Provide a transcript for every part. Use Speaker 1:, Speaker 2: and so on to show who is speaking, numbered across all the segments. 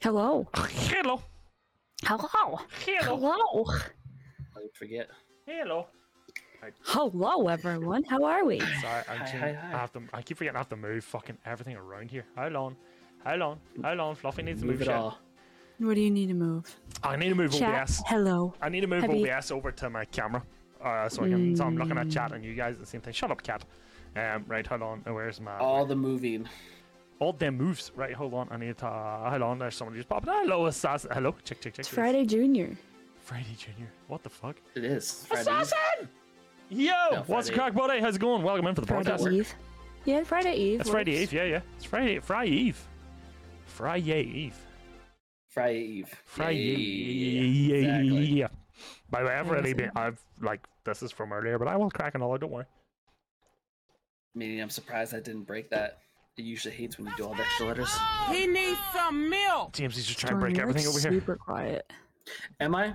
Speaker 1: Hello.
Speaker 2: Hello.
Speaker 1: Hello.
Speaker 2: Hello.
Speaker 1: Hello.
Speaker 3: I would forget.
Speaker 2: Hello.
Speaker 1: Hello, everyone. How are we?
Speaker 2: Sorry, I'm
Speaker 3: Hi,
Speaker 2: just,
Speaker 3: hi,
Speaker 2: I
Speaker 3: hi.
Speaker 2: have to. I keep forgetting I have to move fucking everything around here. How long? How long? How long? Fluffy needs to move,
Speaker 3: Move it
Speaker 2: shit.
Speaker 3: all.
Speaker 4: What do you need to move?
Speaker 2: I need to move
Speaker 1: Chat.
Speaker 2: OBS.
Speaker 1: Hello.
Speaker 2: I need to move
Speaker 1: Have you- Mm.
Speaker 2: OBS over to my camera. Uh, so I can. So I'm looking at chat and you guys at the same time. Shut up, cat. Um, right, hold on. Uh, Where's my
Speaker 3: All the moving.
Speaker 2: all them moves? Right, hold on. I need to. Uh, hold on. There's somebody just popped. Hello, assassin. Hello, check, check, check.
Speaker 1: It's Friday Junior.
Speaker 2: Friday Junior. What the fuck?
Speaker 3: It is. Friday.
Speaker 2: Yo,
Speaker 3: No,
Speaker 2: what's
Speaker 3: Friday.
Speaker 2: crack, buddy? How's it going? Welcome in for the
Speaker 1: Friday
Speaker 2: podcast.
Speaker 1: Eve. Yeah, Friday Eve.
Speaker 2: It's Friday
Speaker 1: works.
Speaker 2: Eve, yeah, yeah. It's Friday, Friday Eve. Friday Eve.
Speaker 3: Friday Eve.
Speaker 2: Friday
Speaker 3: Yeah, Exactly.
Speaker 2: yeah. By the way, I've really been, I've, like, this is from earlier, but I will crack another, don't worry.
Speaker 3: Meaning, I'm surprised I didn't break that. It usually hates when you do all the extra letters.
Speaker 5: He needs some milk.
Speaker 2: James is just trying to
Speaker 1: Jordan,
Speaker 2: break
Speaker 1: Oh. you're, like,
Speaker 2: everything over here.
Speaker 1: Super quiet.
Speaker 3: Am I?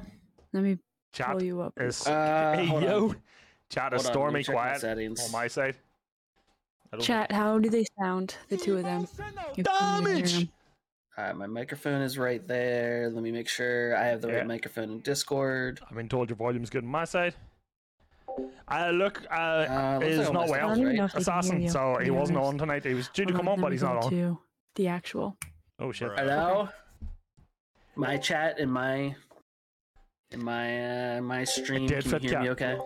Speaker 4: Let me
Speaker 2: Chat
Speaker 4: pull you up.
Speaker 2: is,
Speaker 3: Uh,
Speaker 2: hey,
Speaker 3: hold
Speaker 2: yo.
Speaker 3: on.
Speaker 2: Chat
Speaker 3: Hold
Speaker 2: is
Speaker 3: on, let
Speaker 2: stormy
Speaker 3: me check my
Speaker 2: quiet
Speaker 3: settings.
Speaker 2: on my side. I don't
Speaker 1: Chat. How do they sound? The two of them.
Speaker 4: If you hear
Speaker 2: Damage!
Speaker 4: 'em.
Speaker 3: All right, my microphone is right there. Let me make sure I have the
Speaker 2: Yeah.
Speaker 3: right microphone in Discord.
Speaker 2: I've been told your volume's good on my side. Uh, look, uh,
Speaker 3: Uh, looks
Speaker 2: is
Speaker 3: like
Speaker 2: not
Speaker 3: almost
Speaker 2: well.
Speaker 3: done,
Speaker 1: I don't
Speaker 3: right?
Speaker 1: know if- They can
Speaker 2: Assassin,
Speaker 1: hear you.
Speaker 2: so he
Speaker 4: Yeah,
Speaker 2: wasn't
Speaker 4: there's-
Speaker 2: on tonight. He was due to
Speaker 4: Hold
Speaker 2: come on,
Speaker 4: let
Speaker 2: but
Speaker 4: me
Speaker 2: he's not
Speaker 4: go
Speaker 2: on.
Speaker 4: To the actual.
Speaker 2: Oh, shit.
Speaker 3: Hello. My chat and my in my uh, my stream.
Speaker 2: did
Speaker 3: Can you
Speaker 2: fit
Speaker 3: hear
Speaker 2: chat.
Speaker 3: me? Okay.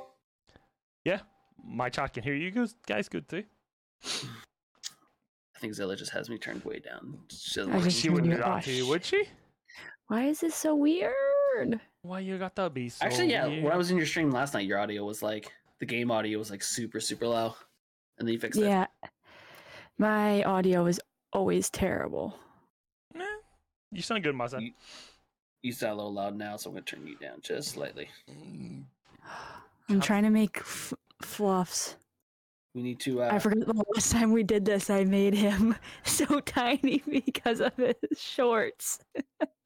Speaker 2: Yeah, my chat can hear you guys. Guys, good too.
Speaker 3: I think Zilla just has me turned way down. She doesn't
Speaker 1: I
Speaker 3: like
Speaker 1: just
Speaker 2: She
Speaker 1: heard
Speaker 2: wouldn't
Speaker 1: you.
Speaker 2: do that to you,
Speaker 1: Gosh.
Speaker 2: would she?
Speaker 1: Why is this so weird?
Speaker 2: Why you got to be so?
Speaker 3: Actually, yeah.
Speaker 2: weird?
Speaker 3: When I was in your stream last night, your audio was like the game audio was like super super low, and then you fixed it.
Speaker 1: Yeah. My audio is always terrible.
Speaker 2: Nah, you sound good, my son.
Speaker 3: You- You sound a little loud now, so I'm gonna turn you down just slightly.
Speaker 1: I'm
Speaker 2: Chat.
Speaker 1: trying to make f- fluffs.
Speaker 3: We need to. Uh,
Speaker 1: I forgot the last time we did this, I made him so tiny because of his shorts.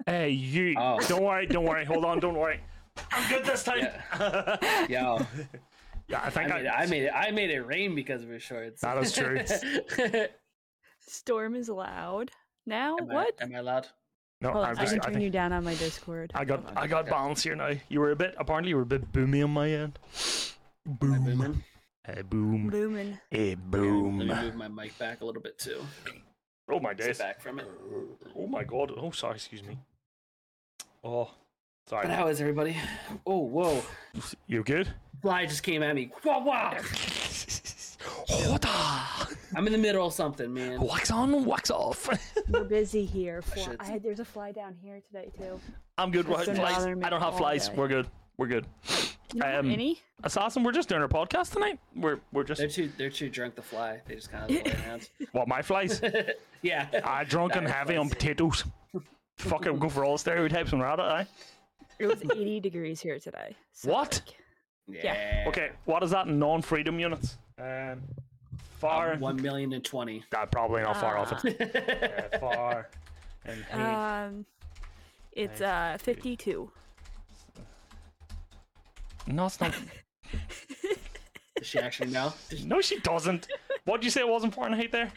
Speaker 2: Hey, you.
Speaker 3: Oh.
Speaker 2: Don't worry, don't worry. Hold on, don't worry. I'm good this time. Yeah,
Speaker 3: Yo,
Speaker 2: I
Speaker 3: I
Speaker 2: think I.
Speaker 3: made, it, I made it. I made it rain because of his shorts.
Speaker 2: That is true.
Speaker 1: Storm is loud. Now
Speaker 3: Am I-
Speaker 1: Oh, what?
Speaker 3: am I loud?
Speaker 2: no,
Speaker 1: Hold on,
Speaker 2: I'm
Speaker 1: I
Speaker 2: just.
Speaker 1: can
Speaker 2: I,
Speaker 1: turn you
Speaker 2: think,
Speaker 1: down on my Discord.
Speaker 2: I got.
Speaker 1: Hold on.
Speaker 2: I got balance here now. You were a bit. Apparently, you were a bit boomy on my end.
Speaker 3: Am I
Speaker 2: Boom.
Speaker 3: booming?
Speaker 2: Hey, boom.
Speaker 1: Boomin.
Speaker 2: Hey,
Speaker 3: Let
Speaker 2: boom.
Speaker 3: me move my mic back a little bit too.
Speaker 2: Oh my
Speaker 3: Sit
Speaker 2: days.
Speaker 3: back from it.
Speaker 2: Oh my god. Oh, sorry. Excuse me. Oh,
Speaker 3: But
Speaker 2: sorry.
Speaker 3: how is everybody? Oh, whoa!
Speaker 2: You good?
Speaker 3: Fly just came at me. Wah wah!
Speaker 2: Hoda!
Speaker 3: I'm in the middle of something, man.
Speaker 2: Wax on, wax off.
Speaker 1: We're busy here. Fly-
Speaker 3: shit.
Speaker 1: I had, there's a fly down here today too.
Speaker 2: I'm good.
Speaker 1: That's
Speaker 2: Without
Speaker 1: been
Speaker 2: flies.
Speaker 1: bothering me
Speaker 2: I don't have
Speaker 1: all
Speaker 2: flies.
Speaker 1: day.
Speaker 2: We're good. We're good.
Speaker 1: You don't have
Speaker 2: Um,
Speaker 1: any?
Speaker 2: Assassin, we're just doing our podcast tonight. We're we're just
Speaker 3: They're too. They're too drunk to fly. They just kind of lay around.
Speaker 2: what my flies.
Speaker 3: yeah.
Speaker 2: I drunk and
Speaker 3: Nah,
Speaker 2: heavy on
Speaker 3: flies.
Speaker 2: potatoes. Fuck it, go for all stereotypes and rabbit. Eh?
Speaker 1: It was 80 degrees here today. so,
Speaker 2: What?
Speaker 1: like,
Speaker 3: Yeah.
Speaker 2: Okay, what is that in non-freedom units? Um, far.
Speaker 3: Um, One million and twenty.
Speaker 2: Ah, probably not far off it. Uh, far. And hate.
Speaker 1: um, it's uh 52.
Speaker 2: no, it's not.
Speaker 3: Does she actually know?
Speaker 2: No, she doesn't. What would you say it was in Fahrenheit there?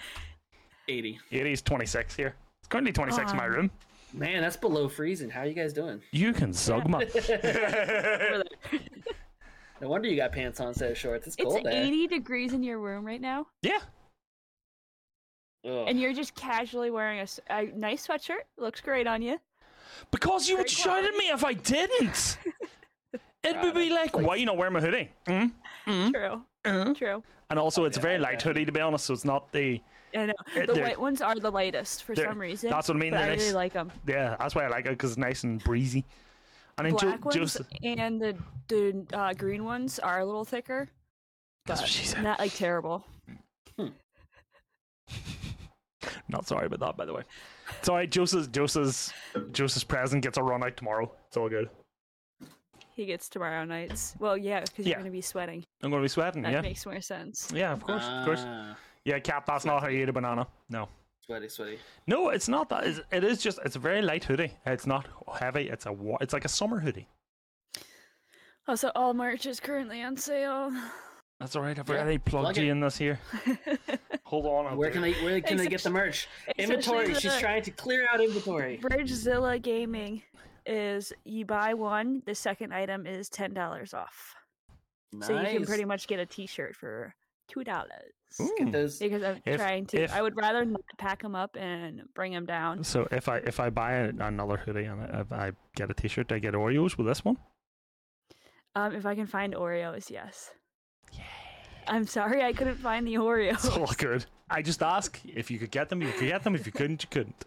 Speaker 3: Eighty.
Speaker 2: It is 26 here. It's currently 26 in my room.
Speaker 3: Man, that's below freezing. How are you guys doing?
Speaker 2: You can suck my.
Speaker 3: No wonder you got pants on instead of shorts. It's
Speaker 1: It's
Speaker 3: cold there.
Speaker 1: 80 degrees in your room right now,
Speaker 2: yeah.
Speaker 3: Ugh.
Speaker 1: and you're just casually wearing a, s- a nice sweatshirt. Looks great on you.
Speaker 2: Because you
Speaker 1: Very
Speaker 2: would shout
Speaker 1: well.
Speaker 2: at me if I didn't. It would be like, why you not wearing my hoodie? Mm?
Speaker 1: True. True.
Speaker 2: And also, it's a very
Speaker 3: I
Speaker 2: light hoodie, to be honest, so it's not the.
Speaker 1: I know.
Speaker 2: Uh,
Speaker 1: The
Speaker 2: they're-
Speaker 1: white ones are the lightest for
Speaker 2: they're-
Speaker 1: some reason.
Speaker 2: that's what I mean,
Speaker 1: But
Speaker 2: they're
Speaker 1: I really
Speaker 2: nice.
Speaker 1: like them.
Speaker 2: Yeah, that's why I like it, because it's nice and breezy. And then
Speaker 1: Black
Speaker 2: ju-
Speaker 1: ones
Speaker 2: just.
Speaker 1: and the, the uh, green ones are a little thicker.
Speaker 2: That's what she said.
Speaker 1: Not like terrible.
Speaker 2: Not sorry about that, by the way. It's alright, Joseph's, Joseph's, Joseph's present gets a run out tomorrow. It's all good.
Speaker 1: He gets tomorrow nights. Well, yeah, because
Speaker 2: Yeah.
Speaker 1: you're gonna be sweating.
Speaker 2: I'm going to be sweating,
Speaker 1: That
Speaker 2: yeah.
Speaker 1: makes more sense.
Speaker 2: Yeah, of course, of course.
Speaker 3: Ah,
Speaker 2: Yeah, Cap, that's not how you eat a banana. No.
Speaker 3: sweaty, sweaty.
Speaker 2: No, it's not that. It's, it is just, it's a very light hoodie. It's not heavy. It's a, wa- it's like a summer hoodie.
Speaker 1: Also, all merch is currently on sale.
Speaker 2: That's all right. I've
Speaker 3: Yeah,
Speaker 2: got any plug
Speaker 3: plug it.
Speaker 2: you in this here. Hold on. I'll
Speaker 3: Where
Speaker 2: do
Speaker 3: can
Speaker 2: it.
Speaker 3: I where can I get the merch?
Speaker 1: Especially
Speaker 3: Inventory. She's
Speaker 1: the-
Speaker 3: trying to clear out inventory.
Speaker 1: Bridgezilla Gaming is you buy one, the second item is ten dollars off.
Speaker 3: Nice.
Speaker 1: So you can pretty much get a T-shirt for two dollars.
Speaker 3: Get those-
Speaker 1: Because I'm
Speaker 2: If-
Speaker 1: trying to, I
Speaker 2: if-
Speaker 1: would rather not pack them up and bring them down.
Speaker 2: So if I if I buy a, another hoodie and I, I get a T-shirt, I get Oreos with this one.
Speaker 1: Um, if I can find Oreos, yes. I'm sorry I couldn't find the Oreos.
Speaker 2: It's all good. I just ask if you could get them. You could get them. If you couldn't, you couldn't.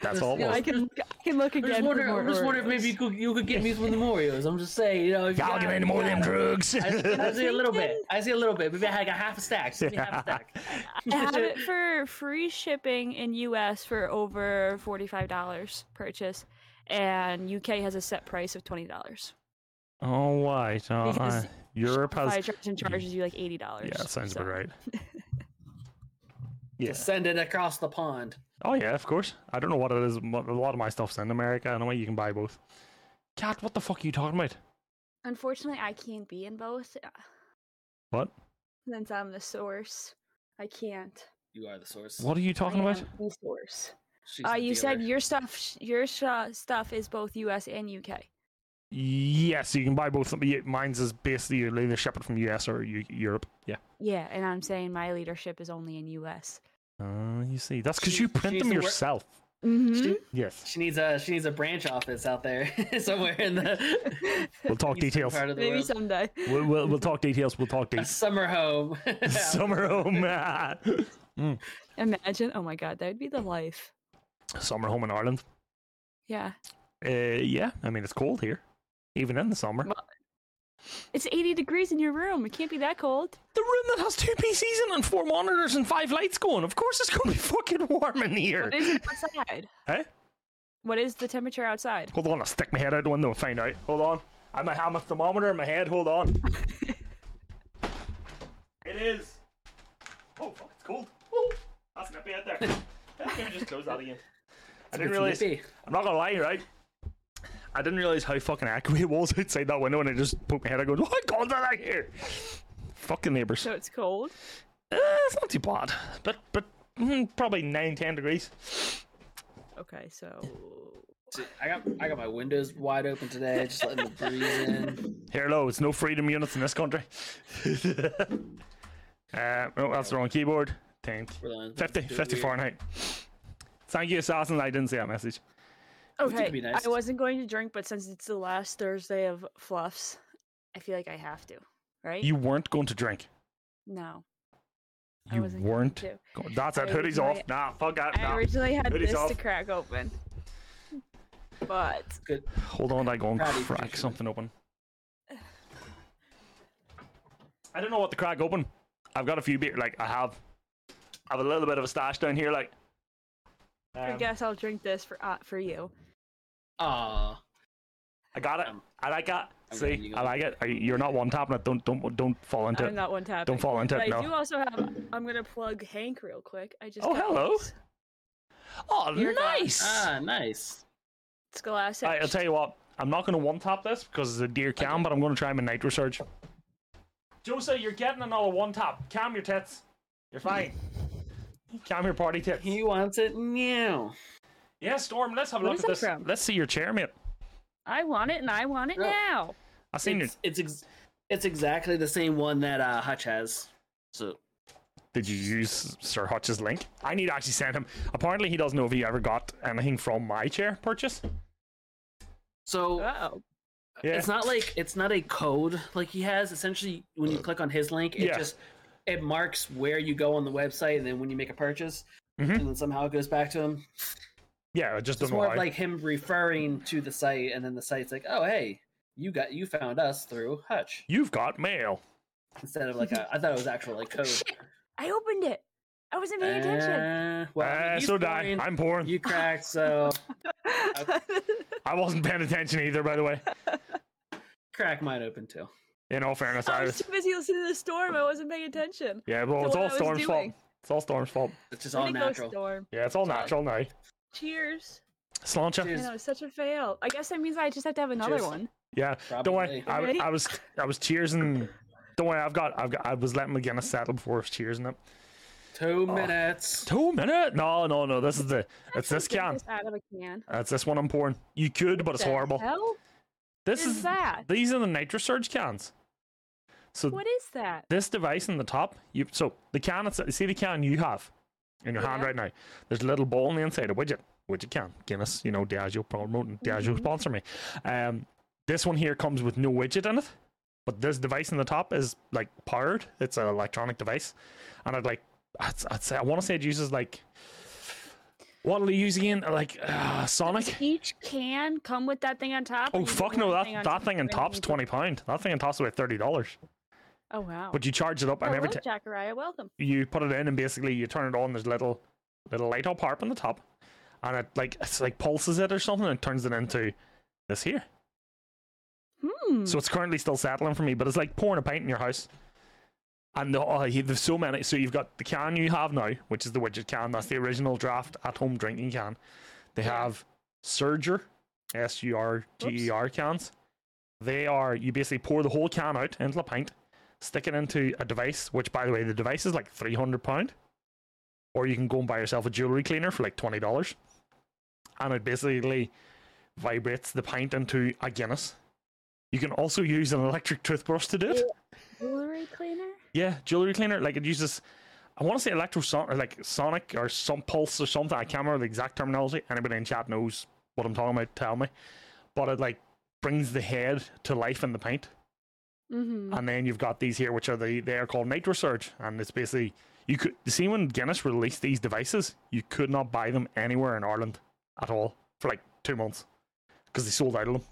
Speaker 2: That's all. It
Speaker 3: Yeah,
Speaker 1: I
Speaker 2: was.
Speaker 1: can look, I can look
Speaker 3: I'm
Speaker 1: again.
Speaker 3: just
Speaker 1: for
Speaker 3: wondering.
Speaker 1: more
Speaker 3: I'm just wondering if
Speaker 1: Oreos.
Speaker 3: maybe you could you could get me some Oreos. I'm just saying, you know, if you
Speaker 2: Y'all
Speaker 3: got
Speaker 2: give me
Speaker 3: it,
Speaker 2: any more of them
Speaker 3: you got it.
Speaker 2: drugs.
Speaker 3: I, I see a little bit. I see a little bit. Maybe I had a half a stack. Just give me half a stack.
Speaker 1: I have it for free shipping in US for over $45 purchase, and UK has a set price of $20.
Speaker 2: oh, why? So, uh,
Speaker 1: Because
Speaker 2: Europe
Speaker 1: Shopify
Speaker 2: has.
Speaker 1: charges and charges you like $80.
Speaker 2: Yeah, sounds about
Speaker 1: so-
Speaker 2: right.
Speaker 3: To
Speaker 2: Yeah.
Speaker 3: Send it across the pond.
Speaker 2: Oh yeah, of course. I don't know what it is. mo- A lot of my stuff's in America. I know you can buy both. Cat, what the fuck are you talking about?
Speaker 1: Unfortunately, I can't be in both. uh,
Speaker 2: What?
Speaker 1: Since I'm the source, I can't.
Speaker 3: You are the source.
Speaker 2: What are you talking
Speaker 1: I
Speaker 2: about?
Speaker 1: am the source.
Speaker 3: She's
Speaker 1: Uh,
Speaker 3: the
Speaker 1: you said
Speaker 3: dealer.
Speaker 1: your stuff, sh- your sh- stuff is both US and UK.
Speaker 2: Yes, you can buy both. of them. Yeah, Mine's is basically you either ship it from US or U- Europe. Yeah.
Speaker 1: Yeah, and I'm saying my leadership is only in US.
Speaker 2: Uh, you see, that's because
Speaker 3: She-
Speaker 2: you print
Speaker 3: she's
Speaker 2: them
Speaker 3: the wor-
Speaker 2: yourself.
Speaker 1: Mm-hmm.
Speaker 3: She,
Speaker 2: Yes.
Speaker 3: she needs a she needs a branch office out there somewhere in the
Speaker 2: We'll talk
Speaker 3: eastern
Speaker 2: details.
Speaker 3: part of the
Speaker 1: Maybe
Speaker 3: world.
Speaker 1: someday.
Speaker 2: We'll, we'll, we'll talk details. We'll talk
Speaker 3: a
Speaker 2: details.
Speaker 3: summer home.
Speaker 2: Summer home. uh,
Speaker 1: Imagine. Oh my god, that would be the life.
Speaker 2: summer home in Ireland.
Speaker 1: Yeah.
Speaker 2: Uh, yeah, I mean, it's cold here, even in the summer.
Speaker 1: Well- It's 80 degrees in your room. It can't be that cold.
Speaker 2: The room that has two PCs in and four monitors and five lights going. Of course, it's going to be fucking warm in here.
Speaker 1: What is it outside?
Speaker 2: Hey,
Speaker 1: What is the temperature outside?
Speaker 2: hold on. I'll stick my head out the window and find out. Hold on. I might have my thermometer in my head. Hold on. it is. Oh, fuck, it's cold. Oh, that's nippy out there. Let me just close that again. I didn't realize.
Speaker 3: nippy.
Speaker 2: I'm not gonna lie, right? I didn't realize how fucking accurate it was outside that window, and I just poked my head. I go, "Oh my god, that out here!" Fucking neighbors.
Speaker 1: So it's cold.
Speaker 2: Uh, it's not too bad, but but mm, probably nine ten degrees.
Speaker 1: Okay, so
Speaker 3: I got I got my windows wide open today, just letting the breeze in.
Speaker 2: Here, low. It's no freedom units in this country. uh, no, that's the wrong keyboard. Tank.
Speaker 3: Hold on, it's
Speaker 2: 50,
Speaker 3: too
Speaker 2: 50
Speaker 3: weird.
Speaker 2: Fahrenheit. Thank you, assassin. I didn't see that message.
Speaker 1: okay.
Speaker 3: be nice.
Speaker 1: I wasn't going to drink, but since it's the last Thursday of fluffs, I feel like I have to. Right?
Speaker 2: You weren't going to drink.
Speaker 1: no, I
Speaker 2: You
Speaker 1: wasn't going
Speaker 2: weren't.
Speaker 1: to.
Speaker 2: go- That's it.
Speaker 1: I
Speaker 2: Hoodie's
Speaker 1: originally-
Speaker 2: off. Nah, fuck that.
Speaker 1: I
Speaker 2: Nah.
Speaker 1: originally had
Speaker 2: Hoodie's
Speaker 1: this
Speaker 2: off.
Speaker 1: to crack open, but
Speaker 3: Good.
Speaker 2: Hold on, I go and
Speaker 3: Proud of you,
Speaker 2: crack
Speaker 3: Jason.
Speaker 2: something open. I don't know what to crack open. I've got a few beer, like I have, I have a little bit of a stash down here, like.
Speaker 1: I
Speaker 2: um,
Speaker 1: guess I'll drink this for uh, for you.
Speaker 3: Aw.
Speaker 2: I got it.
Speaker 3: Um,
Speaker 2: I like it.
Speaker 3: I'm giving
Speaker 2: See,
Speaker 3: you
Speaker 2: I
Speaker 3: a-
Speaker 2: like it. Are you- You're not one tapping it. Don't don't don't fall into
Speaker 1: I'm
Speaker 2: it.
Speaker 1: not one tapping.
Speaker 2: Don't fall into
Speaker 1: But
Speaker 2: it.
Speaker 1: I do
Speaker 2: No.
Speaker 1: also have. I'm gonna plug Hank real quick. I just
Speaker 2: Oh,
Speaker 1: got
Speaker 2: hello.
Speaker 1: these
Speaker 2: Oh,
Speaker 1: You're gone.
Speaker 2: nice.
Speaker 3: Ah, nice.
Speaker 1: Scholastic.
Speaker 2: Alright, I'll tell you what. I'm not going to one tap this because it's a deer cam, but I'm going to try my nitro surge. Jose, you're getting another one tap. Cam your tits. You're fine. Cam your party tits.
Speaker 3: He wants it now.
Speaker 2: Yeah, Storm, let's have a
Speaker 1: Where
Speaker 2: look
Speaker 1: is
Speaker 2: at
Speaker 1: that
Speaker 2: this.
Speaker 1: from?
Speaker 2: Let's see your chair, mate.
Speaker 1: I want it, and I want it
Speaker 3: No.
Speaker 1: now.
Speaker 2: I seen your.
Speaker 3: It's it's, ex- it's exactly the same one that uh, Hutch has. So
Speaker 2: Did you use Sir Hutch's link? I need to actually send him. Apparently, he doesn't know if he ever got anything from my chair purchase.
Speaker 3: so
Speaker 1: Oh,
Speaker 2: Yeah.
Speaker 3: Uh, it's not like it's not a code like he has. Essentially, when you click on his link, it
Speaker 2: Uh, Yeah.
Speaker 3: just it marks where you go on the website, and then when you make a purchase,
Speaker 2: Mhm.
Speaker 3: and then somehow it goes back to him.
Speaker 2: yeah, I just
Speaker 3: It's
Speaker 2: don't know
Speaker 3: more of
Speaker 2: why.
Speaker 3: like him referring to the site, and then the site's like, "Oh, hey, you got you found us through Hutch,"
Speaker 2: You've got mail.
Speaker 3: instead of like a, I thought it was actual like code.
Speaker 1: Shit. I opened it. I wasn't paying attention.
Speaker 3: Uh, well, I mean,
Speaker 2: Uh,
Speaker 3: he's
Speaker 2: so did I.
Speaker 3: pouring,
Speaker 2: I'm pouring.
Speaker 3: You cracked, so
Speaker 2: I wasn't paying attention either, by the way.
Speaker 3: crack mine open too.
Speaker 2: In all fairness,
Speaker 1: I
Speaker 2: I
Speaker 1: was
Speaker 2: was.
Speaker 1: too busy listening to the storm. I wasn't paying attention.
Speaker 2: Yeah, well,
Speaker 1: to
Speaker 2: it's
Speaker 1: what I
Speaker 2: all
Speaker 1: was
Speaker 2: Storm's fault.
Speaker 1: doing.
Speaker 2: It's all Storm's fault.
Speaker 3: It's just all
Speaker 1: Way to Go,
Speaker 3: natural.
Speaker 1: storm.
Speaker 2: Yeah, it's all
Speaker 3: Sorry.
Speaker 2: natural now.
Speaker 1: Cheers.
Speaker 2: Sláinte.
Speaker 3: Cheers.
Speaker 1: I know, it's such a fail. I guess that means I just have to have another
Speaker 3: Cheers.
Speaker 1: one.
Speaker 2: Yeah, don't worry.
Speaker 3: Probably.
Speaker 2: I,
Speaker 1: Ready?
Speaker 2: I was I was cheersing Don't worry, I've got, I've got, I was letting McGinnis settle before I was cheersing him.
Speaker 3: Two
Speaker 2: Oh,
Speaker 3: minutes.
Speaker 2: Two minute? No, no, no. This is the, it's this
Speaker 1: Drink
Speaker 2: can.
Speaker 1: this out of a can.
Speaker 2: That's this one I'm pouring. You could, but it's
Speaker 1: The
Speaker 2: horrible.
Speaker 1: hell
Speaker 2: This
Speaker 1: is
Speaker 2: is,
Speaker 1: that?
Speaker 2: these are the NitroSurge cans. So
Speaker 1: What is that?
Speaker 2: this device in the top, you so the can it's see the can you have in your hand
Speaker 1: Yeah.
Speaker 2: right now. There's a little ball on the inside, a widget, widget can. Guinness, you know, Diageo
Speaker 1: Mm-hmm.
Speaker 2: promoting, Diageo sponsor me. Um, this one here comes with no widget in it, but this device in the top is like powered. It's an electronic device, and I'd like, I'd, I'd say I want to say it uses like. What'll it use again? Like uh, Sonic?
Speaker 1: Does each can come with that thing on top? or
Speaker 2: Oh
Speaker 1: you put
Speaker 2: fuck
Speaker 1: one
Speaker 2: no! That
Speaker 1: thing on
Speaker 2: that
Speaker 1: and
Speaker 2: thing in
Speaker 1: then you
Speaker 2: top's
Speaker 1: put-
Speaker 2: twenty pound. That thing in top's about thirty dollars.
Speaker 4: Oh wow.
Speaker 2: But you charge it up, and
Speaker 1: Hello,
Speaker 2: every time
Speaker 1: Jacariah, welcome.
Speaker 2: you put it in and basically you turn it on there's a little little light up harp on the top and it like it's like pulses it or something and turns it into this here
Speaker 1: Hmm.
Speaker 2: so it's currently still settling for me but it's like pouring a pint in your house and the, oh, you- there's so many so you've got the can you have now which is the widget can that's the original draft at home drinking can they have surger s-u-r-g-e-r E cans they are you basically pour the whole can out into a pint stick it into a device, which by the way, the device is like three hundred pound, or you can go and buy yourself a jewelry cleaner for like twenty dollars, and it basically vibrates the pint into a Guinness. You can also use an electric toothbrush to do it.
Speaker 1: jewelry cleaner?
Speaker 2: Yeah, jewelry cleaner. Like it uses, I want to say electroson or like sonic or some pulse or something. I can't remember the exact terminology. Anybody in chat knows what I'm talking about? Tell me. But it like brings the head to life in the pint.
Speaker 4: mm-hmm.
Speaker 2: And then you've got these here, which are the they are called Nitro Surge, and it's basically you could you see when Guinness released these devices, you could not buy them anywhere in Ireland at all for like two months because they sold out of them.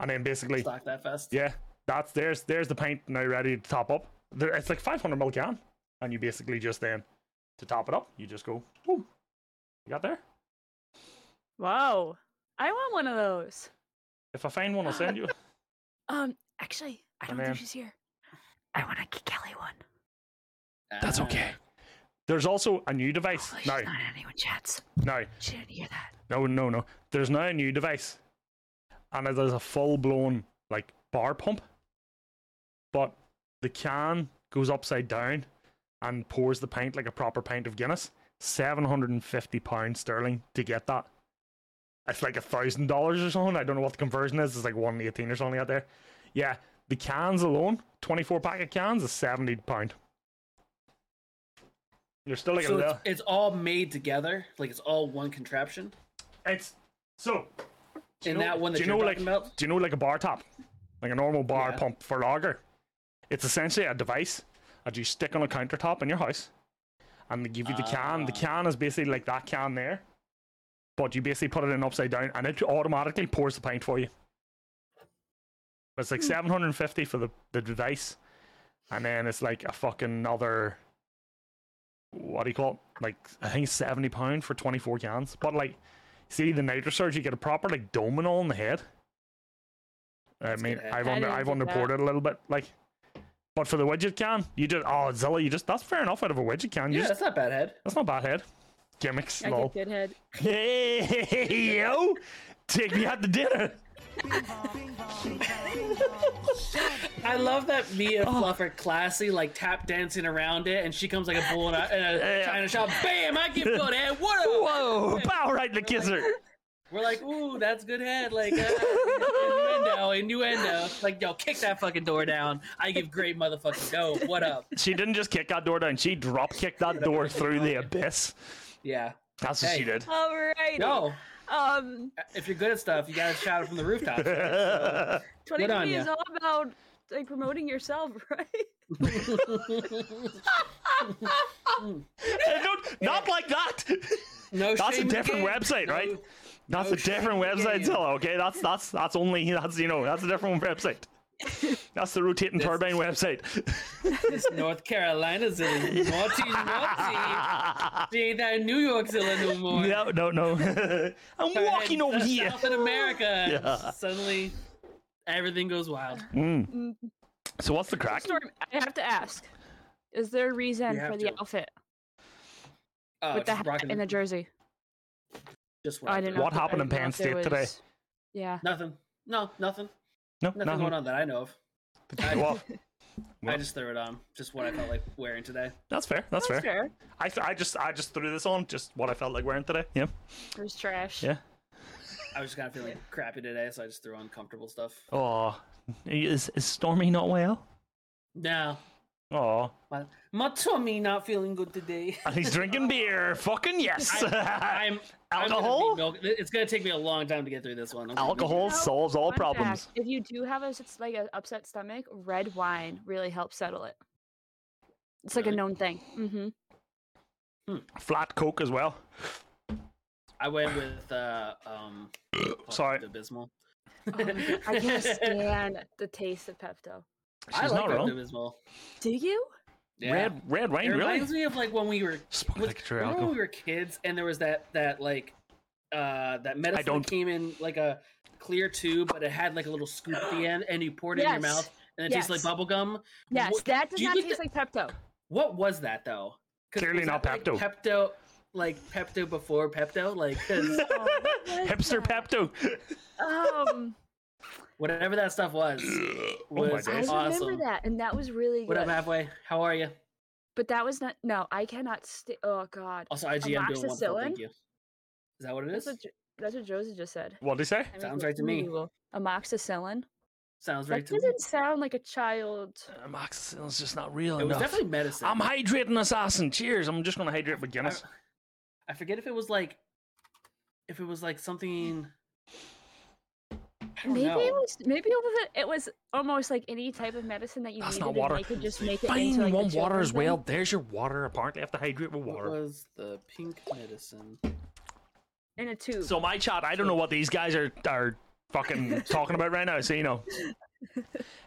Speaker 2: And then basically,
Speaker 3: Stock that fast.
Speaker 2: yeah, that's there's there's the paint now ready to top up. There, it's like 500 ml can, and you basically just then to top it up, you just go boom. You got there.
Speaker 1: Wow. I want one of those.
Speaker 2: If I find one, I'll send you.
Speaker 4: Um, actually, I
Speaker 2: don't think man.
Speaker 4: she's here.
Speaker 1: I want a Kelly one.
Speaker 2: That's
Speaker 3: Ah.
Speaker 2: okay. There's also a new device
Speaker 4: Hopefully
Speaker 2: now.
Speaker 4: she's not in anyone chats.
Speaker 2: Now
Speaker 4: She didn't hear that.
Speaker 2: No, no, no. There's now a new device, and it is a full blown like bar pump, but the can goes upside down and pours the pint like a proper pint of Guinness. Seven hundred and fifty pounds sterling to get that. It's like a thousand dollars or something. I don't know what the conversion is. It's like one eighteen or something out there. Yeah, the cans alone, twenty four pack of cans is seventy pound. You're still like a
Speaker 3: So
Speaker 2: little.
Speaker 3: it's, it's all made together, like it's all one contraption.
Speaker 2: It's so. do you
Speaker 3: And
Speaker 2: know-
Speaker 3: that one that
Speaker 2: do you
Speaker 3: you're
Speaker 2: know, like,
Speaker 3: talking about?
Speaker 2: Do you know like a bar top, like a normal bar
Speaker 3: Yeah.
Speaker 2: pump for lager? It's essentially a device that you stick on a countertop in your house, and they give you the can. The
Speaker 3: Ah.
Speaker 2: can is basically like that can there, but you basically put it in upside down, and it automatically pours the pint for you. It's
Speaker 3: Hmm.
Speaker 2: like seven hundred and fifty for the the device, and then it's like a fucking other. What do you call it? Like I think seventy pound for twenty four cans, but like. See the nitro surge, you get a proper like dome and all in the head. I mean,
Speaker 3: good.
Speaker 2: I've
Speaker 1: I
Speaker 2: under
Speaker 1: didn't
Speaker 2: I've
Speaker 1: get that.
Speaker 2: underported a little bit, like. But for the widget can, you just oh Zilla, you just that's fair enough out of a widget can. You
Speaker 3: Yeah,
Speaker 2: just,
Speaker 3: that's not bad, head.
Speaker 2: that's not bad head. Gimmicks,
Speaker 1: I
Speaker 2: lol.
Speaker 1: get good head.
Speaker 2: Hey yo, take me out to dinner.
Speaker 3: I love that
Speaker 2: Oh.
Speaker 3: Mia Fluffer classy, like tap dancing around it, and she comes like a bull in a, in a
Speaker 2: Yeah.
Speaker 3: china shop. Bam! I give good head. What up?
Speaker 2: Whoa, bow right in the kisser.
Speaker 3: We're like, ooh, that's good head. Like, uh, innuendo, innuendo. Like, yo, kick that fucking door down. I give great motherfucking dope. What up?
Speaker 2: She didn't just kick that door down; she drop kicked that door through the abyss.
Speaker 3: Yeah.
Speaker 2: That's what she
Speaker 3: Hey.
Speaker 2: did.
Speaker 1: All right.
Speaker 3: No,
Speaker 1: Um,
Speaker 3: if you're good at stuff, you gotta shout it from the rooftop. So,
Speaker 1: 2020
Speaker 3: on
Speaker 1: is
Speaker 3: ya.
Speaker 1: all about like promoting yourself, right?
Speaker 2: Hey, don't- not like that.
Speaker 3: no
Speaker 2: That's a
Speaker 3: shame in the
Speaker 2: different
Speaker 3: game.
Speaker 2: website,
Speaker 3: No-
Speaker 2: right? That's
Speaker 3: no
Speaker 2: a different
Speaker 3: shame in the
Speaker 2: website,
Speaker 3: game.
Speaker 2: Zilla. Okay, that's that's that's only that's you know that's a different website. That's the rotating turbine website.
Speaker 3: This North Carolina's in naughty, naughty. She ain't that New York's in no more.
Speaker 2: no, no, no. I'm
Speaker 3: Started
Speaker 2: walking over
Speaker 3: South-
Speaker 2: here.
Speaker 3: South in America. and
Speaker 2: Yeah.
Speaker 3: Suddenly, everything goes wild.
Speaker 2: Mm. So what's the crack?
Speaker 1: Storm, I have to ask: Is there a reason
Speaker 3: You
Speaker 1: for
Speaker 3: have
Speaker 1: the
Speaker 3: to.
Speaker 1: outfit
Speaker 3: Oh,
Speaker 1: with the
Speaker 3: just
Speaker 1: hat
Speaker 3: rocking
Speaker 1: and the jersey?
Speaker 3: just
Speaker 1: Oh, I didn't know.
Speaker 2: What
Speaker 1: if- I
Speaker 2: happened in
Speaker 1: didn't know
Speaker 2: Penn
Speaker 1: if there
Speaker 2: State today?
Speaker 1: was- Yeah.
Speaker 3: Nothing. No, nothing.
Speaker 2: No,
Speaker 3: Nothing going on that I know of.
Speaker 2: Well, Well-
Speaker 3: I just threw it on. Just what I felt like wearing today.
Speaker 2: That's fair. That's, fair.
Speaker 1: fair.
Speaker 2: I, th- I just I just threw this on, just what I felt like wearing today. Yeah.
Speaker 1: It was trash.
Speaker 2: Yeah.
Speaker 3: I was just kind of feeling crappy today, so I just threw on comfortable stuff.
Speaker 2: Oh, is is Stormy not well?
Speaker 3: No,
Speaker 2: Oh,
Speaker 3: my, my tummy not feeling good today.
Speaker 2: and he's drinking beer. Fucking yes.
Speaker 3: I'm I'm gonna
Speaker 2: Alcohol?
Speaker 3: be milk- It's gonna take me a long time to get through this one. I'm gonna be-
Speaker 2: Alcohol
Speaker 1: know,
Speaker 2: solves all
Speaker 1: Fun
Speaker 2: problems.
Speaker 1: fact, if you do have a s- like an upset stomach, red wine really helps settle it. It's like
Speaker 3: Really?
Speaker 1: a known thing. Mm-hmm.
Speaker 2: Flat Coke as well.
Speaker 3: I went with uh um.
Speaker 2: Sorry.
Speaker 3: Abysmal. Oh
Speaker 1: I can't stand the taste of Pepto.
Speaker 3: I
Speaker 2: She's
Speaker 3: like
Speaker 2: not wrong.
Speaker 3: Abysmal.
Speaker 1: Do you?
Speaker 3: Yeah.
Speaker 2: Red red
Speaker 3: It
Speaker 2: wine, really?
Speaker 3: reminds me of like when we were
Speaker 2: Smoke
Speaker 3: Was-
Speaker 2: like a true
Speaker 3: remember when
Speaker 2: alcohol.
Speaker 3: we were kids and there was that that like uh that medicine that
Speaker 2: don't-
Speaker 3: came in like a clear tube but it had like a little scoop at the end and you poured it in your
Speaker 1: Yes.
Speaker 3: mouth and it tastes
Speaker 1: Yes.
Speaker 3: like bubblegum
Speaker 1: Yes,
Speaker 3: What-
Speaker 1: that does
Speaker 3: do you
Speaker 1: not
Speaker 3: think
Speaker 1: taste like Pepto.
Speaker 3: what was that though 'Cause
Speaker 2: Clearly
Speaker 3: was
Speaker 2: not
Speaker 3: that,
Speaker 2: Pepto.
Speaker 3: like, pepto like pepto before pepto like 'cause
Speaker 2: Hipster Pepto.
Speaker 1: Um,
Speaker 3: whatever that stuff was
Speaker 2: Oh my
Speaker 3: was
Speaker 2: days.
Speaker 1: I
Speaker 2: That's
Speaker 3: awesome
Speaker 1: remember that, and that was really
Speaker 3: what
Speaker 1: good.
Speaker 3: up halfway how are you
Speaker 1: But that was not. No, I cannot. St- oh God,
Speaker 3: also igm doing wonderful
Speaker 1: Amoxicillin?
Speaker 3: thank you is that what it
Speaker 1: that's
Speaker 3: is
Speaker 1: what Jo- that's what Josie just said.
Speaker 2: What'd he say?
Speaker 1: I mean,
Speaker 3: Sounds
Speaker 1: look,
Speaker 3: right to me.
Speaker 1: Google, Amoxicillin.
Speaker 3: sounds
Speaker 1: That
Speaker 3: right to me
Speaker 1: doesn't sound like a child.
Speaker 2: Amoxicillin's just not real
Speaker 3: it was
Speaker 2: enough.
Speaker 3: definitely medicine
Speaker 2: I'm hydrating assassin. Cheers. I'm just gonna hydrate with Guinness.
Speaker 3: I forget if it was like if it was like something I don't
Speaker 1: Maybe it
Speaker 3: know.
Speaker 1: was maybe it was, it was almost like any type of medicine that you
Speaker 2: That's
Speaker 1: needed.
Speaker 2: not water.
Speaker 1: And they could just make it
Speaker 2: Fine,
Speaker 1: into like, a
Speaker 2: one water
Speaker 1: children's
Speaker 2: as well.
Speaker 1: thing.
Speaker 2: There's your water. Apparently, I have to hydrate with
Speaker 3: What
Speaker 2: water.
Speaker 3: was the pink medicine?
Speaker 1: in a tube.
Speaker 2: So my chat, I don't know what these guys are are fucking talking about right now. So you know,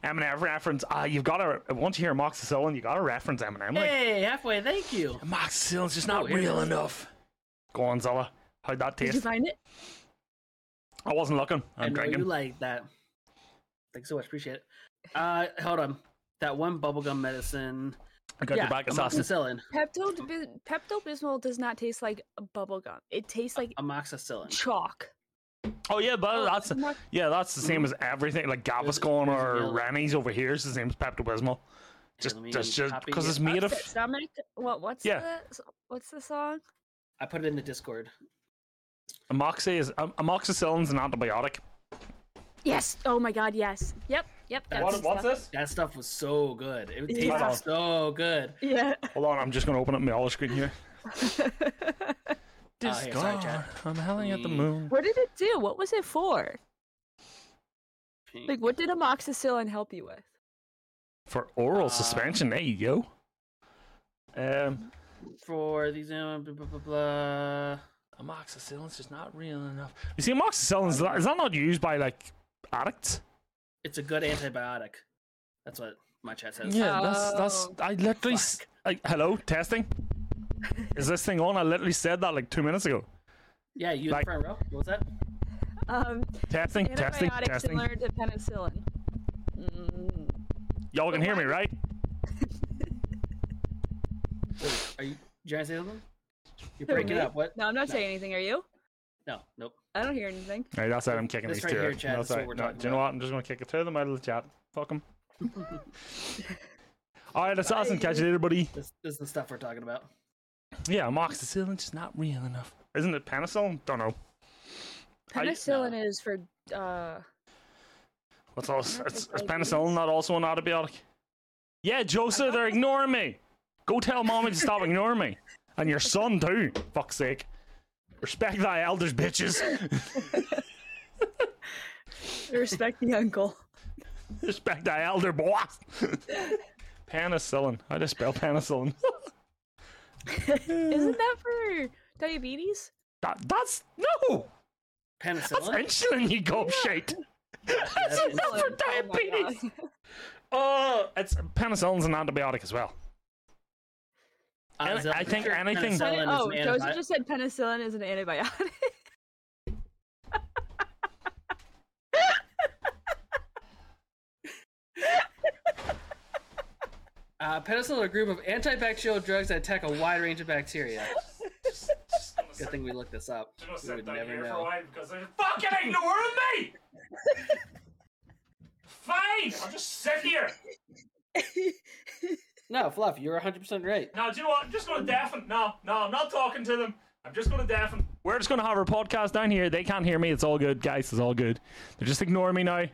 Speaker 2: Eminem reference. Ah, you've got to once you hear amoxicillin, you got to reference Eminem. Like,
Speaker 3: Hey, halfway, thank you.
Speaker 2: amoxicillin's just not
Speaker 3: Oh, here it
Speaker 2: real
Speaker 3: is.
Speaker 2: enough. Go on, Zilla. How'd that
Speaker 1: Did you
Speaker 2: taste?
Speaker 1: find it?
Speaker 2: I wasn't looking.
Speaker 3: i
Speaker 2: I'm
Speaker 3: know
Speaker 2: drinking.
Speaker 3: you like that. Thanks so much, appreciate it. Uh hold on. That one bubblegum medicine.
Speaker 2: I got
Speaker 3: yeah,
Speaker 2: your back assassin.
Speaker 3: amoxicillin.
Speaker 1: Pepto Pepto Bismol does not taste like bubble gum. It tastes like
Speaker 3: Amoxicillin.
Speaker 1: chalk.
Speaker 2: Oh yeah, but
Speaker 1: Oh,
Speaker 2: that's
Speaker 1: it's not-
Speaker 2: yeah, that's the same as everything. Like Gaviscon
Speaker 3: there's
Speaker 2: or
Speaker 3: yellow.
Speaker 2: Rennie's over here is the same as Pepto Bismol. Just,
Speaker 3: let me
Speaker 2: just, just
Speaker 3: copy
Speaker 2: because
Speaker 3: it.
Speaker 2: it's made of.
Speaker 1: Upset stomach. What? What's
Speaker 2: Yeah.
Speaker 1: the What's the song?
Speaker 3: I put it in the Discord.
Speaker 2: Amoxi is um, amoxicillin's an antibiotic.
Speaker 1: Yes. Oh my God. Yes. Yep. Yep. That's
Speaker 3: What-
Speaker 1: the stuff.
Speaker 2: this?
Speaker 3: That stuff was so good. It tasted
Speaker 1: Yeah.
Speaker 3: so good.
Speaker 1: Yeah.
Speaker 2: Hold on, I'm just gonna open up my all screen here.
Speaker 3: This Oh, here, sorry, Chad.
Speaker 2: I'm howling at the
Speaker 3: Mm.
Speaker 2: moon.
Speaker 1: what did it do? What was it for?
Speaker 3: Pink.
Speaker 1: Like, what did amoxicillin help you with?
Speaker 2: For oral
Speaker 3: Uh,
Speaker 2: suspension, there you go. Um,
Speaker 3: For these uh, blah blah blah. blah.
Speaker 2: amoxicillin's just not real enough. You see, amoxicillin is that, is that not used by like addicts?
Speaker 3: It's a good antibiotic. That's what my chat says.
Speaker 2: Yeah, that's that's.
Speaker 1: Oh.
Speaker 2: I literally. s- I- hello, testing. Is this thing on? I literally said that like two minutes ago.
Speaker 3: Yeah, you
Speaker 2: Like-
Speaker 3: in the front row. What was that?
Speaker 1: Um,
Speaker 2: Testing, testing,
Speaker 1: antibiotics
Speaker 2: testing.
Speaker 1: similar to penicillin. Mm.
Speaker 2: Y'all can hear me, right?
Speaker 3: Wait, are you did you trying to say something? You're breaking
Speaker 1: me?
Speaker 3: up. What?
Speaker 1: No, I'm not saying anything. Are you?
Speaker 3: No, nope.
Speaker 1: I don't hear anything.
Speaker 2: All right, that's it. I'm kicking
Speaker 3: That's
Speaker 2: these
Speaker 3: right
Speaker 2: two
Speaker 3: here,
Speaker 2: out.
Speaker 3: Chad,
Speaker 2: That's
Speaker 3: that's
Speaker 2: right.
Speaker 3: what we're
Speaker 2: No,
Speaker 3: talking
Speaker 2: do you know what? I'm just gonna kick it through the middle of the chat. Fuck 'em. All right, assassin, catch you later, buddy.
Speaker 3: This, this is the stuff we're talking about.
Speaker 2: Yeah, amoxicillin's just not real enough. Isn't it penicillin? Don't know. I-
Speaker 1: Penicillin is for. Uh,
Speaker 2: What's else?
Speaker 1: Not
Speaker 2: It's,
Speaker 1: for
Speaker 2: is penicillin not also an antibiotic? Yeah, Joseph, they're ignoring me. Go tell mommy to stop ignoring me. And your son too. Fuck's sake. Respect thy elders, bitches.
Speaker 1: respect the uncle.
Speaker 2: Respect thy elder boy. penicillin. How do you spell penicillin?
Speaker 1: Isn't that for diabetes?
Speaker 2: That, that's no. That's
Speaker 3: Penicillin. Uh,
Speaker 2: insulin, you gobshite. That's
Speaker 3: that's
Speaker 2: enough for
Speaker 1: insulin. Oh my God.
Speaker 2: diabetes. Oh, it's penicillin's an antibiotic as well.
Speaker 3: Uh,
Speaker 2: I-
Speaker 3: Zelda,
Speaker 2: I think
Speaker 3: sure,
Speaker 2: anything-
Speaker 3: penicillin is
Speaker 1: oh,
Speaker 3: an
Speaker 1: Josie
Speaker 3: antibi-
Speaker 1: just said penicillin is an antibiotic.
Speaker 3: uh, penicillin are a group of antibacterial drugs that attack a wide range of bacteria. Good thing we looked this up. We would never know.
Speaker 2: because they're fucking ignoring me. Fine, I'll just sit here.
Speaker 6: No, Fluff, you're 100% right.
Speaker 2: Now, do you know what? I'm just going to deafen. No, no, I'm not talking to them. I'm just going to deafen. We're just going to have our podcast down here. They can't hear me. It's all good, guys. It's all good. They're just ignoring me now.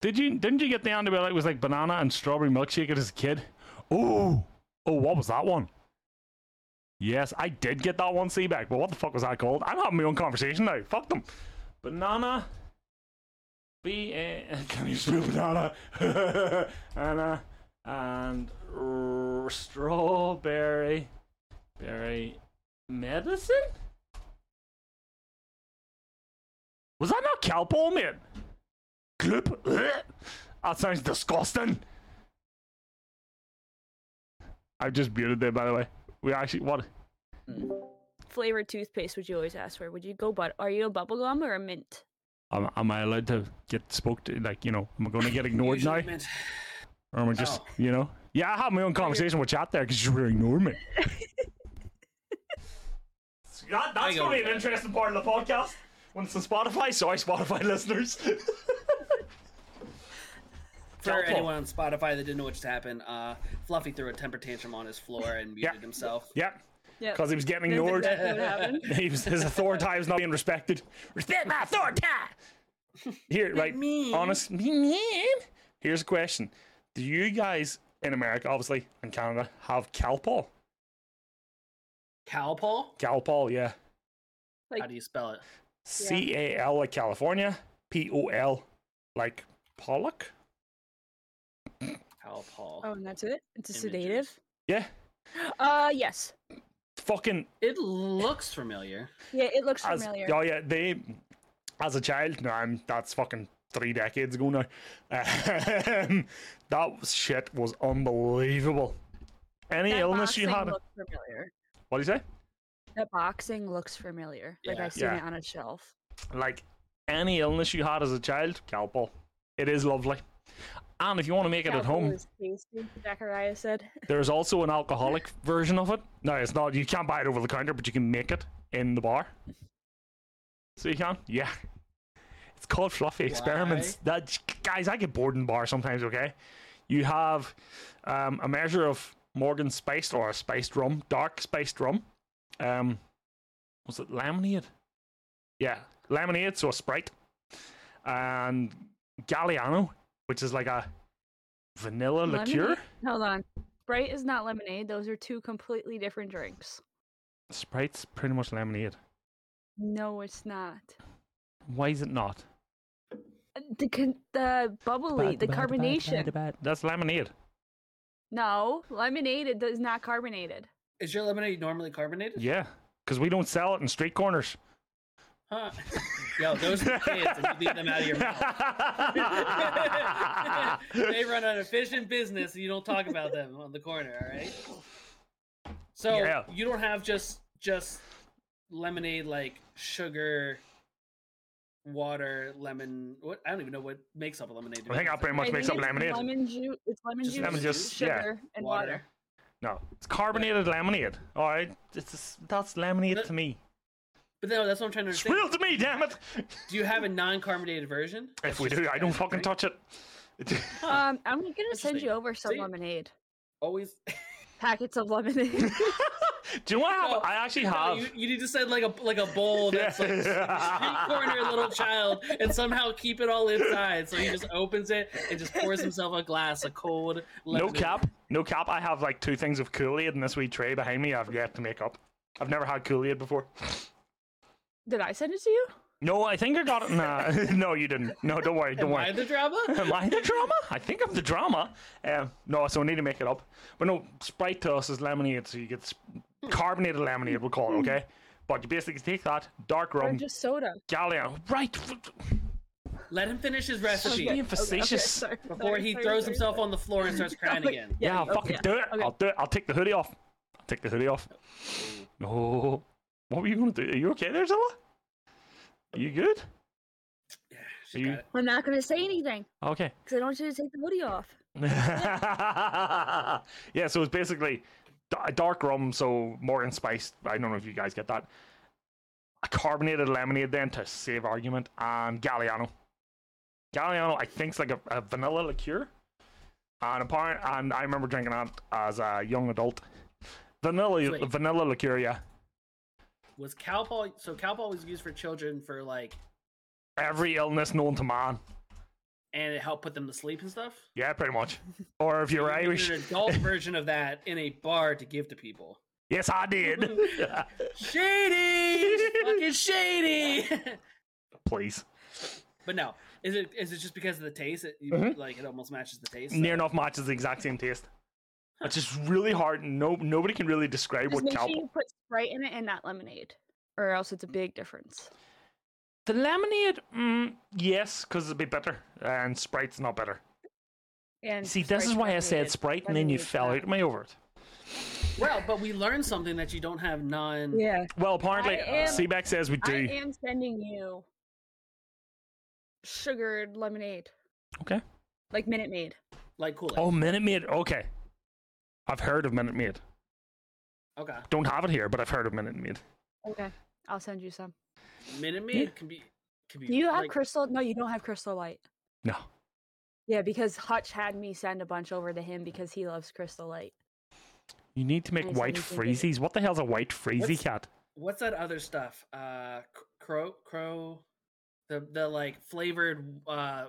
Speaker 2: Did you? Didn't you get the antibiotic? It was like banana and strawberry milkshake as a kid. Oh, oh, what was that one? Yes, I did get that one sea back. But what the fuck was that called? I'm having my own conversation now. Fuck them. Banana. B A. Can you spell banana? Anna and r- strawberry berry medicine. Was that not cowpole, mate? Gloop. Ugh. That sounds disgusting. I've just muted there, by the way. We actually what?
Speaker 1: Flavored toothpaste would you always ask for? Would you go but are you a bubblegum or a mint?
Speaker 2: Am, am I allowed to get spoke to? Like you know, am I going to get ignored now?
Speaker 3: Usually meant-
Speaker 2: Or am I just,
Speaker 3: Oh.
Speaker 2: you know? Yeah, I had my own conversation with chat there because you were ignoring me. that,
Speaker 3: I
Speaker 2: that's
Speaker 3: go
Speaker 2: going to be
Speaker 3: with
Speaker 2: an
Speaker 3: that.
Speaker 2: interesting part of the podcast. When it's on Spotify, sorry, Spotify listeners.
Speaker 3: For
Speaker 2: Helpful.
Speaker 3: anyone on Spotify that didn't know what just happened, uh, Fluffy threw a temper tantrum on his floor and muted
Speaker 2: Yeah.
Speaker 3: himself.
Speaker 2: yep,
Speaker 1: Yeah.
Speaker 2: because he was getting
Speaker 1: That's
Speaker 2: ignored.
Speaker 1: exactly what happened.
Speaker 2: he was, his authority was not being respected. Respect my authority! Here, right,
Speaker 3: mean.
Speaker 2: honest, me mean. Here's a question: Do you guys in America, obviously, and Canada, have Calpol?
Speaker 3: Cowpaw?
Speaker 2: Calpol, yeah.
Speaker 3: How do you spell it?
Speaker 2: C A L like California, P O L like Pollock.
Speaker 3: Cowpaw.
Speaker 1: Oh, and that's it? It's a sedative?
Speaker 3: Images.
Speaker 2: Yeah,
Speaker 1: Uh yes.
Speaker 2: fucking.
Speaker 3: It looks familiar.
Speaker 1: Yeah, it looks
Speaker 2: As,
Speaker 1: familiar.
Speaker 2: oh yeah, they. As a child, no, I'm that's fucking three decades ago now. Um, that was- shit was unbelievable. Any
Speaker 1: That
Speaker 2: illness you
Speaker 1: boxing
Speaker 2: had?
Speaker 1: looks familiar.
Speaker 2: What do you say?
Speaker 1: That boxing looks familiar. Like
Speaker 3: Yeah.
Speaker 1: I've seen
Speaker 2: Yeah.
Speaker 1: it on a shelf.
Speaker 2: like any illness you had as a child, Calpol. It is lovely. And if you want to make it at
Speaker 1: Cowboy
Speaker 2: home,
Speaker 1: is tasty, Zachariah said.
Speaker 2: there's also an alcoholic version of it. No, it's not. You can't buy it over the counter, but you can make it in the bar. So you can? Yeah. It's called Fluffy Experiments. That guys, I get bored in bar sometimes. Okay, you have um, a measure of Morgan spiced or a spiced rum, dark spiced rum. Um, was it lemonade? Yeah, lemonade, so a Sprite, and Galliano, which is like a vanilla liqueur.
Speaker 1: Lemonade? Hold on. Sprite is not lemonade. Those are two completely different drinks.
Speaker 2: Sprite's pretty much lemonade.
Speaker 1: No, it's not.
Speaker 2: Why is it not?
Speaker 1: Uh, The con- the bubbly, the carbonation.
Speaker 2: That's lemonade.
Speaker 1: No, lemonade it does not carbonated.
Speaker 3: Is your lemonade normally carbonated?
Speaker 2: Yeah, because we don't sell it in street corners.
Speaker 3: Huh. Yo, those are kids, and you leave them out of your mouth. they run an efficient business, and you don't talk about them on the corner. All right. So
Speaker 2: Yeah.
Speaker 3: you don't have just just lemonade like sugar, water, lemon. What I don't even know what makes up a lemonade. to
Speaker 2: I
Speaker 3: be
Speaker 2: think I
Speaker 3: honest.
Speaker 2: pretty much
Speaker 1: I
Speaker 2: makes up
Speaker 1: think it's
Speaker 2: lemonade.
Speaker 1: Lemon juice. It's lemon
Speaker 3: Just
Speaker 1: juice,
Speaker 2: lemon juice, yeah.
Speaker 1: sugar, and water.
Speaker 2: no, it's carbonated lemonade. All right, it's just- that's lemonade to me.
Speaker 3: But no, that's what I'm trying to understand.
Speaker 2: Real to me, damn it!
Speaker 3: Do you have a non-carbonated version?
Speaker 2: If we do, I don't fucking touch it.
Speaker 1: Um, I'm gonna send you
Speaker 3: Interesting.
Speaker 1: over some
Speaker 3: See?
Speaker 1: lemonade.
Speaker 3: Always.
Speaker 1: Packets of lemonade.
Speaker 2: Do you know what I, have?
Speaker 3: No,
Speaker 2: I actually
Speaker 3: No,
Speaker 2: have?
Speaker 3: you, you need to send like a like a bowl that's like street corner little child and somehow keep it all inside. So he just opens it and just pours himself a glass of cold.
Speaker 2: no
Speaker 3: Lemonade.
Speaker 2: cap, no cap. I have like two things of Kool Aid in this wee tray behind me. I've yet to make up. I've never had Kool Aid before.
Speaker 1: Did I send it to you?
Speaker 2: No, I think I got it. Nah, no, you didn't. No, don't worry, don't
Speaker 3: Am
Speaker 2: worry.
Speaker 3: I the drama?
Speaker 2: Am I the drama? I think I'm the drama. Um, no, so I need to make it up. But no, Sprite to us is lemonade, so you get sp- carbonated lemonade, we'll call it, okay? But you basically take that, dark
Speaker 1: Or
Speaker 2: rum,
Speaker 1: just soda?
Speaker 2: Gallia, right?
Speaker 3: Let him finish his
Speaker 2: Just
Speaker 3: recipe
Speaker 2: being facetious.
Speaker 1: sorry,
Speaker 3: before
Speaker 1: sorry,
Speaker 3: he
Speaker 1: sorry,
Speaker 3: throws
Speaker 1: sorry,
Speaker 3: himself
Speaker 1: sorry.
Speaker 3: on the floor and starts crying again.
Speaker 2: Yeah, I'll
Speaker 1: okay,
Speaker 2: fucking do it.
Speaker 1: okay.
Speaker 2: I'll do it. I'll take the hoodie off. I'll take the hoodie off. No. What were you going to do? Are you okay there, Zilla? Are you good?
Speaker 3: She
Speaker 2: You-
Speaker 3: got it.
Speaker 1: I'm not gonna say anything
Speaker 2: Okay.
Speaker 1: because I don't want you to take the hoodie off.
Speaker 2: yeah, so it's basically da- dark rum, so more in spice. I don't know if you guys get that. A carbonated lemonade, then to save argument, and Galliano. Galliano, I think, is like a, a vanilla liqueur. And apparent, and I remember drinking that as a young adult. Vanilla,
Speaker 3: Sweet.
Speaker 2: vanilla liqueur, yeah.
Speaker 3: Was cowpaw? So cowpaw was used for children for like,
Speaker 2: Every illness known to man.
Speaker 3: and it helped put them to sleep and stuff.
Speaker 2: Yeah, pretty much. Or if you're
Speaker 3: You needed
Speaker 2: Irish,
Speaker 3: an adult version of that in a bar to give to people.
Speaker 2: yes, I did.
Speaker 3: Shady, fucking shady.
Speaker 2: Please,
Speaker 3: but no, is it is it just because of the taste? It, you- Like it almost matches the taste.
Speaker 2: Mm-hmm. near enough matches the exact same taste. It's just really hard. No, nobody can really describe
Speaker 1: Just
Speaker 2: what
Speaker 1: make sure
Speaker 2: cow.
Speaker 1: you put Sprite in it and not lemonade, or else
Speaker 2: Mm.
Speaker 1: it's a big difference.
Speaker 2: The lemonade, mm, yes, because it'd be bitter, and Sprite's not bitter.
Speaker 1: And
Speaker 2: See, this is why I said Sprite, and then you fell out of me over it.
Speaker 3: Well, but we learned something that you don't have non.
Speaker 1: Yeah,
Speaker 2: Well, apparently,
Speaker 1: I am-
Speaker 2: Seaback says we
Speaker 1: I
Speaker 2: do.
Speaker 1: am sending you sugared lemonade,
Speaker 2: Okay.
Speaker 1: like Minute Maid.
Speaker 3: like Kool Aid.
Speaker 2: Oh, Minute Maid. Okay. I've heard of Minute Maid.
Speaker 3: Okay,
Speaker 2: Don't have it here, but I've heard of Minute Maid.
Speaker 1: Okay, I'll send you some.
Speaker 3: Minute Maid can be can be.
Speaker 1: Do you have
Speaker 3: like,
Speaker 1: Crystal? No, you don't have Crystal Light.
Speaker 2: No.
Speaker 1: Yeah, because Hutch had me send a bunch over to him because he loves Crystal Light.
Speaker 2: You need to make
Speaker 1: I see
Speaker 2: white
Speaker 1: what you did.
Speaker 2: freezies. What the hell's a white freezy
Speaker 3: What's-
Speaker 2: cat?
Speaker 3: what's that other stuff? Uh, c- crow, crow, the the like flavored uh,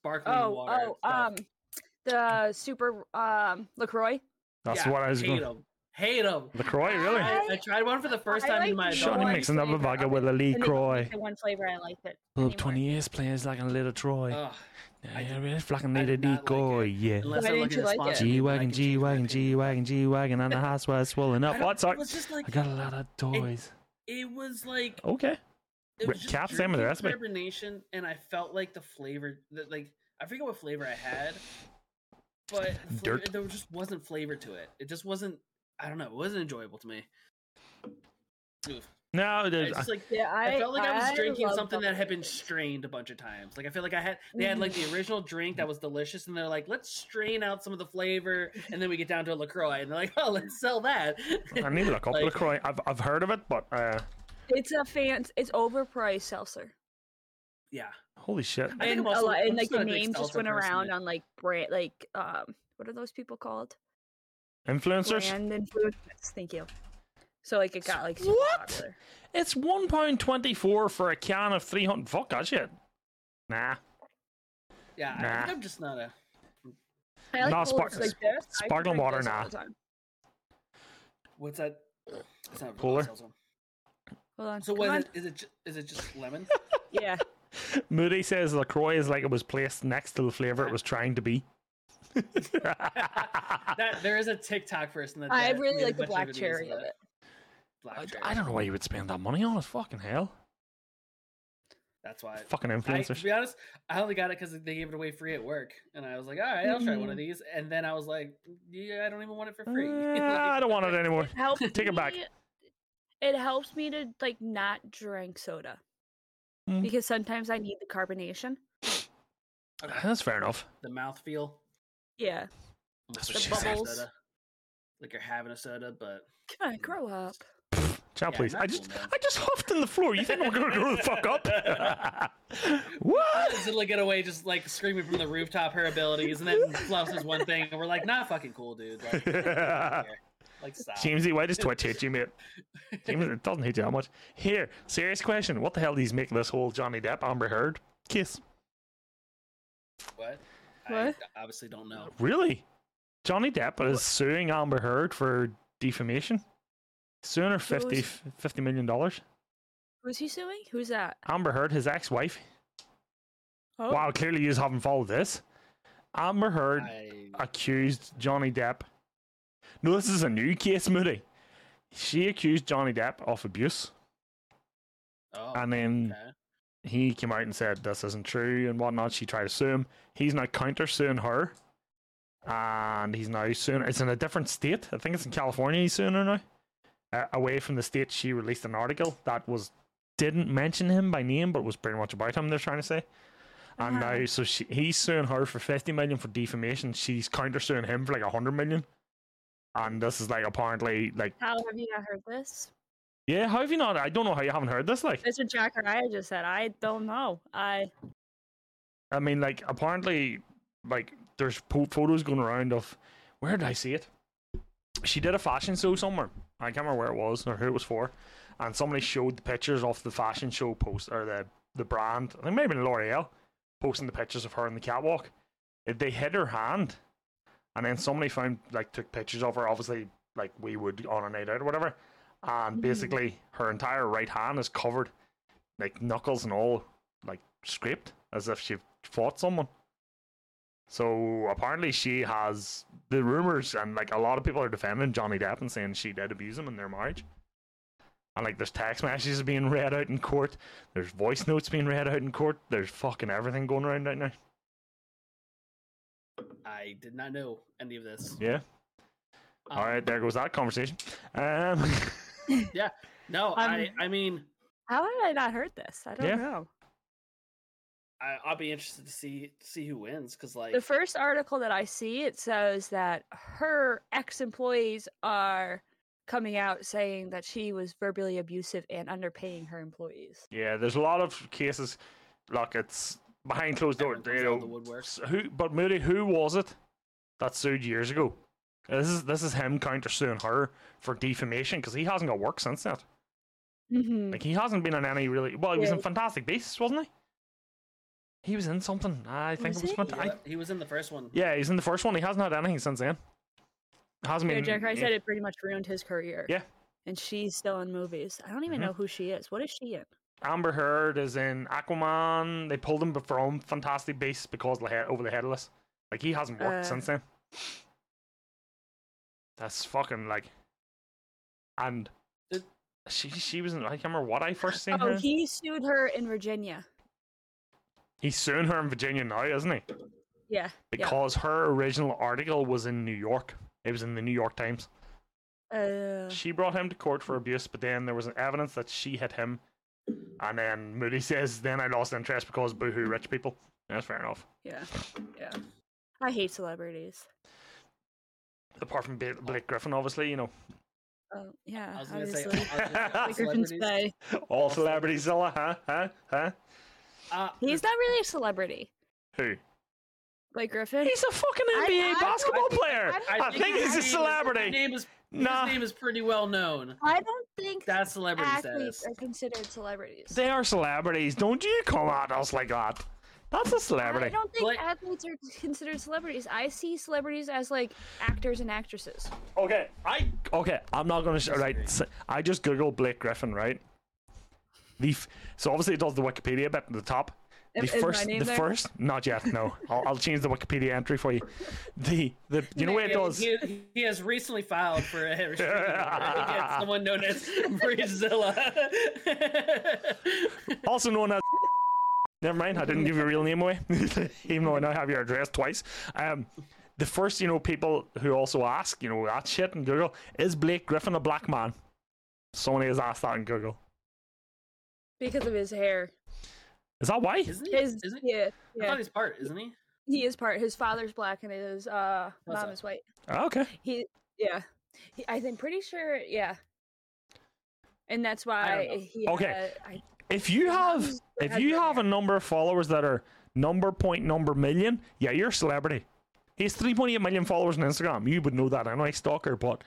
Speaker 3: sparkling
Speaker 1: Oh,
Speaker 3: water.
Speaker 1: oh,
Speaker 3: stuff.
Speaker 1: um, the super um Lacroix.
Speaker 2: That's
Speaker 3: Yeah,
Speaker 2: what I was
Speaker 3: hate
Speaker 2: going.
Speaker 3: them. Hate them.
Speaker 2: Lacroix, really?
Speaker 3: I, I
Speaker 1: I-
Speaker 3: tried one for the first
Speaker 1: I
Speaker 3: time
Speaker 1: like
Speaker 3: in my
Speaker 1: the
Speaker 3: adult
Speaker 2: Shawnee
Speaker 1: one
Speaker 3: life.
Speaker 2: mixing up a
Speaker 1: flavor
Speaker 2: bag
Speaker 1: of
Speaker 2: with a Lee
Speaker 1: And they don't
Speaker 2: Croy.
Speaker 1: make The one flavor I liked it.
Speaker 2: Well,
Speaker 1: anymore.
Speaker 2: twenty years plays like a little Troy.
Speaker 3: Ugh, I
Speaker 2: yeah,
Speaker 3: did-
Speaker 2: really fucking
Speaker 3: I
Speaker 2: need a
Speaker 3: did not
Speaker 2: Lee
Speaker 3: like
Speaker 2: Croy,
Speaker 3: it.
Speaker 2: yeah.
Speaker 3: unless
Speaker 1: Why
Speaker 3: I look
Speaker 1: didn't
Speaker 3: at
Speaker 1: you
Speaker 3: the
Speaker 1: like it?
Speaker 3: sponsor,
Speaker 2: G
Speaker 3: then I
Speaker 2: wagon,
Speaker 3: can change
Speaker 2: G
Speaker 3: my
Speaker 2: wagon,
Speaker 3: opinion.
Speaker 2: G wagon, G wagon, and the house was swollen
Speaker 3: I
Speaker 2: up.
Speaker 3: don't-
Speaker 2: What's
Speaker 3: It
Speaker 2: up?
Speaker 3: was just
Speaker 2: I
Speaker 3: like
Speaker 2: got a lot of toys.
Speaker 3: it was like
Speaker 2: Okay.
Speaker 3: it
Speaker 2: Wait,
Speaker 3: was just
Speaker 2: Cap, Sam, or the rest
Speaker 3: drinking
Speaker 2: of
Speaker 3: carbonation, and I felt like the flavor that like I forget what flavor I had, but the flavor,
Speaker 2: Dirt.
Speaker 3: there just wasn't flavor to it. It just wasn't. I don't know. It wasn't enjoyable to me. Oof.
Speaker 2: No, it
Speaker 3: It's
Speaker 2: is.
Speaker 3: just like
Speaker 1: Yeah, I,
Speaker 3: I felt like I was drinking
Speaker 1: love
Speaker 3: something that had been
Speaker 1: Lacroix.
Speaker 3: strained a bunch of times. Like I feel like I had they had like the original drink that was delicious, and they're like, let's strain out some of the flavor, and then we get down to a Lacroix, and they're like, oh, let's sell that.
Speaker 2: I need to look up
Speaker 3: like-
Speaker 2: Lacroix. I've I've heard of it, but uh,
Speaker 1: It's a fancy. It's overpriced seltzer,
Speaker 3: yeah,
Speaker 2: holy shit.
Speaker 3: I think
Speaker 1: and
Speaker 3: I'm
Speaker 1: a
Speaker 3: also-
Speaker 1: lot,
Speaker 3: I'm
Speaker 1: and like
Speaker 3: just
Speaker 1: the
Speaker 3: not a big
Speaker 1: name just
Speaker 3: seltzer
Speaker 1: went
Speaker 3: person.
Speaker 1: around on like brand, like um, what are those people called?
Speaker 2: Influencers.
Speaker 1: Brand influencers. Thank you. So like it got like super
Speaker 2: What?
Speaker 1: popular.
Speaker 2: It's one pound twenty four for a can of three hundred. Fuck that shit. Nah.
Speaker 3: yeah. I
Speaker 2: Nah.
Speaker 3: think I'm just not a.
Speaker 1: I like
Speaker 2: Nah,
Speaker 1: cold-
Speaker 2: spark-
Speaker 1: like this. I can
Speaker 2: sparkling
Speaker 1: drink
Speaker 2: water,
Speaker 1: this all
Speaker 2: nah.
Speaker 1: the time.
Speaker 3: What's that? It's not
Speaker 2: Polar?
Speaker 3: Seltzer.
Speaker 1: Hold on.
Speaker 3: So
Speaker 1: come
Speaker 3: was
Speaker 1: on.
Speaker 3: it? Is it? ju- Is it just lemon?
Speaker 1: Yeah.
Speaker 2: Moody says Lacroix is like it was placed next to the flavor it was trying to be. I
Speaker 3: that there is a TikTok person that
Speaker 1: I
Speaker 3: that
Speaker 1: really
Speaker 3: made a
Speaker 1: like the
Speaker 3: bunch
Speaker 1: black
Speaker 3: videos
Speaker 1: cherry of
Speaker 3: that.
Speaker 1: it.
Speaker 3: Black cherry.
Speaker 2: I don't know why you would spend that money on it. Fucking hell.
Speaker 3: That's why.
Speaker 2: Fucking
Speaker 3: I, to
Speaker 2: influencers.
Speaker 3: be honest, I only got it because they gave it away free at work, and I was like, "All right, I'll try
Speaker 1: Mm-hmm.
Speaker 3: one of these." And then I was like, "Yeah, I don't even want it for
Speaker 2: Uh,
Speaker 3: free." Like,
Speaker 2: I don't want it anymore.
Speaker 1: Helps
Speaker 2: Take it back.
Speaker 1: me- It helps me to like not drink soda
Speaker 2: Mm.
Speaker 1: because sometimes I need the carbonation.
Speaker 2: That's fair enough.
Speaker 3: The mouth feel.
Speaker 1: Yeah.
Speaker 2: That's what
Speaker 3: almost like
Speaker 2: she
Speaker 3: a
Speaker 2: said.
Speaker 3: bubbles. Soda. Like you're having a soda, but
Speaker 1: Come on, grow up.
Speaker 2: Chat,
Speaker 3: Yeah,
Speaker 2: please. I
Speaker 3: not
Speaker 2: just,
Speaker 3: cool, man.
Speaker 2: I just huffed on the floor. You think I'm gonna grow the fuck up? what?
Speaker 3: Zilla get away just like screaming from the rooftop her abilities, and then Fluff says one thing, and we're like, "Not fucking cool, dude." Like, get out of here. like stop.
Speaker 2: Jamesy, E, why does Twitch hate you, mate? James, it doesn't hate you that much. Here, serious question. What the hell do you make this whole Johnny Depp Amber Heard kiss?
Speaker 3: What?
Speaker 1: What?
Speaker 3: I obviously don't know.
Speaker 2: Really? Johnny Depp is suing Amber Heard for defamation? Suing her 50,
Speaker 1: is-
Speaker 2: 50 million dollars?
Speaker 1: Who's he suing? Who's that?
Speaker 2: Amber Heard, his ex wife.
Speaker 1: Oh.
Speaker 2: Wow, clearly you haven't followed this. Amber Heard
Speaker 3: I
Speaker 2: accused Johnny Depp. No, this is a new case, Moody. She accused Johnny Depp of abuse,
Speaker 3: oh,
Speaker 2: and then
Speaker 3: okay.
Speaker 2: he came out and said this isn't true and whatnot. She tried to sue him. He's now counter suing her, and he's now suing. It's in a different state. I think it's in California. He's suing her now, uh, away from the state. She released an article that was didn't mention him by name, but was pretty much about him. They're trying to say. And now, so she, he's suing her for fifty million for defamation. She's counter suing him for like hundred million. And this is like apparently like
Speaker 1: How have you not heard this?
Speaker 2: yeah. How have you not? I don't know how you haven't heard this. Like
Speaker 1: That's what Jack or I just said. I don't know. I
Speaker 2: I mean, like apparently, like there's po- photos going around of where did I see it? She did a fashion show somewhere. I can't remember where it was or who it was for. And somebody showed the pictures of the fashion show post or the the brand. I think maybe L'Oreal posting the pictures of her in the catwalk. They hid her hand, and then somebody found like took pictures of her. Obviously, like we would on a night out or whatever. And basically, her entire right hand is covered, like knuckles and all, like scraped as if she fought someone. So apparently, she has the rumors, and like a lot of people are defending Johnny Depp and saying she did abuse him in their marriage. And like, there's text messages being read out in court. There's voice notes being read out in court. There's fucking everything going around right now.
Speaker 3: I did not know any of this. Um,
Speaker 2: Yeah.
Speaker 3: Oh.
Speaker 2: All right, there goes that conversation. Um,
Speaker 3: Yeah. No,
Speaker 1: Um,
Speaker 3: I, I mean,
Speaker 1: How did I not heard this? I don't
Speaker 2: Yeah.
Speaker 1: know.
Speaker 3: I, I'll be interested to see see who wins because like
Speaker 1: The first article that I see it says that her ex-employees are coming out saying that she was verbally abusive and underpaying her employees.
Speaker 2: yeah, there's a lot of cases. Look, it's behind closed doors.
Speaker 3: everyone comes
Speaker 2: You
Speaker 3: out of the
Speaker 2: know,
Speaker 3: woodwork.
Speaker 2: s- who? But Moody, who was it that sued years ago? This is this is him counter suing her for defamation because he hasn't got work since that.
Speaker 3: Hmm.
Speaker 1: Mm-hmm.
Speaker 2: Like he hasn't been in any really. Well, he was in Fantastic Beasts, wasn't he? He was in something. I think
Speaker 1: Was
Speaker 2: it was.
Speaker 1: he?
Speaker 2: Fanta- I-
Speaker 3: Yeah, he was in the first one.
Speaker 2: yeah, he's in the first one. He hasn't had anything since then. Hasn't
Speaker 1: Yeah,
Speaker 2: been.
Speaker 1: Jack I
Speaker 2: yeah.
Speaker 1: said it pretty much ruined his career.
Speaker 2: Yeah.
Speaker 1: And she's still in movies. I don't even
Speaker 2: Mhm.
Speaker 1: know who she is. What is she in?
Speaker 2: Amber Heard is in Aquaman. They pulled him from Fantastic Beasts because of the head, over the headless. Like he hasn't
Speaker 1: Uh.
Speaker 2: worked since then. That's fucking like, and
Speaker 3: Did-
Speaker 2: she she was in. I can't remember what I first seen her.
Speaker 1: Oh,
Speaker 2: in.
Speaker 1: he sued her in Virginia.
Speaker 2: He's suing her in Virginia now, isn't he?
Speaker 1: Yeah. yeah.
Speaker 2: Because her original article was in New York. It was in the New York Times.
Speaker 1: Uh,
Speaker 2: She brought him to court for abuse, but then there was evidence that she hit him. And then Moody says, "Then I lost interest because boohoo, rich people." That's fair enough.
Speaker 1: yeah. Yeah. I hate celebrities.
Speaker 2: apart from Ba- Blake Griffin, obviously, you know,
Speaker 1: Oh, yeah.
Speaker 3: I was gonna say, I
Speaker 1: obviously.
Speaker 3: was gonna
Speaker 1: Like
Speaker 3: say
Speaker 1: Griffin's
Speaker 3: celebrities.
Speaker 1: Bay.
Speaker 2: all celebrities, Zilla, huh, huh, huh?
Speaker 3: Uh,
Speaker 1: He's not really a celebrity.
Speaker 2: Who?
Speaker 1: Like Griffin.
Speaker 2: He's a fucking
Speaker 1: I-
Speaker 2: NBA
Speaker 1: I-
Speaker 2: basketball
Speaker 1: I-
Speaker 2: player.
Speaker 1: I-
Speaker 2: I, think he's
Speaker 3: his
Speaker 2: a
Speaker 3: name is- His
Speaker 2: celebrity.
Speaker 3: name is
Speaker 2: Nah.
Speaker 3: his name is pretty well known.
Speaker 1: I don't think
Speaker 3: That's celebrity
Speaker 1: athletes
Speaker 3: status.
Speaker 1: are considered celebrities.
Speaker 2: They are celebrities. Don't you come at us like that. That's a
Speaker 1: I
Speaker 2: celebrity.
Speaker 1: don't think
Speaker 3: Like-
Speaker 1: athletes are considered celebrities. I see celebrities as like actors and actresses.
Speaker 2: Okay, I okay. I'm not gonna. Sh- right, s- I just googled Blake Griffin. Right. The f- so obviously it does the Wikipedia bit at the top. The
Speaker 1: Is my
Speaker 2: first,
Speaker 1: name
Speaker 2: the
Speaker 1: there?
Speaker 2: first, not yet. No, I'll, I'll change the Wikipedia entry for you. The the you know what it
Speaker 3: He-
Speaker 2: does.
Speaker 3: He, he has recently filed for a restraining order against someone known as Brazilla.
Speaker 2: also known as. Never mind, I didn't give your real name away, even though I now have your address twice. Um, the first, you know, people who also ask, you know, that shit in Google, is Blake Griffin a black man? Somebody has asked that in Google.
Speaker 1: Because of his hair.
Speaker 2: Is that why?
Speaker 3: Isn't he?
Speaker 1: His
Speaker 3: Isn't he?
Speaker 1: yeah,
Speaker 3: I
Speaker 1: yeah.
Speaker 3: thought he's part, isn't he?
Speaker 1: He is part. His father's black and his uh
Speaker 3: What's
Speaker 1: mom
Speaker 3: that?
Speaker 1: is white.
Speaker 2: Oh, okay.
Speaker 1: He yeah. He, I think pretty sure yeah. And that's why
Speaker 3: know.
Speaker 1: he
Speaker 2: Okay.
Speaker 1: had- I,
Speaker 2: If you
Speaker 1: His mom
Speaker 2: have,
Speaker 1: is-
Speaker 2: if
Speaker 1: has
Speaker 2: you
Speaker 1: red
Speaker 2: have a
Speaker 1: hair.
Speaker 2: number of followers that are number point number million, yeah, you're a celebrity. He has 3.8 million followers on Instagram. You would know that. I know I stalker, but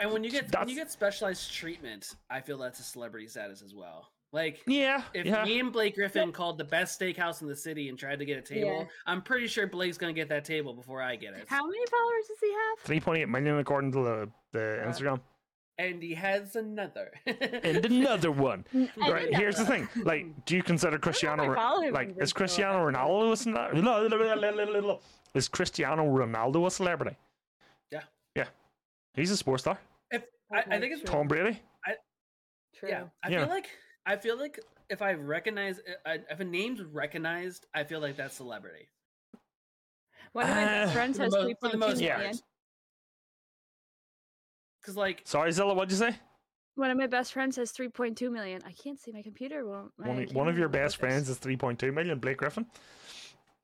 Speaker 3: And when you get when
Speaker 2: That's-
Speaker 3: you get specialized treatment, I feel that's a celebrity status as well. Like
Speaker 2: yeah,
Speaker 3: if
Speaker 2: yeah.
Speaker 3: me and Blake Griffin called the best steakhouse in the city and tried to get a table,
Speaker 1: Yeah.
Speaker 3: I'm pretty sure Blake's gonna get that table before I get it.
Speaker 1: how many followers does he have?
Speaker 2: 3.8 million according to the, the
Speaker 1: Uh,
Speaker 2: Instagram.
Speaker 3: and he has another.
Speaker 2: And another one. Right.
Speaker 1: know
Speaker 2: Here's the thing. Like, do you consider Cristiano?
Speaker 1: if I
Speaker 2: Ro-
Speaker 1: follow him
Speaker 2: like,
Speaker 1: on
Speaker 2: is
Speaker 1: Instagram,
Speaker 2: Cristiano Ronaldo a celebrity? Is Cristiano Ronaldo a celebrity?
Speaker 3: Yeah.
Speaker 2: Yeah. He's a sports star.
Speaker 3: if, I, I think it's
Speaker 2: Tom Brady.
Speaker 1: True.
Speaker 3: yeah. I
Speaker 2: Yeah.
Speaker 3: feel like I feel like if I recognize uh, I, if a name's recognized, I feel like that's celebrity.
Speaker 1: One of my
Speaker 2: Uh,
Speaker 1: best friends
Speaker 3: for the
Speaker 1: has
Speaker 3: most-
Speaker 1: three
Speaker 3: for the
Speaker 1: point two
Speaker 3: most
Speaker 1: million.
Speaker 2: part.
Speaker 3: Because like
Speaker 2: Sorry, Zilla. What'd you say?
Speaker 1: One of my best friends has three point two million. I can't see my computer. Won't my
Speaker 2: One, one of your
Speaker 1: camera
Speaker 2: best
Speaker 1: won't focus.
Speaker 2: friends is 3.2 million. Blake Griffin.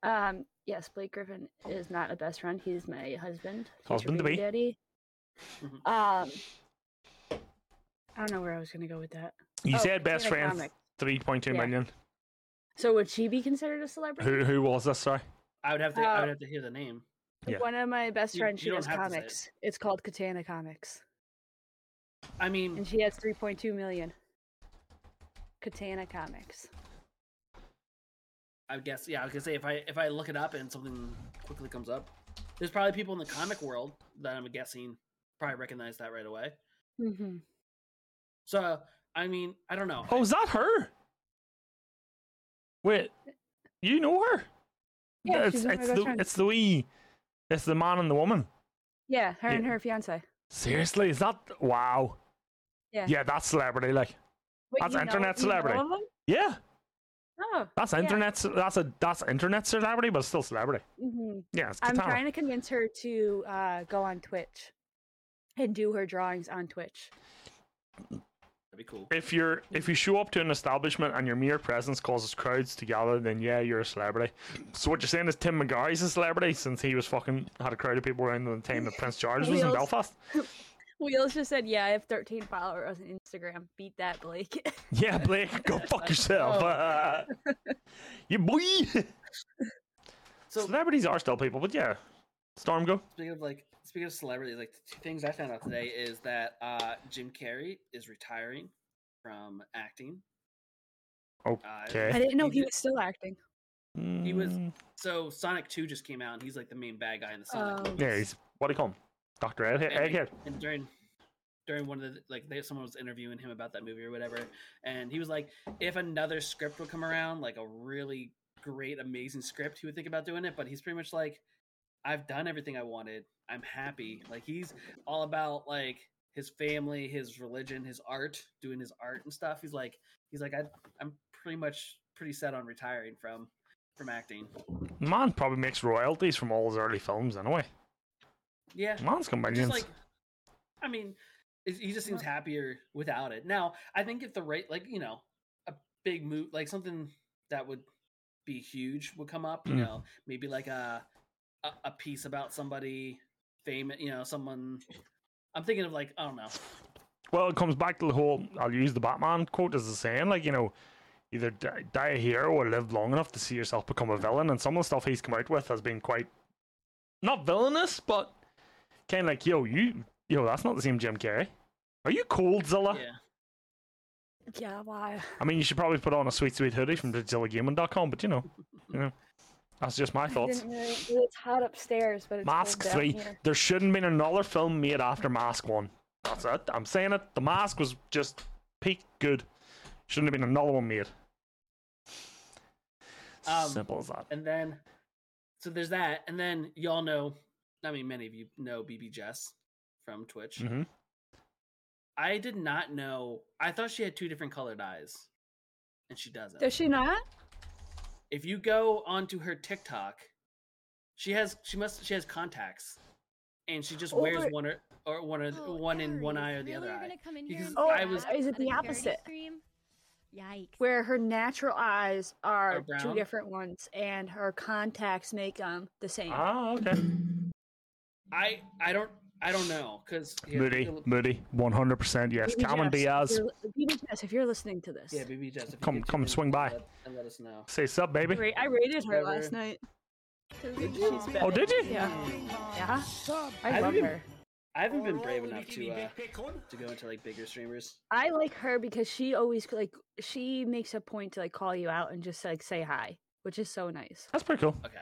Speaker 1: Um, yes, Blake Griffin is not a best friend. He's my husband. future
Speaker 2: Husband to
Speaker 1: baby
Speaker 2: be.
Speaker 1: Daddy. Um,
Speaker 3: Mhm.
Speaker 1: I don't know where I was going to go with that.
Speaker 2: You
Speaker 1: Oh,
Speaker 2: said best
Speaker 1: Christina
Speaker 2: friend.
Speaker 1: Comic.
Speaker 2: 3.2
Speaker 1: Yeah.
Speaker 2: million.
Speaker 1: So would she be considered a celebrity?
Speaker 2: Who who was this? Sorry.
Speaker 3: I would have to I
Speaker 1: Uh,
Speaker 3: would have to hear the name.
Speaker 2: Yeah.
Speaker 1: One of my best
Speaker 3: You-
Speaker 1: friends, she
Speaker 3: you don't
Speaker 1: does
Speaker 3: have to say it.
Speaker 1: comics. It's called Katana Comics,
Speaker 3: I mean,
Speaker 1: and she has 3.2 million. Katana Comics.
Speaker 3: I guess yeah. I was gonna say if I if I look it up and something quickly comes up, there's probably people in the comic world that I'm guessing probably recognize that right away.
Speaker 1: Mm-hmm.
Speaker 3: So I mean, I don't know.
Speaker 2: Oh, is that her? Wait, you know her?
Speaker 1: Yeah,
Speaker 2: it's,
Speaker 1: she's one of my
Speaker 2: it's
Speaker 1: best
Speaker 2: the
Speaker 1: friends.
Speaker 2: it's the wee, it's the man and the woman.
Speaker 1: Yeah, her and
Speaker 2: Yeah.
Speaker 1: her fiance.
Speaker 2: Seriously, is that wow?
Speaker 1: Yeah.
Speaker 2: Yeah, that's celebrity. Like, That's internet celebrity. yeah,
Speaker 1: Oh,
Speaker 2: that's
Speaker 1: Yeah.
Speaker 2: internet. ce- That's a that's internet celebrity, but it's still celebrity.
Speaker 3: mm-hmm.
Speaker 1: hmm
Speaker 2: Yeah, it's
Speaker 1: I'm
Speaker 2: Katana.
Speaker 1: trying to convince her to uh, go on Twitch and do her drawings on Twitch.
Speaker 3: That'd be cool.
Speaker 2: If you're if you show up to an establishment and your mere presence causes crowds to gather, then yeah, you're a celebrity. So what you're saying is Tim McGarry's a celebrity since he was fucking had a crowd of people around him the time that Prince George was in
Speaker 1: Wheels.
Speaker 2: Belfast.
Speaker 1: Wheels just said, "Yeah, I have 13 followers on Instagram. Beat that, Blake."
Speaker 2: Yeah, Blake, go fuck yourself.
Speaker 3: Oh.
Speaker 2: you boy.
Speaker 3: So
Speaker 2: Celebrities are still people, but yeah. Storm go.
Speaker 3: speaking of like speaking of celebrities, like the two things I found out today is that uh Jim Carrey is retiring from acting. Uh,
Speaker 2: Okay.
Speaker 1: I didn't know he
Speaker 3: did-
Speaker 1: was still acting.
Speaker 3: He was-
Speaker 2: Mm,
Speaker 3: So Sonic Two just came out, and he's like the main bad guy in the Sonic.
Speaker 1: Oh.
Speaker 3: movies.
Speaker 2: Yeah, he's what do you call him? Doctor Egghead.
Speaker 3: Egghead.
Speaker 2: Egghead.
Speaker 3: and during during one of the like they, someone was interviewing him about that movie or whatever and he was like if another script would come around like a really great amazing script he would think about doing it but he's pretty much like i've done everything i wanted i'm happy like he's all about like his family his religion his art doing his art and stuff he's like he's like I, i'm pretty much pretty set on retiring from from acting
Speaker 2: Man probably makes royalties from all his early films anyway.
Speaker 3: yeah
Speaker 2: Man's got
Speaker 3: just
Speaker 2: millions.
Speaker 3: like i mean it- he just seems happier without it now i think if the right like you know a big move like something that would be huge would come up you
Speaker 2: Mm.
Speaker 3: know maybe like a, a a piece about somebody famous you know someone i'm thinking of like i don't know
Speaker 2: Well, it comes back to the whole I'll use the Batman quote as a saying, like, you know, either die, die a hero or live long enough to see yourself become a villain. And some of the stuff he's come out with has been quite not villainous, but kind of like, yo, you, yo, that's not the same Jim Carrey. Are you cold, Zilla?
Speaker 3: yeah
Speaker 1: Yeah, why?
Speaker 2: I mean, you should probably put on a sweet, sweet hoodie from ZillaGaming.com, but you know, you know, that's just my
Speaker 1: I
Speaker 2: thoughts.
Speaker 1: didn't really, well, it's hot upstairs, but it's cold
Speaker 2: Mask
Speaker 1: down
Speaker 2: 3.
Speaker 1: here.
Speaker 2: There shouldn't been another film made after Mask 1. That's it. I'm saying it. The Mask was just peak good. Shouldn't have been another one made.
Speaker 3: Um,
Speaker 2: Simple as that.
Speaker 3: and then so there's that and then y'all know i mean many of you know bb jess from twitch
Speaker 2: Mhm.
Speaker 3: i did not know i thought she had two different colored eyes and she doesn't
Speaker 1: Does she not?
Speaker 3: if you go onto her TikTok, she has she must she has contacts, and she just wears
Speaker 1: Over-
Speaker 3: one or, or one or th-
Speaker 7: Oh,
Speaker 3: one in one eye or the
Speaker 7: Aries,
Speaker 3: other
Speaker 7: really? You're
Speaker 3: eye.
Speaker 7: gonna come in
Speaker 3: Because
Speaker 7: here and
Speaker 3: Oh,
Speaker 7: do
Speaker 3: I was-
Speaker 7: that
Speaker 1: is it
Speaker 7: on a
Speaker 1: the
Speaker 7: parody
Speaker 1: opposite?
Speaker 7: Stream? Yikes.
Speaker 1: Where her natural eyes
Speaker 3: Are
Speaker 1: are two
Speaker 3: brown?
Speaker 1: different ones, and her contacts make them the same.
Speaker 2: Ah, okay.
Speaker 3: I I don't I don't know because
Speaker 2: Moody, Moody, 100% yes.
Speaker 1: BB
Speaker 2: Cameron
Speaker 1: Jess, if
Speaker 2: Diaz,
Speaker 1: you're li- BB Jess, if you're listening to this,
Speaker 3: yeah, BB Jess. if you
Speaker 2: Come-
Speaker 3: could tune
Speaker 2: come
Speaker 3: in
Speaker 2: swing
Speaker 3: and
Speaker 2: by.
Speaker 3: let- and let us know.
Speaker 2: say sub,
Speaker 1: I,
Speaker 2: baby.
Speaker 1: ra- I rated her last
Speaker 3: Whatever.
Speaker 1: night. 'cause
Speaker 3: Did
Speaker 1: she's
Speaker 3: you?
Speaker 1: been-
Speaker 2: Oh, did you?
Speaker 1: Yeah, yeah. I
Speaker 3: I
Speaker 1: love
Speaker 3: didn't-
Speaker 1: her.
Speaker 3: I haven't been
Speaker 7: Oh,
Speaker 3: brave enough to uh, to go into like bigger streamers.
Speaker 1: I like her because she always like she makes a point to like call you out and just like say hi, which is so nice.
Speaker 2: That's pretty cool.
Speaker 3: Okay,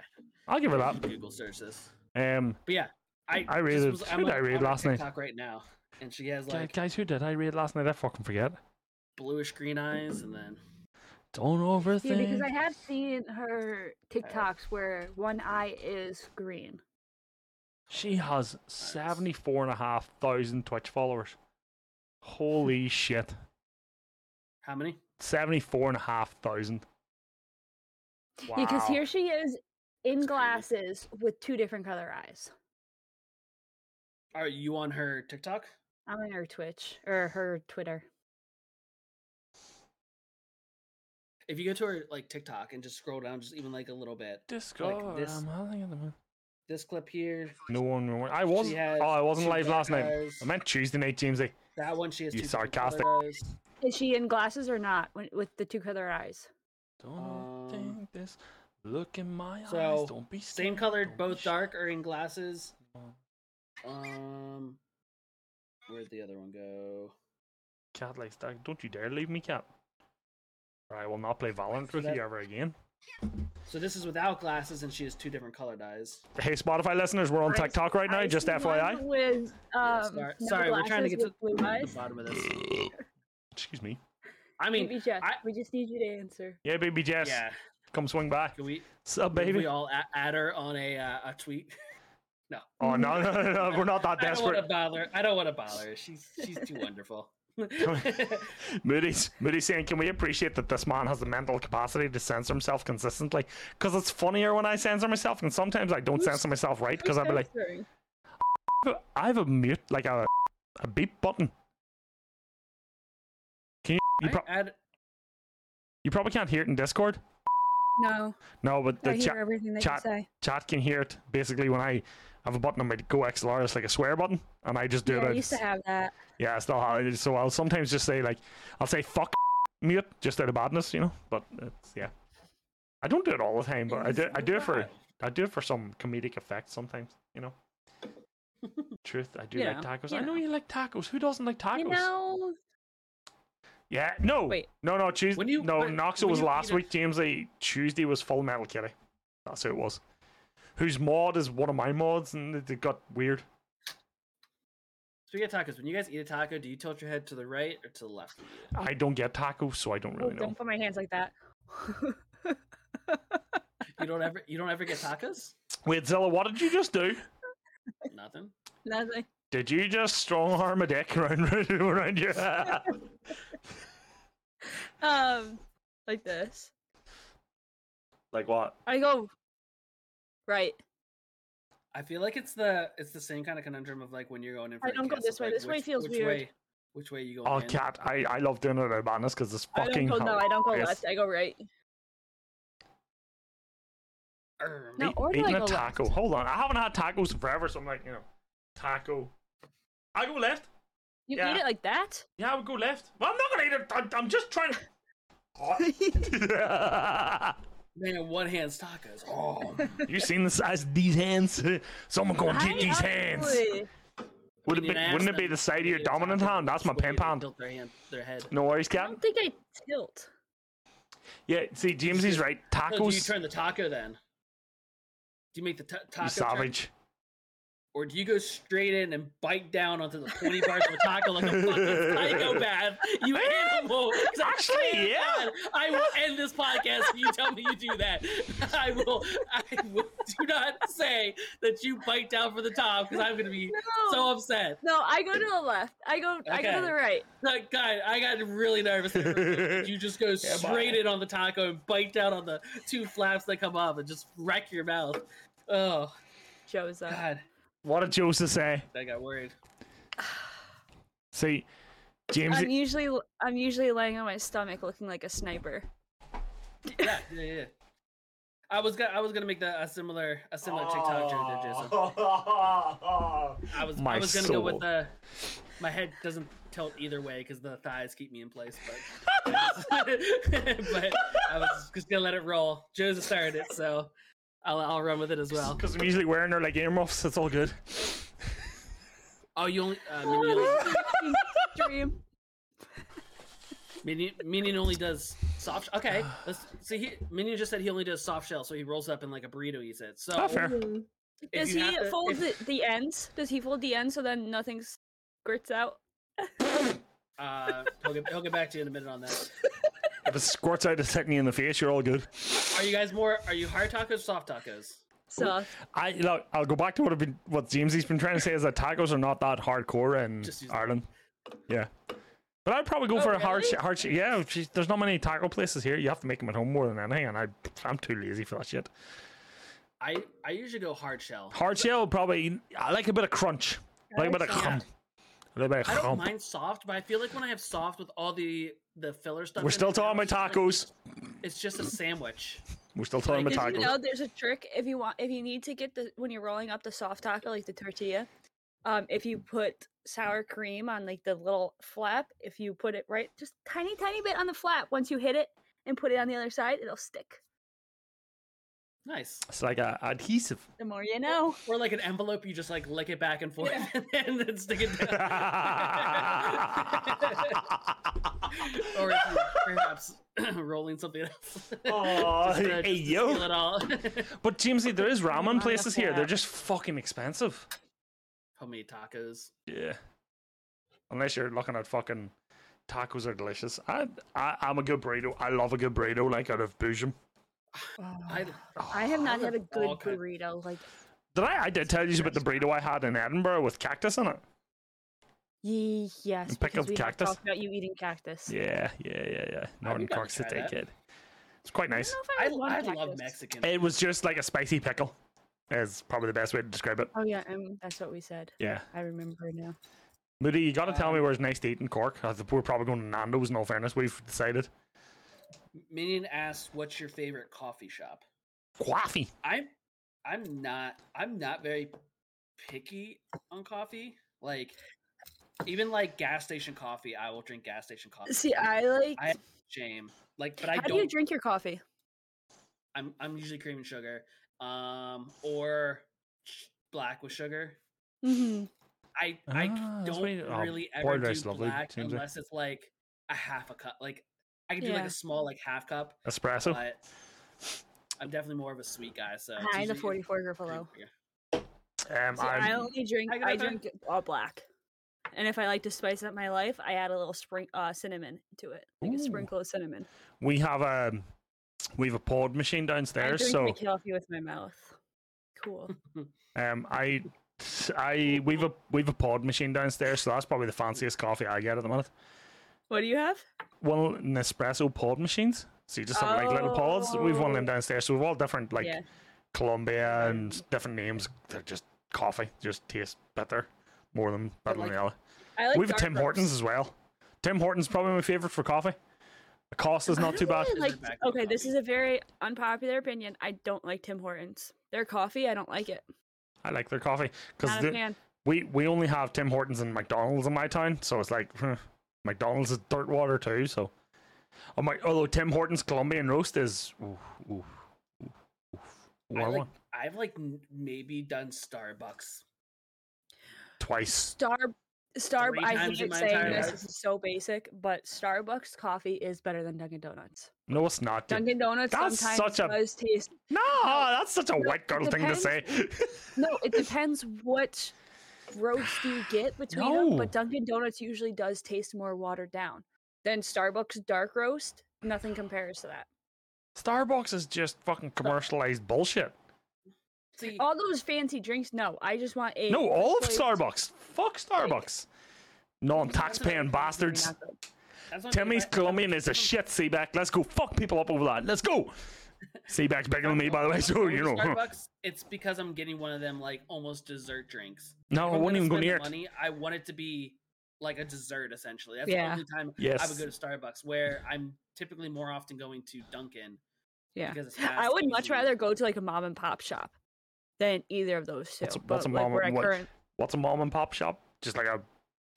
Speaker 2: I'll give her
Speaker 3: you
Speaker 2: that.
Speaker 3: Google search this.
Speaker 2: Um,
Speaker 3: But yeah, I
Speaker 2: I read
Speaker 3: just
Speaker 2: it.
Speaker 3: was-
Speaker 2: Who
Speaker 3: I'm
Speaker 2: did I
Speaker 3: on-
Speaker 2: read
Speaker 3: on her
Speaker 2: last night?
Speaker 3: TikTok right now, and she has like
Speaker 2: guys, who did I read last night? I fucking forget.
Speaker 3: bluish green eyes, and then
Speaker 2: Don't overthink.
Speaker 1: Yeah, because I have seen her TikToks where one eye is green.
Speaker 2: She has 74,500 Twitch followers. Holy shit.
Speaker 3: how many?
Speaker 2: 74,500. Wow.
Speaker 1: Because here she is in
Speaker 3: That's crazy.
Speaker 1: glasses with two different color eyes.
Speaker 3: Are you on her TikTok?
Speaker 1: I'm on her Twitch or her Twitter.
Speaker 3: if you go to her like TikTok and just scroll down just even like a little bit,
Speaker 2: Discord.
Speaker 3: this-
Speaker 2: I'm having it, man.
Speaker 3: this clip here,
Speaker 2: No one. remember- I was.
Speaker 3: has
Speaker 2: Oh, I wasn't
Speaker 3: two
Speaker 2: live
Speaker 3: dark
Speaker 2: last night.
Speaker 3: eyes.
Speaker 2: I meant Tuesday night, Jamesy.
Speaker 3: that one she has
Speaker 2: You
Speaker 3: two different
Speaker 2: sarcastic.
Speaker 3: photos.
Speaker 1: Is she in glasses or not when, with the two color eyes?
Speaker 2: Don't
Speaker 3: Um,
Speaker 2: think this. Look in my
Speaker 3: So,
Speaker 2: eyes. Don't be
Speaker 3: Same
Speaker 2: scared,
Speaker 3: colored,
Speaker 2: don't be
Speaker 3: both
Speaker 2: shy.
Speaker 3: dark, are in glasses. Um, where'd the other one go?
Speaker 2: Cat likes dark. Don't you dare leave me, cat. Or I will not play Valorant with
Speaker 3: that-
Speaker 2: you ever again.
Speaker 3: So this is without glasses, and she has two different colored eyes.
Speaker 2: Hey, Spotify listeners, we're on
Speaker 1: I-
Speaker 2: TikTok right now.
Speaker 1: I
Speaker 2: Just
Speaker 1: see one
Speaker 2: FYI.
Speaker 1: With,
Speaker 3: Yeah,
Speaker 1: um,
Speaker 3: sorry,
Speaker 1: no
Speaker 3: sorry we're trying to
Speaker 1: glasses
Speaker 3: get to
Speaker 1: with blue
Speaker 3: the
Speaker 1: eyes.
Speaker 3: bottom of this.
Speaker 2: Excuse me.
Speaker 3: I mean,
Speaker 1: Baby Jess,
Speaker 3: I-
Speaker 1: we just need you to answer.
Speaker 2: Yeah, baby Jess,
Speaker 3: yeah.
Speaker 2: come swing by.
Speaker 3: Can we?
Speaker 2: Sup,
Speaker 3: Can
Speaker 2: baby?
Speaker 3: we all a- add her on a uh, a tweet.
Speaker 2: Oh no, no, no, no, we're not that
Speaker 3: I don't want
Speaker 2: desperate.
Speaker 3: to bother. I don't want to bother. her. She's she's too wonderful.
Speaker 2: Moody's Moody's saying, can we appreciate that this man has the mental capacity to censor himself consistently? Because it's funnier when I censor myself, and sometimes I don't censor myself right because I'll be like,
Speaker 1: Censoring.
Speaker 2: I have a mute, like a a beep button. Can you? You, pro-
Speaker 3: Alright, add,
Speaker 2: you probably can't hear it in Discord.
Speaker 1: No,
Speaker 2: No, but
Speaker 1: I
Speaker 2: the
Speaker 1: hear
Speaker 2: chat
Speaker 1: everything they
Speaker 2: chat-
Speaker 1: say.
Speaker 2: chat can hear it. Basically, when I have a button on my Go XLR, it's like a swear button, and I just do
Speaker 1: Yeah, I
Speaker 2: about
Speaker 1: used to have that.
Speaker 2: Yeah, it's not how it is. So I'll sometimes just say like, I'll say fuck mute just out of badness, you know. But it's yeah, I don't do it all the time, but I do. I do it for I do it for some comedic effect sometimes, you know. Truth, I do
Speaker 3: You
Speaker 2: like
Speaker 3: know,
Speaker 2: tacos.
Speaker 3: you
Speaker 2: I know you like tacos. Who doesn't like tacos?
Speaker 1: You know,
Speaker 2: Yeah, no,
Speaker 1: Wait.
Speaker 2: no, no. Tuesday,
Speaker 3: When you-
Speaker 2: no.
Speaker 3: when-
Speaker 2: Knoxville
Speaker 3: when
Speaker 2: was
Speaker 3: you
Speaker 2: last
Speaker 3: eat a-
Speaker 2: week. James Lee Tuesday was Full Metal Kitty. That's who it was. Whose mod is one of my mods, and it- it got weird.
Speaker 3: speaking of tacos, when you guys eat a taco, do you tilt your head to the right or to the left? of you?
Speaker 2: I don't get tacos, so I don't
Speaker 1: oh,
Speaker 2: really know.
Speaker 1: don't put my hands like that.
Speaker 3: You don't ever you don't ever get tacos?
Speaker 2: Wait, Zilla, what did you just do?
Speaker 3: Nothing.
Speaker 1: Nothing.
Speaker 2: Did you just strong arm a dick around around your?
Speaker 1: Um, like this.
Speaker 2: like what?
Speaker 1: I go right.
Speaker 3: I feel like it's the it's the same kind of conundrum of like when you're going in. For,
Speaker 1: I
Speaker 3: like,
Speaker 1: don't go
Speaker 3: kiss,
Speaker 1: this
Speaker 3: it's
Speaker 1: way.
Speaker 3: like,
Speaker 1: This way
Speaker 3: which-
Speaker 1: feels
Speaker 3: which
Speaker 1: weird.
Speaker 3: Way, which way you go?
Speaker 2: Oh,
Speaker 3: in.
Speaker 2: cat! I, I love doing it out of madness because it's
Speaker 1: I don't
Speaker 2: fucking.
Speaker 1: go no. I don't go
Speaker 2: hilarious.
Speaker 1: left. I go right.
Speaker 3: Err,
Speaker 1: No,
Speaker 2: Eat-
Speaker 1: or do I
Speaker 2: eating
Speaker 1: go
Speaker 2: a taco.
Speaker 1: left?
Speaker 2: Hold on, I haven't had tacos in forever, so I'm like, you know, taco. I go left.
Speaker 1: You
Speaker 2: Yeah.
Speaker 1: eat it like that?
Speaker 2: Yeah, I would go left. Well, I'm not gonna eat it. I'm, I'm just trying to.
Speaker 3: Man, one hand's tacos. Oh,
Speaker 2: you seen the size of these hands? Someone gonna
Speaker 1: I
Speaker 2: get these hands.
Speaker 1: actually-
Speaker 2: Would it
Speaker 3: you
Speaker 2: be,
Speaker 3: ask
Speaker 2: wouldn't it be
Speaker 3: them
Speaker 2: the side of
Speaker 3: if
Speaker 2: your
Speaker 3: they tilt
Speaker 2: dominant
Speaker 3: their-
Speaker 2: hand? That's my
Speaker 3: which way
Speaker 2: pen
Speaker 3: they
Speaker 2: pound.
Speaker 3: Tilt their hand, their head.
Speaker 2: No worries,
Speaker 1: I
Speaker 2: cat.
Speaker 1: don't think I tilt.
Speaker 2: Yeah, see, James is right.
Speaker 3: So
Speaker 2: Tacos.
Speaker 3: do you turn the taco then? Do you make the ta- taco
Speaker 2: You
Speaker 3: turn,
Speaker 2: savage.
Speaker 3: or do you go straight in and bite down onto the pointy parts of a taco like a fucking psychopath? You animal! 'Cause I
Speaker 2: Actually,
Speaker 3: swear to
Speaker 2: yeah.
Speaker 3: God, I will end this podcast if you tell me you do that. I will. I will. Do not say that you bite down for the top because I'm going to be
Speaker 1: No.
Speaker 3: so upset.
Speaker 1: no, I go to the left. I go. I go to
Speaker 3: Okay.
Speaker 1: the right.
Speaker 3: Like, God, I got really nervous. there for a second. you just go straight in on the taco and bite down on the two flaps that come off and just wreck your mouth. Oh
Speaker 1: Shows up.
Speaker 3: God,
Speaker 2: What did Joseph say?
Speaker 3: I got worried.
Speaker 2: See, James.
Speaker 1: I'm usually I'm usually laying on my stomach looking like a sniper.
Speaker 3: Yeah, yeah, yeah. I was gonna, I was gonna make the a similar, a similar TikTok joke there,
Speaker 2: Oh,
Speaker 3: Jason. I was,
Speaker 2: My
Speaker 3: I was gonna go with
Speaker 2: soul.
Speaker 3: the. My head doesn't tilt either way because the thighs keep me in place, but. but I was just gonna let it roll. Joseph started it, so I'll, I'll run with it as well.
Speaker 2: Because I'm usually wearing her like earmuffs. It's all good.
Speaker 3: Oh, you only uh, Minion, only,
Speaker 1: Dream.
Speaker 3: Minion, Minion only does soft. Okay, let's see. He, Minion just said he only does soft shell, so he rolls up in like a burrito. He said so.
Speaker 2: Not fair.
Speaker 3: if
Speaker 1: Does
Speaker 3: you
Speaker 1: he
Speaker 3: have to-
Speaker 1: fold
Speaker 3: if-
Speaker 1: the, the ends? Does he fold the ends so then nothing squirts out?
Speaker 3: Uh, he'll, get, he'll get back to you in a minute on that.
Speaker 2: If it squirts out a technique in the face, you're all good.
Speaker 3: Are you guys more? Are you hard tacos, or soft tacos?
Speaker 1: So
Speaker 2: I look. I'll go back to what I've been, what Jamesy's been trying to say is that tacos are not that hardcore in
Speaker 3: Just use- Oh,
Speaker 2: Ireland. Yeah, but I'd probably go for a hard,
Speaker 1: really?
Speaker 2: sh- hard. sh- Yeah, geez, there's not many taco places here. You have to make them at home more than anything, and I, I'm too lazy for that shit.
Speaker 3: I I usually go hard shell.
Speaker 2: Hard shell probably. I like a bit of crunch. I like a bit of
Speaker 1: Hard shell.
Speaker 2: crumb. A little bit of
Speaker 3: I don't
Speaker 2: crumb.
Speaker 3: mind soft, but I feel like when I have soft with all the the filler stuff,
Speaker 2: We're
Speaker 3: in
Speaker 2: still
Speaker 3: it now,
Speaker 2: talking about
Speaker 3: it's just like-
Speaker 2: tacos.
Speaker 3: It's just a sandwich.
Speaker 2: We're still talking
Speaker 3: Like,
Speaker 2: about
Speaker 1: did you know
Speaker 2: tacos.
Speaker 1: there's a trick if you want if you need to get the when you're rolling up the soft taco like the tortilla, um, if you put sour cream on like the little flap, if you put it right just tiny tiny bit on the flap, once you hit it and put it on the other side, it'll stick.
Speaker 3: Nice.
Speaker 2: It's like a adhesive.
Speaker 1: The more you know.
Speaker 3: Or like an envelope, you just like lick it back and forth and then stick it down.
Speaker 2: oh,
Speaker 3: or if you're perhaps rolling something else. Just gonna-
Speaker 2: hey,
Speaker 3: just to seal
Speaker 2: yo.
Speaker 3: it all.
Speaker 2: But Jamesy, there is ramen
Speaker 1: Ramen
Speaker 2: places here.
Speaker 1: affair.
Speaker 2: They're just fucking expensive.
Speaker 3: Homemade tacos.
Speaker 2: Yeah. Unless you're looking at fucking tacos are delicious. I, I I'm a good burrito. I love a good burrito like out of Boojum.
Speaker 3: I,
Speaker 1: Ah, I have not had a good
Speaker 3: all kind-
Speaker 1: burrito. Like,
Speaker 2: Did I I did tell you about the burrito I had in Edinburgh with cactus in it?
Speaker 1: ye- yes. because
Speaker 2: And pickled
Speaker 1: we have
Speaker 2: cactus?
Speaker 1: talked about you eating cactus.
Speaker 2: Yeah, yeah, yeah, yeah. Northern
Speaker 3: gotten
Speaker 2: Cork
Speaker 3: to
Speaker 2: City
Speaker 3: try that.
Speaker 2: kid. It's quite nice.
Speaker 3: I,
Speaker 1: don't know if
Speaker 3: I
Speaker 1: would want
Speaker 3: love
Speaker 1: cactus.
Speaker 3: Mexican.
Speaker 2: It was just like a spicy pickle. Is probably the best way to describe it.
Speaker 1: Oh yeah, um, that's what we said.
Speaker 2: Yeah.
Speaker 1: I remember now.
Speaker 2: Moody, you gotta tell me
Speaker 3: Um,
Speaker 2: where's nice to eat in Cork. I think We're probably going to Nando's in all fairness. We've decided.
Speaker 3: Minion asks, "What's your favorite coffee shop?"
Speaker 2: Coffee.
Speaker 3: I'm, I'm not, I'm not very picky on coffee. Like, even like gas station coffee, I will drink gas station coffee.
Speaker 1: See, I like.
Speaker 3: I- shame. Like, but I
Speaker 1: how
Speaker 3: don't.
Speaker 1: do you drink your coffee?
Speaker 3: I'm I'm usually cream and sugar, um, or sh- black with sugar.
Speaker 1: Mm-hmm.
Speaker 3: I I c-
Speaker 2: Ah, that's
Speaker 3: don't
Speaker 2: what you- oh,
Speaker 3: really ever
Speaker 2: boiled
Speaker 3: do
Speaker 2: rice lovely,
Speaker 3: black
Speaker 2: seems like.
Speaker 3: unless it's like a half a cup. Like I could do like
Speaker 1: Yeah.
Speaker 3: a small like half cup,
Speaker 2: Espresso.
Speaker 3: but I'm definitely more of a sweet guy. So it's
Speaker 1: High in the
Speaker 3: usually either
Speaker 1: 44
Speaker 3: cream
Speaker 1: Gruffalo.
Speaker 3: or sugar.
Speaker 2: Um,
Speaker 1: See, I
Speaker 2: I'm-
Speaker 1: only drink.
Speaker 3: I got
Speaker 1: I
Speaker 3: that.
Speaker 1: drink all black. And if I like to spice up my life, I add a little spring uh, cinnamon to it, like
Speaker 2: Ooh.
Speaker 1: a sprinkle of cinnamon.
Speaker 2: we have a we have a pod machine
Speaker 1: I
Speaker 2: downstairs
Speaker 1: drink
Speaker 2: so
Speaker 1: my coffee with my mouth. Cool.
Speaker 2: um i i we've a we've a pod machine downstairs so that's probably the fanciest coffee i get at the minute
Speaker 1: What do you have?
Speaker 2: one of the nespresso pod machines so you just have like little pods we've one of
Speaker 3: Oh.
Speaker 2: them downstairs so we've all different like
Speaker 1: yeah.
Speaker 2: colombia and different names they're just coffee just tastes better more than better
Speaker 3: like,
Speaker 2: than the other
Speaker 1: I like
Speaker 2: we have a
Speaker 1: dark
Speaker 2: tim
Speaker 1: roast.
Speaker 2: hortons as well tim hortons probably my favorite for coffee the cost is not too bad
Speaker 1: I like,
Speaker 3: Isn't it back in
Speaker 1: okay, this
Speaker 3: coffee?
Speaker 1: is a very unpopular opinion. I don't like Tim Hortons. Their coffee, I don't like it.
Speaker 2: i like their coffee because
Speaker 1: Not a fan.
Speaker 2: we we only have Tim Hortons and McDonald's in my town, so it's like huh, McDonald's is dirt water too. So, oh my, although Tim Hortons Colombian roast is ooh, ooh, ooh, ooh,
Speaker 3: I
Speaker 2: one
Speaker 3: like,
Speaker 2: one
Speaker 3: I've like n- maybe done Starbucks.
Speaker 2: twice.
Speaker 1: Star Star
Speaker 3: Three
Speaker 1: I
Speaker 3: times in
Speaker 1: hate
Speaker 3: my
Speaker 1: saying
Speaker 3: entire
Speaker 1: this,
Speaker 3: life.
Speaker 1: this is so basic, but Starbucks coffee is better than Dunkin' Donuts.
Speaker 2: No, it's not. dude.
Speaker 1: Dunkin' Donuts
Speaker 2: That's
Speaker 1: sometimes
Speaker 2: such a-
Speaker 1: does taste
Speaker 2: No, that's such a white girl thing to
Speaker 1: depends.
Speaker 2: say.
Speaker 1: No, it depends what roast you get between them, but Dunkin' Donuts usually does taste more watered down than Starbucks dark roast. Nothing compares to that.
Speaker 2: Starbucks is just fucking commercialized bullshit.
Speaker 3: See,
Speaker 1: All those fancy drinks, no. I just want a
Speaker 2: No, all of
Speaker 1: plain-
Speaker 2: Starbucks. Fuck Starbucks. Non-tax-paying bastards.
Speaker 1: Not good.
Speaker 3: that's what I mean
Speaker 2: Timmy's
Speaker 3: by-
Speaker 2: Colombian is a shit, Seaback. Let's go fuck people up over that. Let's go. Seaback's bigger than me, by the way, so
Speaker 3: Going
Speaker 2: you
Speaker 3: to
Speaker 2: know. huh.
Speaker 3: Starbucks, it's because I'm getting one of them like almost dessert drinks.
Speaker 2: No, Oh,
Speaker 3: If
Speaker 2: I wouldn't
Speaker 3: I'm gonna
Speaker 2: even go
Speaker 3: spend the
Speaker 2: near it.
Speaker 3: money, I want it to be like a dessert essentially. That's
Speaker 1: Yeah.
Speaker 3: the only time I
Speaker 2: Yes.
Speaker 3: would go to Starbucks, where I'm typically more often going to Dunkin'.
Speaker 1: Yeah.
Speaker 3: because it's
Speaker 1: I
Speaker 3: fast,
Speaker 1: would much
Speaker 3: easy.
Speaker 1: rather go to like a mom and pop shop than either of those two.
Speaker 2: What's a-
Speaker 1: but
Speaker 2: what's a
Speaker 1: like
Speaker 2: mom
Speaker 1: where I
Speaker 2: and what-
Speaker 1: current-
Speaker 2: What's a mom and pop shop? Just like a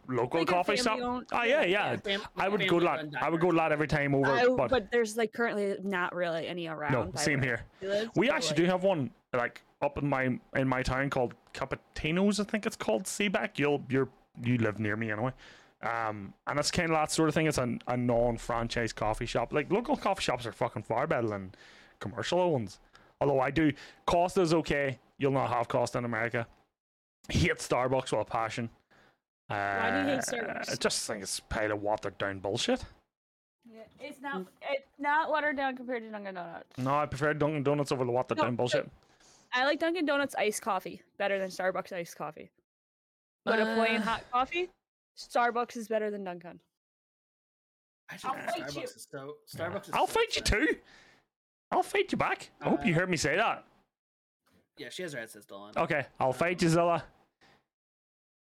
Speaker 2: local
Speaker 1: Like a
Speaker 2: coffee shop?
Speaker 1: family-owned-
Speaker 2: oh, yeah, yeah.
Speaker 1: yeah.
Speaker 3: Fam-
Speaker 2: I would go lot.
Speaker 3: family-run
Speaker 2: I would go
Speaker 3: diner.
Speaker 2: lot every time over.
Speaker 1: I-
Speaker 2: but,
Speaker 1: but, there's like currently not really any around.
Speaker 2: no,
Speaker 1: by
Speaker 2: same
Speaker 1: where
Speaker 2: here.
Speaker 1: I live,
Speaker 2: We
Speaker 1: so,
Speaker 2: actually
Speaker 1: like-
Speaker 2: do have one like up in my in my town called Capitinos, I think it's called. Seaback, you'll you're you live near me anyway. Um, and it's kind of that sort of thing. It's a, a non-franchise coffee shop. Like local coffee shops are fucking far better than commercial ones. Although I do, Costa's okay. You'll not have Costa in America. Hate Starbucks with a passion. Uh,
Speaker 1: Why do you hate Starbucks?
Speaker 2: I just think it's paid a watered down bullshit.
Speaker 1: Yeah, it's
Speaker 2: Mm.
Speaker 1: not it's not watered down compared to Dunkin' Donuts.
Speaker 2: No, I prefer Dunkin' Donuts over the watered
Speaker 1: No,
Speaker 2: down
Speaker 1: no.
Speaker 2: bullshit.
Speaker 1: I like Dunkin' Donuts iced coffee better than Starbucks iced coffee. But a plain
Speaker 2: Uh.
Speaker 1: hot coffee, Starbucks is better than Dunkin'.
Speaker 3: I just
Speaker 1: I'll
Speaker 3: think
Speaker 1: fight
Speaker 3: Starbucks
Speaker 1: you.
Speaker 3: Is so, Starbucks. Is
Speaker 2: I'll
Speaker 3: so
Speaker 2: fight you
Speaker 3: expensive.
Speaker 2: too. I'll fight you back. I hope you
Speaker 3: Uh,
Speaker 2: heard me say that.
Speaker 3: Yeah, she has her headset still on.
Speaker 2: Okay, I'll fight you, Zilla.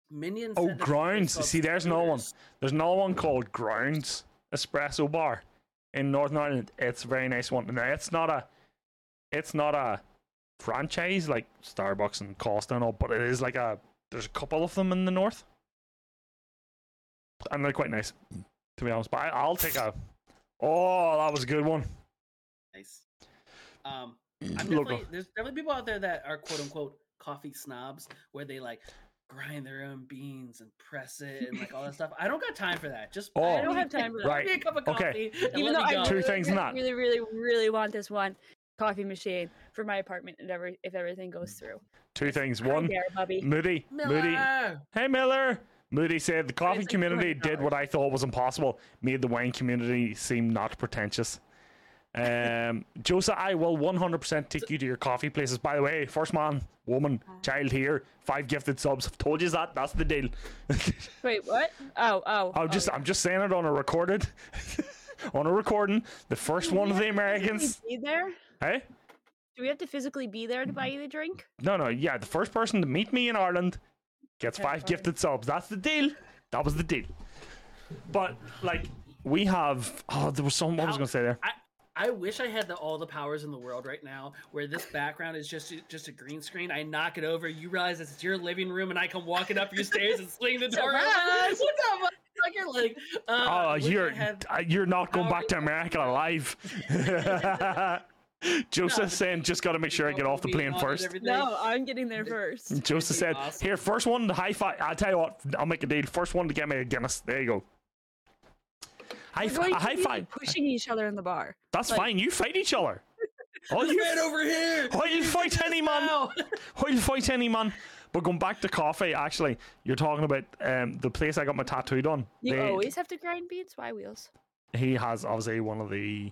Speaker 3: Minion.
Speaker 2: Oh,
Speaker 3: said that
Speaker 2: grounds.
Speaker 3: place called
Speaker 2: See, there's another one.
Speaker 3: Scooters.
Speaker 2: There's another one called Grounds Espresso Bar in Northern Ireland. It's a very nice one. Now, it's not a, it's not a franchise like Starbucks and Costa and all, but it is like a. There's a couple of them in the north, and they're quite nice, to be honest. But I, I'll take a. Oh, that was a good one.
Speaker 3: Nice. Um, I'm
Speaker 2: Local.
Speaker 3: definitely there's definitely people out there that are quote unquote coffee snobs where they like grind their own beans and press it and like all that stuff. I don't got time for that. Just
Speaker 2: Oh,
Speaker 1: I don't have time for that.
Speaker 2: right.
Speaker 3: Give me a cup of coffee.
Speaker 2: Okay.
Speaker 3: and
Speaker 1: Even though
Speaker 3: let me
Speaker 1: I
Speaker 3: go.
Speaker 2: Two
Speaker 1: really,
Speaker 2: things
Speaker 1: really,
Speaker 2: not.
Speaker 1: really, really, really want this one coffee machine for my apartment, and every if everything goes through.
Speaker 2: Two things.
Speaker 1: Hi
Speaker 2: One,
Speaker 1: there, Bubby.
Speaker 2: Moody. Moody.
Speaker 3: Miller!
Speaker 2: Hey, Miller. Moody said the coffee
Speaker 1: like
Speaker 2: community did
Speaker 1: $200.
Speaker 2: what I thought was impossible, made the wine community seem not pretentious. Um, Joseph, I will 100% take you to your coffee places. By the way, first man, woman, child here, five gifted subs. I've told you that. That's the deal.
Speaker 1: Wait, what? Oh, oh.
Speaker 2: I'm
Speaker 1: oh,
Speaker 2: just,
Speaker 1: yeah.
Speaker 2: I'm just saying it on a recorded, on a recording. The first one of the
Speaker 1: Do we
Speaker 2: Americans.
Speaker 1: be there?
Speaker 2: Hey,
Speaker 1: Do we have to physically be there to buy you the drink?
Speaker 2: no, no, yeah. The first person to meet me in Ireland gets
Speaker 1: Okay,
Speaker 2: five
Speaker 1: fine.
Speaker 2: gifted subs. That's the deal. That was the deal. But like, we have. Oh, there was some. What was I gonna say there?
Speaker 3: I, I wish I had the, all the powers in the world right now, where this background is just just a green screen. I knock it over, you realize it's your living room, and I come walking up your stairs and sling the door. open.
Speaker 1: Surprise!
Speaker 3: What's up, motherfucker? Like, uh,
Speaker 2: Oh,
Speaker 3: I wish I
Speaker 2: you're
Speaker 3: had-
Speaker 2: uh, you're not going back to
Speaker 3: powers.
Speaker 2: America alive. Joseph saying, just got to make sure I get off the plane
Speaker 3: Being on and
Speaker 2: first.
Speaker 3: everything.
Speaker 1: No, I'm getting there first.
Speaker 2: Joseph said,
Speaker 3: That'd be awesome.
Speaker 2: "Here, first one to high five. I'll tell you what, I'll make a deal. First one to get me a Guinness. There you go. High,
Speaker 1: We're
Speaker 2: fi-
Speaker 1: going
Speaker 2: a
Speaker 1: to
Speaker 2: high
Speaker 1: be
Speaker 2: five.
Speaker 1: pushing each other in the bar.
Speaker 2: That's
Speaker 1: like-
Speaker 2: fine. You fight each other. Oh, you
Speaker 3: Get over here!
Speaker 2: Why you fight any man?
Speaker 3: No.
Speaker 2: Why you fight any man? But going back to coffee, actually, you're talking about um, the place I got my tattoo done.
Speaker 1: You
Speaker 2: They-
Speaker 1: always have to grind beans. Why wheels?
Speaker 2: he has obviously one of the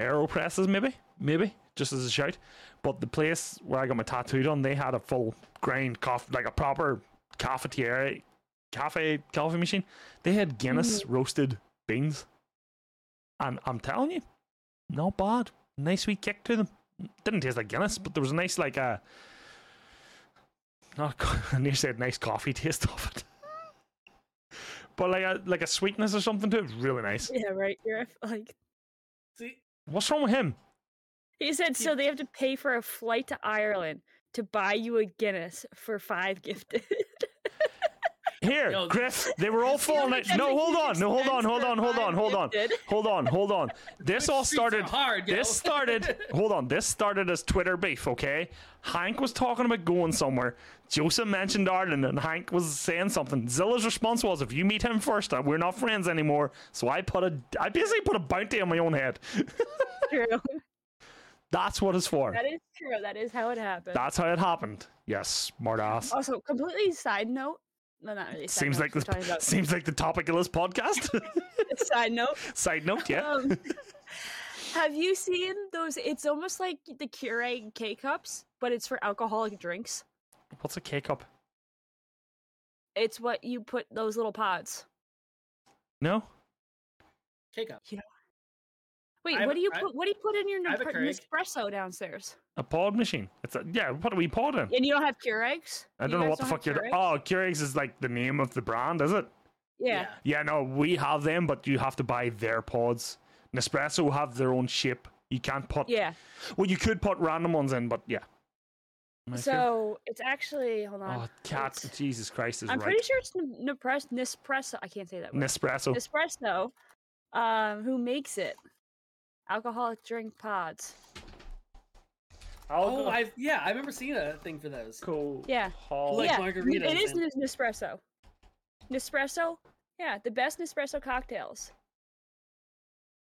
Speaker 2: aeropresses, maybe, maybe just as a shout. But the place where I got my tattoo done, they had a full grind coffee, like a proper cafeteria, cafe coffee machine. They had Guinness roasted beans, and I'm telling you, not bad. Nice wee kick to them. Didn't taste like Guinness, but there was a nice like a. Not co- I near said nice coffee taste of it, but like a like a sweetness or something to it. Really nice.
Speaker 1: Yeah, right. You're f- like
Speaker 3: See,
Speaker 2: What's wrong with him?
Speaker 1: he said. So they have to pay for a flight to Ireland to buy you a Guinness for five gifted.
Speaker 2: Here,
Speaker 3: Yo,
Speaker 2: Griff, they were all falling out. No, hold on. No, hold on. Hold on. Hold on. Hold on. Hold on. Hold on. This all
Speaker 3: streets are
Speaker 2: started.
Speaker 3: hard, yo.
Speaker 2: This started. Hold on. This started as Twitter beef, okay? Hank was talking about going somewhere. Joseph mentioned Ireland, and Hank was saying something. Zilla's response was, if you meet him first, uh, we're not friends anymore. So I put a. I basically put a bounty on my own head.
Speaker 1: True.
Speaker 2: That's what it's for.
Speaker 1: That is true. That is how it happened.
Speaker 2: That's how it happened. Yes, smart ass.
Speaker 1: also, completely side note. No, not really. Side
Speaker 2: Seems
Speaker 1: note,
Speaker 2: like
Speaker 1: we're talking
Speaker 2: the
Speaker 1: about
Speaker 2: seems like the topic of this podcast.
Speaker 1: side note.
Speaker 2: Side note, yeah.
Speaker 1: Um, have you seen those? It's almost like the Keurig K cups, but it's for alcoholic drinks.
Speaker 2: What's a K cup?
Speaker 1: It's what you put those little pods.
Speaker 2: No.
Speaker 3: Take up.
Speaker 1: Wait,
Speaker 3: I've-
Speaker 1: what do you
Speaker 3: I-
Speaker 1: put? what do you put in your
Speaker 3: I have a
Speaker 1: Nepre-
Speaker 3: Keurig.
Speaker 1: Nespresso downstairs?
Speaker 2: A pod machine. It's a, yeah. What are we pod in?
Speaker 1: And you don't have Keurigs?
Speaker 2: I
Speaker 1: You
Speaker 2: don't know
Speaker 1: guys
Speaker 2: what the
Speaker 1: have
Speaker 2: fuck you're.
Speaker 1: Keurigs?
Speaker 2: Oh, Keurigs is like the name of the brand, is it?
Speaker 1: yeah.
Speaker 2: Yeah, no, we have them, but you have to buy their pods. Nespresso have their own shape. You can't put.
Speaker 1: Yeah.
Speaker 2: Well, you could put random ones in, but yeah. Am I sure?
Speaker 1: So it's actually hold on.
Speaker 2: Oh, cat!
Speaker 1: it's-
Speaker 2: Jesus Christ is
Speaker 1: I'm
Speaker 2: right.
Speaker 1: pretty sure it's N- Nepres- Nespresso. I can't say that word.
Speaker 2: Nespresso.
Speaker 1: Nespresso, um, who makes it? Alcoholic drink pods.
Speaker 3: Oh, I yeah, I remember seeing a thing for those.
Speaker 2: Cool.
Speaker 1: Yeah.
Speaker 2: Hall.
Speaker 3: Like
Speaker 1: yeah,
Speaker 3: margaritas
Speaker 1: It is
Speaker 3: and-
Speaker 1: Nes- Nespresso. Nespresso? Yeah, the best Nespresso cocktails.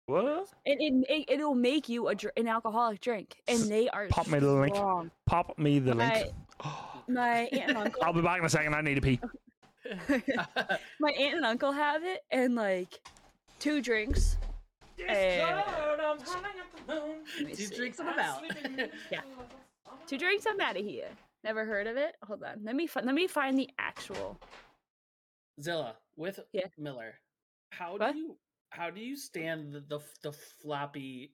Speaker 2: What?
Speaker 1: And it, it, it'll make you a, dr- an alcoholic drink. And
Speaker 2: S-
Speaker 1: they are
Speaker 2: Pop me the link.
Speaker 1: strong.
Speaker 2: Pop me the link.
Speaker 1: My, my aunt and uncle
Speaker 2: I'll be back in a second. I need to pee.
Speaker 1: my aunt and uncle have it and like two drinks. and- Let me
Speaker 3: Two
Speaker 1: see.
Speaker 3: drinks and about.
Speaker 1: Two drinks. I'm out of here. Never heard of it. Hold on. Let me fi- let me find the actual.
Speaker 3: Zilla with
Speaker 1: Yeah.
Speaker 3: Miller. How
Speaker 1: What?
Speaker 3: do you how do you stand the, the f- the floppy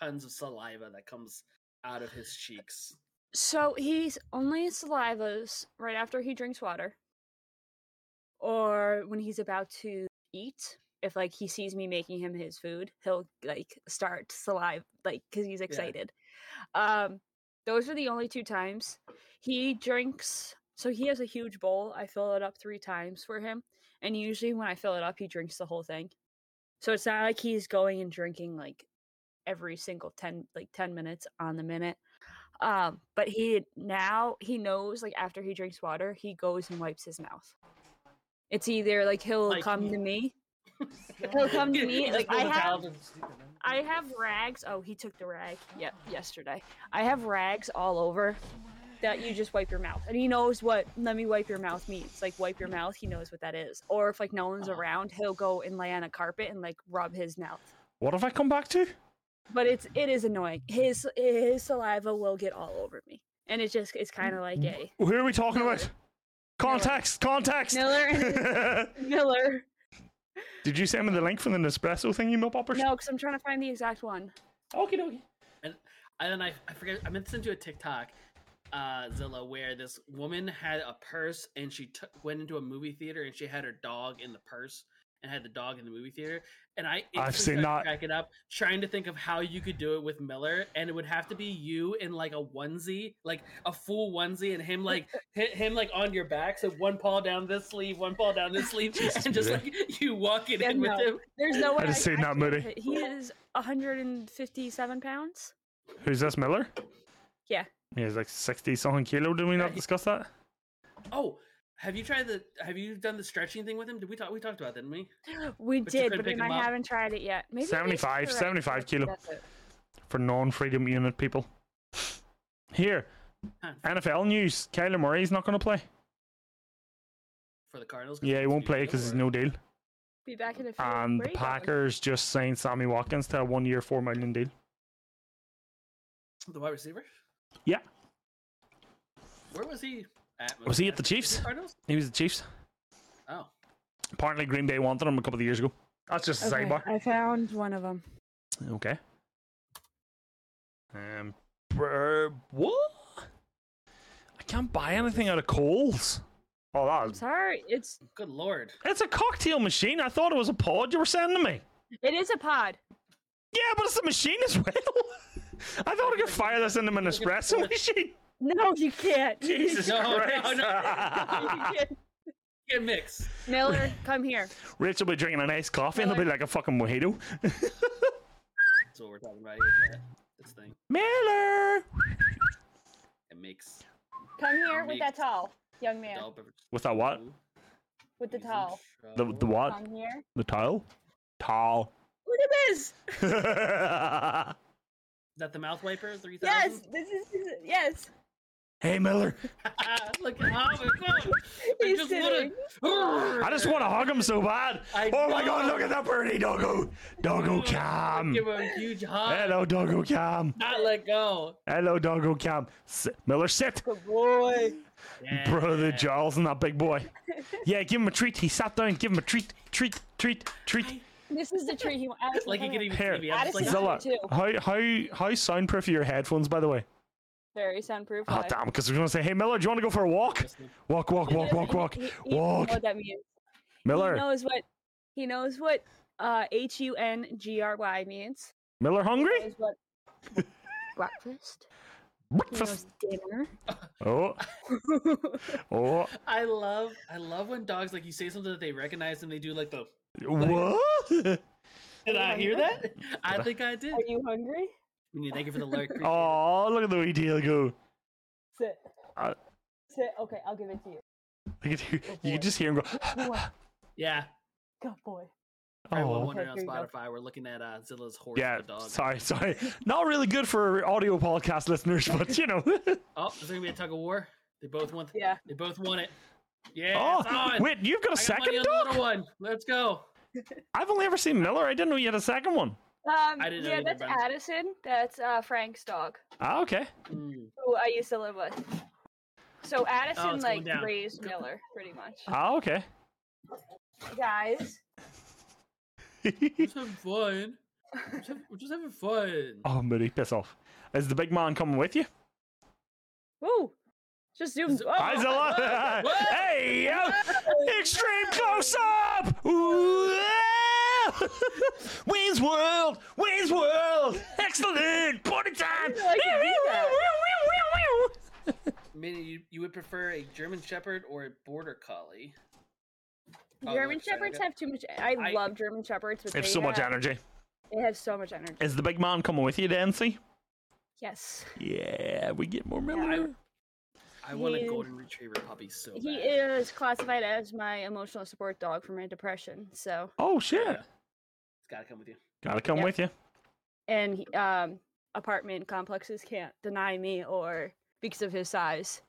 Speaker 3: tons of saliva that comes out of his cheeks?
Speaker 1: So he's only salivas right after he drinks water, or when he's about to eat. If like he sees me making him his food, he'll like start saliva like because he's excited. Um, those are the only two times he drinks. So he has a huge bowl. I fill it up three times for him, and usually when I fill it up, he drinks the whole thing. So it's not like he's going and drinking like every single 10 like 10 minutes on the minute um but he now he knows like after he drinks water he goes and wipes his mouth it's either like he'll
Speaker 3: Like
Speaker 1: come
Speaker 3: you-
Speaker 1: to me he'll come to me
Speaker 3: Just
Speaker 1: like
Speaker 3: pull
Speaker 1: i
Speaker 3: the
Speaker 1: have
Speaker 3: towel and sweep it in.
Speaker 1: I have rags. Oh, he took the rag. Yep, yesterday. I have rags all over that you just wipe your mouth. And he knows what let me wipe your mouth means. Like wipe your mouth, he knows what that is. Or if like no one's around, he'll go and lay on a carpet and like rub his mouth.
Speaker 2: What have I come back to?
Speaker 1: But it's it is annoying. His his saliva will get all over me. And it's just it's kind of like a
Speaker 2: Who are we talking about? Context, context.
Speaker 1: Miller and Miller.
Speaker 2: Did you send me the link for the Nespresso thing, you millpoppers?
Speaker 1: No, cuz I'm trying to find the exact one.
Speaker 6: Okie dokie.
Speaker 3: And then I, I forget, I meant to send you a TikTok, uh, Zilla, where this woman had a purse and she took went into a movie theater and she had her dog in the purse and had the dog in the movie theater. And I
Speaker 2: I've seen
Speaker 3: instantly started
Speaker 2: that.
Speaker 3: cracking up, trying to think of how you could do it with Miller, and it would have to be you in like a onesie, like a full onesie, and him like hit him like on your back, so one paw down this sleeve, one paw down this sleeve, and just
Speaker 2: Peter.
Speaker 3: like you walking
Speaker 1: Yeah,
Speaker 3: in with
Speaker 1: no.
Speaker 3: him.
Speaker 1: There's no way
Speaker 2: just seen
Speaker 1: I
Speaker 2: that
Speaker 1: could-
Speaker 2: movie.
Speaker 1: He is 157 pounds.
Speaker 2: Who's this, Miller?
Speaker 1: Yeah.
Speaker 2: He's like 60 something kilo. Did we
Speaker 3: Yeah,
Speaker 2: not
Speaker 3: he-
Speaker 2: discuss that?
Speaker 3: Oh, have you tried the? Have you done the stretching thing with him? Did we talk? We talked about that, didn't we?
Speaker 1: We
Speaker 3: But you
Speaker 1: did,
Speaker 3: couldn't
Speaker 1: but
Speaker 3: pick
Speaker 1: then I
Speaker 3: them up?
Speaker 1: haven't tried it yet. Maybe it is
Speaker 2: 75
Speaker 1: correct.
Speaker 2: 75 kilo.
Speaker 1: That's it.
Speaker 2: For non freedom unit people. Here,
Speaker 3: Huh.
Speaker 2: NFL news. Kyler Murray's not going to play.
Speaker 3: For the Cardinals. 'cause
Speaker 2: Yeah,
Speaker 3: it's
Speaker 2: he won't
Speaker 3: gonna
Speaker 2: play
Speaker 3: be
Speaker 2: because he's
Speaker 3: over.
Speaker 2: no deal.
Speaker 1: Be back in a few.
Speaker 2: And
Speaker 1: where
Speaker 2: the
Speaker 1: you going?
Speaker 2: Um, Packers just signed Sammy Watkins to a one year, $4 million deal.
Speaker 3: the wide receiver.
Speaker 2: Yeah.
Speaker 3: Where was he at? when
Speaker 2: Was
Speaker 3: we
Speaker 2: he at the
Speaker 3: drafted him?
Speaker 2: Chiefs?
Speaker 3: Cardinals.
Speaker 2: He was the Chiefs.
Speaker 3: Oh,
Speaker 2: Apparently, Green Bay wanted him a couple of years ago. That's just a
Speaker 1: Okay,
Speaker 2: sidebar.
Speaker 1: I found one of them.
Speaker 2: Okay. Um, br- what? I can't buy anything out of Coles. Oh,
Speaker 1: I'm
Speaker 2: that
Speaker 1: sorry. It's
Speaker 3: good lord!
Speaker 2: it's a cocktail machine. I thought it was a pod you were sending me.
Speaker 1: it is a pod.
Speaker 2: Yeah, but it's a machine as well. I thought I could fire this into an espresso machine.
Speaker 1: No, you can't.
Speaker 2: Jesus
Speaker 3: No, no,
Speaker 1: You
Speaker 2: Christ!
Speaker 1: can't.
Speaker 3: Get mix.
Speaker 1: Miller, come here.
Speaker 2: Rachel will be drinking a nice coffee and it'll be like a fucking mojito.
Speaker 3: That's what we're talking about here. Matt. This thing
Speaker 2: Miller
Speaker 3: it makes
Speaker 1: Come here with that towel, young man.
Speaker 3: adult beverage.
Speaker 2: with that what?
Speaker 3: Ooh,
Speaker 1: With the
Speaker 3: he's in
Speaker 1: towel.
Speaker 2: The
Speaker 3: trouble.
Speaker 2: Uh, the what?
Speaker 1: Come here.
Speaker 2: The towel? Towel.
Speaker 1: Look at this.
Speaker 2: hey
Speaker 3: Is that the mouth wiper? Three
Speaker 1: Yes,
Speaker 3: thousand.
Speaker 1: this is this is- yes.
Speaker 2: Miller,
Speaker 3: Look at how it goes. I
Speaker 1: He's
Speaker 3: just
Speaker 1: sitting.
Speaker 3: want to.
Speaker 2: I just want to hug him so bad.
Speaker 3: I
Speaker 2: oh my god,
Speaker 3: know.
Speaker 2: look at that birdie doggo. Doggo Cam.
Speaker 3: Give him a huge hug.
Speaker 2: Hello, doggo Cam.
Speaker 3: Not let go.
Speaker 2: Hello, doggo Cam. S- Miller, sit.
Speaker 1: Good boy.
Speaker 2: Brother
Speaker 3: Yeah.
Speaker 2: Charles and that big boy. Yeah, give him a treat. He sat down. Give him a treat, treat, treat, treat.
Speaker 1: This is the tree he wants.
Speaker 3: Like he could even
Speaker 2: Here.
Speaker 3: see me. I'm just
Speaker 1: Addison-
Speaker 3: like,
Speaker 2: Zilla,
Speaker 1: too.
Speaker 2: how, how, how soundproof are your headphones, by the way?
Speaker 1: very soundproof.
Speaker 2: Oh,
Speaker 1: why?
Speaker 2: damn, because we're going to say, hey, Miller, do you want to go for a walk? Walk, walk, walk, walk, walk.
Speaker 1: He- he- he
Speaker 2: Walk.
Speaker 1: knows What that means. He
Speaker 2: Miller,
Speaker 1: knows what he knows what uh H U N G R Y means.
Speaker 2: Miller
Speaker 1: He
Speaker 2: hungry?
Speaker 1: knows what breakfast. He
Speaker 2: Breakfast.
Speaker 1: knows dinner.
Speaker 2: Oh, oh.
Speaker 3: I love, I love when dogs like you say something that they recognize and they do like the.
Speaker 2: What?
Speaker 3: Did I hear that? I
Speaker 2: Did I-
Speaker 3: think I did.
Speaker 1: Are you hungry?
Speaker 3: We need to thank you for the lurk. appreciate it.
Speaker 2: Oh, look at the wee deal go.
Speaker 1: Sit.
Speaker 2: Uh,
Speaker 1: Sit. Okay, I'll give it to you.
Speaker 2: Look at
Speaker 3: Oh,
Speaker 2: you. You can just hear him go.
Speaker 3: Yeah.
Speaker 1: Good boy.
Speaker 3: For everyone
Speaker 2: Oh.
Speaker 3: wondering on
Speaker 1: Here you go.
Speaker 3: Spotify, we're looking at uh, Zilla's horse
Speaker 2: Yeah,
Speaker 3: with a dog.
Speaker 2: sorry, sorry. Not really good for audio podcast listeners, but you know.
Speaker 3: Oh, is there gonna be a tug of war? They both want.
Speaker 1: Yeah.
Speaker 3: They both want it. Yeah. it's
Speaker 2: oh,
Speaker 3: on.
Speaker 2: wait, you've got a
Speaker 3: I got money
Speaker 2: second
Speaker 3: on the
Speaker 2: dog?
Speaker 3: little one. Let's go.
Speaker 2: I've only ever seen Miller. I didn't know you had a second one.
Speaker 1: Um,
Speaker 3: I didn't know
Speaker 1: yeah,
Speaker 3: either,
Speaker 1: that's
Speaker 3: Brandon.
Speaker 1: Addison. That's uh, Frank's dog,
Speaker 2: Ah, okay.
Speaker 3: Mm.
Speaker 1: who I used to live with. So Addison
Speaker 3: Oh, it's going
Speaker 1: like
Speaker 3: down.
Speaker 1: raised Miller pretty much.
Speaker 2: Ah, okay.
Speaker 1: Guys,
Speaker 3: We're just having fun. We're just, having, we're just having fun.
Speaker 2: oh, Moody, piss off. Is the big man coming with you?
Speaker 1: woo, just zoom.
Speaker 3: Zo-
Speaker 1: Oh,
Speaker 2: Hi, Zilla.
Speaker 3: whoa, whoa.
Speaker 2: hey, yo. Extreme close up. Wayne's World. Wayne's World. Excellent. Party time.
Speaker 1: I can do that.
Speaker 3: Minnie, you, you would prefer a German Shepherd or a Border Collie? Oh,
Speaker 1: German
Speaker 3: looks like I
Speaker 1: shepherds
Speaker 3: got-
Speaker 1: have too much. I,
Speaker 3: I-
Speaker 1: love German shepherds, but
Speaker 2: They have
Speaker 1: they
Speaker 2: so much
Speaker 1: have-
Speaker 2: energy.
Speaker 1: They have so much energy.
Speaker 2: Is the big man coming with you, Dancy?
Speaker 1: Yes.
Speaker 2: Yeah, we get more
Speaker 1: I-
Speaker 2: Miller.
Speaker 3: I want
Speaker 1: He
Speaker 3: a
Speaker 1: is-
Speaker 3: golden retriever puppy so bad.
Speaker 1: He is classified as my emotional support dog for my depression. So,
Speaker 2: Oh shit!
Speaker 3: It's gotta come with you.
Speaker 2: Gotta come
Speaker 1: Yep.
Speaker 2: with you.
Speaker 1: and he- um, apartment complexes can't deny me, or because of his size,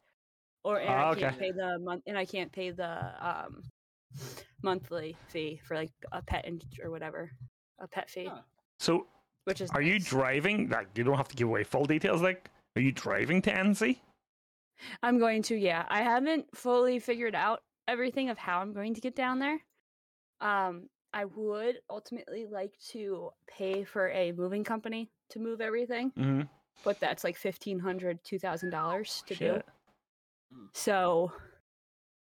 Speaker 1: or and
Speaker 2: Ah,
Speaker 1: I can't
Speaker 3: okay.
Speaker 1: pay the month, and I can't pay the um, monthly fee for like a pet in- or whatever, a pet fee,
Speaker 3: Huh.
Speaker 2: So,
Speaker 1: which is.
Speaker 2: are you
Speaker 1: nice.
Speaker 2: driving? Like, you don't have to give away full details. Like, are you driving to NC?
Speaker 1: I'm going to, yeah. I haven't fully figured out everything of how I'm going to get down there. Um, I would ultimately like to pay for a moving company to move everything,
Speaker 2: Mm-hmm.
Speaker 1: but that's like fifteen hundred, two thousand dollars to do.
Speaker 2: Shit.
Speaker 1: So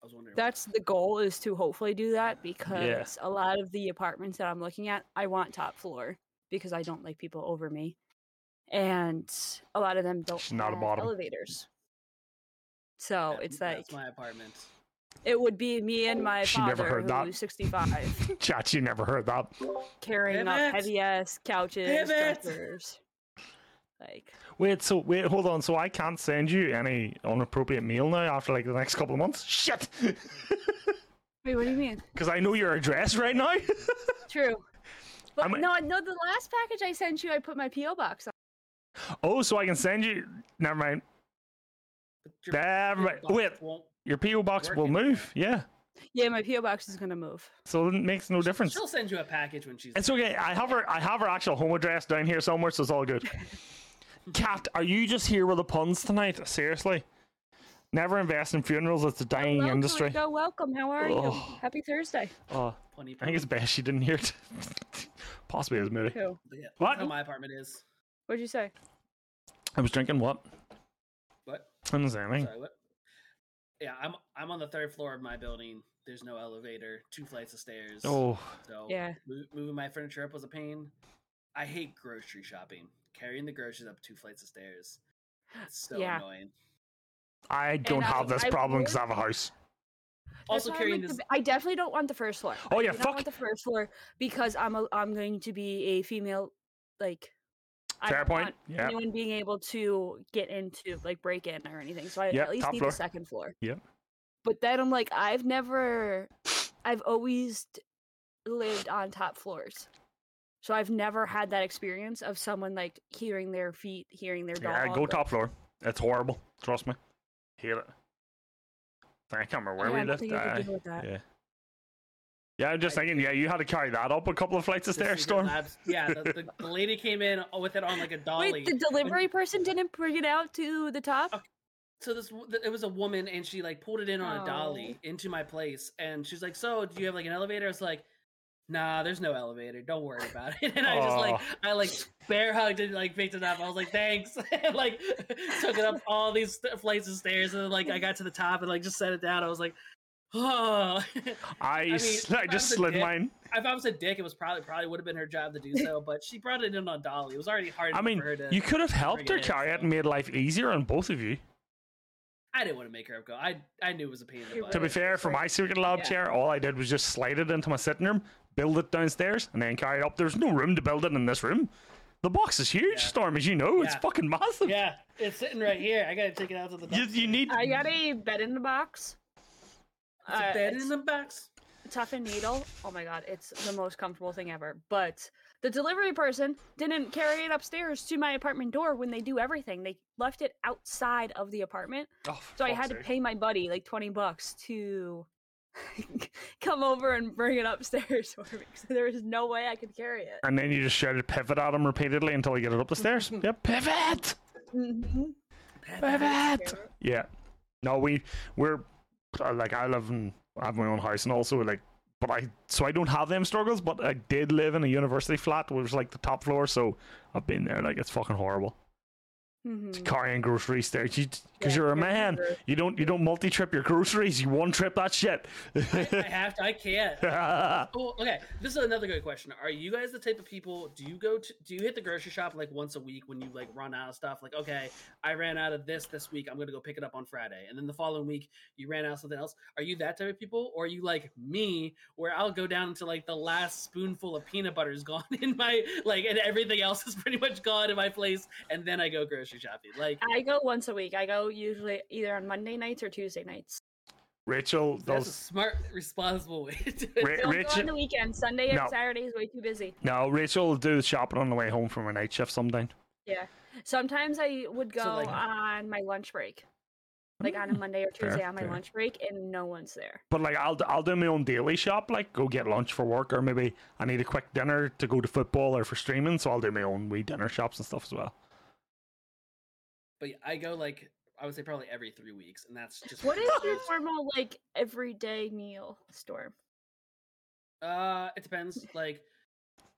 Speaker 3: I was wondering.
Speaker 1: that's the goal is to hopefully do that because a lot of the apartments that I'm looking at, I want top floor because I don't like people over me, and a lot of them don't
Speaker 2: She's not a
Speaker 1: have
Speaker 2: bottom.
Speaker 1: elevators. So it's like
Speaker 3: that's my apartment.
Speaker 1: It would be me and my
Speaker 2: She
Speaker 1: father,
Speaker 2: never heard that.
Speaker 1: who's 65,
Speaker 2: Chat, you never heard that.
Speaker 1: carrying up
Speaker 3: Pivot!
Speaker 1: heavy ass couches,
Speaker 3: Pivot!
Speaker 1: dressers. Like,
Speaker 2: Wait, so wait, hold on. So I can't send you any inappropriate mail now after like the next couple of months. Shit,
Speaker 1: wait, what do you mean?
Speaker 2: because I know your address right now.
Speaker 1: True. But
Speaker 2: I'm a-
Speaker 1: no, no, the last package I sent you, I put my P.O. box on.
Speaker 2: oh, so I can send you. Never mind.
Speaker 3: But your-
Speaker 2: Never
Speaker 3: your
Speaker 2: mind.
Speaker 3: box
Speaker 2: Wait,
Speaker 3: won't-
Speaker 2: your PO box will
Speaker 3: Working.
Speaker 2: move. Yeah,
Speaker 1: Yeah, my P.O. box is going to move.
Speaker 2: so it makes no difference.
Speaker 3: She'll send you a package when she's.
Speaker 2: It's okay. I have her. I have her actual home address down here somewhere, so it's all good. Cat, are you just here with the puns tonight? Seriously, never invest in funerals. It's a dying
Speaker 1: Hello,
Speaker 2: industry.
Speaker 1: Kalika, welcome. How are you?
Speaker 2: Ugh.
Speaker 1: Happy Thursday.
Speaker 2: Oh,
Speaker 3: Plenty
Speaker 2: I think it's best she didn't hear it. Possibly it was Moody.
Speaker 1: Who?
Speaker 3: But yeah,
Speaker 2: What?
Speaker 3: That's how my apartment is.
Speaker 1: What'd you say?
Speaker 2: I was drinking what?
Speaker 3: What?
Speaker 2: I didn't say anything.
Speaker 3: Sorry, what? Yeah, I'm I'm on the third floor of my building. There's no elevator. Two flights of stairs.
Speaker 2: Oh,
Speaker 3: So
Speaker 1: Yeah.
Speaker 3: mo- moving my furniture up was a pain. I hate grocery shopping. Carrying the groceries up two flights of stairs. It's so
Speaker 1: Yeah.
Speaker 3: annoying.
Speaker 2: I don't
Speaker 1: I-
Speaker 2: have this
Speaker 1: I would-
Speaker 2: problem because I have a house.
Speaker 1: That's
Speaker 3: Also
Speaker 1: why I
Speaker 3: carrying
Speaker 1: like
Speaker 3: this.
Speaker 1: the- I definitely don't want the first floor.
Speaker 2: Oh,
Speaker 1: I
Speaker 2: yeah,
Speaker 1: do not
Speaker 2: fuck.
Speaker 1: want the first floor because I'm a, I'm going to be a female. Like, I
Speaker 2: Fair
Speaker 1: don't
Speaker 2: point.
Speaker 1: want
Speaker 2: Yeah.
Speaker 1: anyone being able to get into like break in or anything. So I
Speaker 2: Yep,
Speaker 1: at least
Speaker 2: top
Speaker 1: need
Speaker 2: floor.
Speaker 1: the second floor.
Speaker 2: Yep.
Speaker 1: But then I'm like, I've never, I've always d- lived on top floors. So I've never had that experience of someone like hearing their feet, hearing their dog.
Speaker 2: Yeah, go
Speaker 1: or-
Speaker 2: top floor. It's horrible. Trust me. Hate it. I can't remember where
Speaker 1: Yeah, I
Speaker 2: we uh,
Speaker 1: don't
Speaker 2: lived.
Speaker 1: think I could
Speaker 2: aye.
Speaker 1: deal with that.
Speaker 2: Yeah. Yeah, I'm just
Speaker 3: I
Speaker 2: thinking. Yeah, you had to carry that up a couple of flights of
Speaker 3: the
Speaker 2: stairs, Storm.
Speaker 3: Secret Labs- Yeah, the, the lady came in with it on like a dolly.
Speaker 1: Wait, the delivery person didn't bring it out to the top.
Speaker 3: Okay. so this w- th- it was a woman and she like pulled it in on a dolly
Speaker 1: Oh.
Speaker 3: into my place and she's like so do you have like an elevator i was like nah there's no elevator don't worry about it and i just like
Speaker 2: Aw.
Speaker 3: i like bear hugged and like picked it up i was like thanks and like took it up all these st- flights of stairs and then like i got to the top and like just set it down i was like oh
Speaker 2: I,
Speaker 3: mean,
Speaker 2: sl- I
Speaker 3: if I
Speaker 2: just
Speaker 3: was a
Speaker 2: slid
Speaker 3: dick-
Speaker 2: mine.
Speaker 3: if i was a dick it was probably probably would have been her job to do so but she brought it in on dolly it was already hard
Speaker 2: I
Speaker 3: enough
Speaker 2: mean,
Speaker 3: for her to
Speaker 2: you could have helped
Speaker 3: bring it
Speaker 2: her
Speaker 3: in,
Speaker 2: carry it
Speaker 3: so-
Speaker 2: and made life easier on both of you.
Speaker 3: i didn't want to make her up go i i knew it was a pain in the
Speaker 1: It
Speaker 3: butt
Speaker 2: To be
Speaker 1: Right,
Speaker 2: fair, for my secret lab
Speaker 3: Yeah.
Speaker 2: chair, all I did was just slide it into my sitting room, build it downstairs, and then carry it up. There's no room to build it in this room. The box is huge,
Speaker 3: Yeah.
Speaker 2: Storm, as you know. It's
Speaker 3: Yeah.
Speaker 2: fucking massive.
Speaker 3: Yeah, it's sitting right here. I gotta take it out to the.
Speaker 2: You,
Speaker 3: dumpster.
Speaker 2: you need.
Speaker 1: I got a bed in the box.
Speaker 3: It's a
Speaker 1: Uh,
Speaker 3: bed
Speaker 1: it's
Speaker 3: in the box.
Speaker 1: tough and needle. Oh my god, it's the most comfortable thing ever. But the delivery person didn't carry it upstairs to my apartment door when they do everything. They left it outside of the apartment.
Speaker 2: Oh, for
Speaker 1: So I
Speaker 2: fuck's
Speaker 1: had to
Speaker 2: sake.
Speaker 1: pay my buddy like 20 bucks to come over and bring it upstairs for me. So there was no way I could carry it.
Speaker 2: And then you just shouted pivot at him repeatedly until he get it up the stairs. yeah, pivot,
Speaker 3: Mm-hmm.
Speaker 1: Mhm.
Speaker 2: pivot. Yeah. No, we we're uh, like I live in I have my own house and also like but I so I don't have them struggles, but I did live in a university flat which was like the top floor, so I've been there. Like it's fucking horrible.
Speaker 1: Mhm.
Speaker 2: to carrying groceries there because
Speaker 1: Yeah,
Speaker 2: you're a
Speaker 1: carrying
Speaker 2: man.
Speaker 1: groceries.
Speaker 2: You don't you don't multi trip your groceries. You one trip that shit.
Speaker 3: I have to. I can't.
Speaker 2: I
Speaker 3: Oh, okay. This is another good question. Are you guys the type of people? Do you go to? Do you hit the grocery shop like once a week when you like run out of stuff? Like, okay, I ran out of this this week. I'm gonna go pick it up on Friday, and then the following week you ran out of something else. Are you that type of people, or are you like me, where I'll go down to like the last spoonful of peanut butter is gone in my like, and everything else is pretty much gone in my place, and then I go grocery shopping. Like,
Speaker 1: I go once a week. I go usually either on Monday nights or Tuesday nights.
Speaker 2: Rachel
Speaker 3: that's a
Speaker 2: does.
Speaker 3: smart, responsible way. To do
Speaker 2: Ra-
Speaker 3: it.
Speaker 1: Don't go
Speaker 2: Rachel,
Speaker 1: on the weekend. Sunday and
Speaker 2: No.
Speaker 1: Saturday is way too busy.
Speaker 2: no, Rachel will do shopping on the way home from her night shift sometime.
Speaker 1: Yeah. Sometimes I would go
Speaker 3: So, like-
Speaker 1: on my lunch break, like on a Monday or
Speaker 2: fair,
Speaker 1: Tuesday on my
Speaker 2: fair.
Speaker 1: lunch break, and no one's there.
Speaker 2: But like I'll I'll do my own daily shop, like go get lunch for work, or maybe I need a quick dinner to go to football or for streaming, so I'll do my own wee dinner shops and stuff as well.
Speaker 3: But yeah, I go like I would say probably every three weeks, and that's just
Speaker 1: What is your
Speaker 3: ridiculous.
Speaker 1: normal like everyday meal, Storm?
Speaker 3: Uh, it depends. Like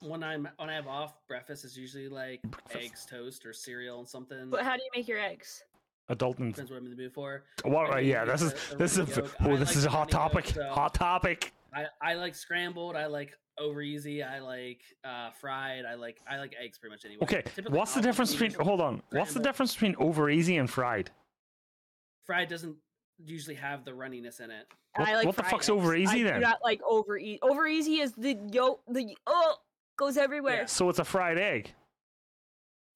Speaker 3: when I'm when I have off, breakfast is usually like eggs, toast, or cereal and something.
Speaker 1: But how do you make your eggs?
Speaker 2: Adult and
Speaker 3: depends what I'm in the mood for.
Speaker 2: what? uh,
Speaker 3: I mean,
Speaker 2: yeah,
Speaker 3: like
Speaker 2: this is
Speaker 3: the- the
Speaker 2: this is
Speaker 3: runny
Speaker 2: a,
Speaker 3: yolk.
Speaker 2: oh,
Speaker 3: I
Speaker 2: this
Speaker 3: like
Speaker 2: is a
Speaker 3: the
Speaker 2: hot
Speaker 3: runny
Speaker 2: topic.
Speaker 3: yolk, so-
Speaker 2: Hot topic.
Speaker 3: I, I like scrambled. I like over easy. I like uh, fried. I like I like eggs pretty much anyway.
Speaker 2: Okay,
Speaker 3: Typically,
Speaker 2: what's the
Speaker 3: I'll
Speaker 2: difference
Speaker 3: eat
Speaker 2: between?
Speaker 3: some-
Speaker 2: Hold on, what's the
Speaker 3: scrambled.
Speaker 2: difference between over easy and fried?
Speaker 3: Fried doesn't usually have the runniness in it.
Speaker 2: What-
Speaker 1: I like
Speaker 2: what the
Speaker 1: fried
Speaker 2: fuck's
Speaker 1: eggs.
Speaker 2: over easy
Speaker 1: I do
Speaker 2: then?
Speaker 1: Not like over easy. Over easy is the yo the oh goes everywhere.
Speaker 2: So it's a fried egg.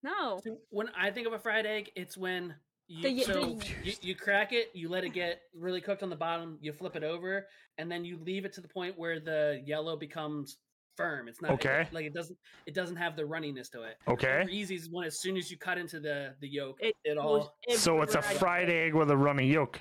Speaker 1: No,
Speaker 3: So when I think of a fried egg, it's when you
Speaker 1: The-
Speaker 3: so
Speaker 1: the-
Speaker 3: you, you crack it, you let it get really cooked on the bottom, you flip it over, and then you leave it to the point where the yellow becomes firm. It's not it-
Speaker 2: Okay.
Speaker 3: like it doesn't it doesn't have the runniness to it.
Speaker 2: Okay,
Speaker 3: Easy is when as soon as you cut into the the yolk,
Speaker 1: It
Speaker 3: it,
Speaker 1: goes
Speaker 3: all.
Speaker 2: so it's a
Speaker 1: everywhere.
Speaker 2: fried egg with a runny yolk.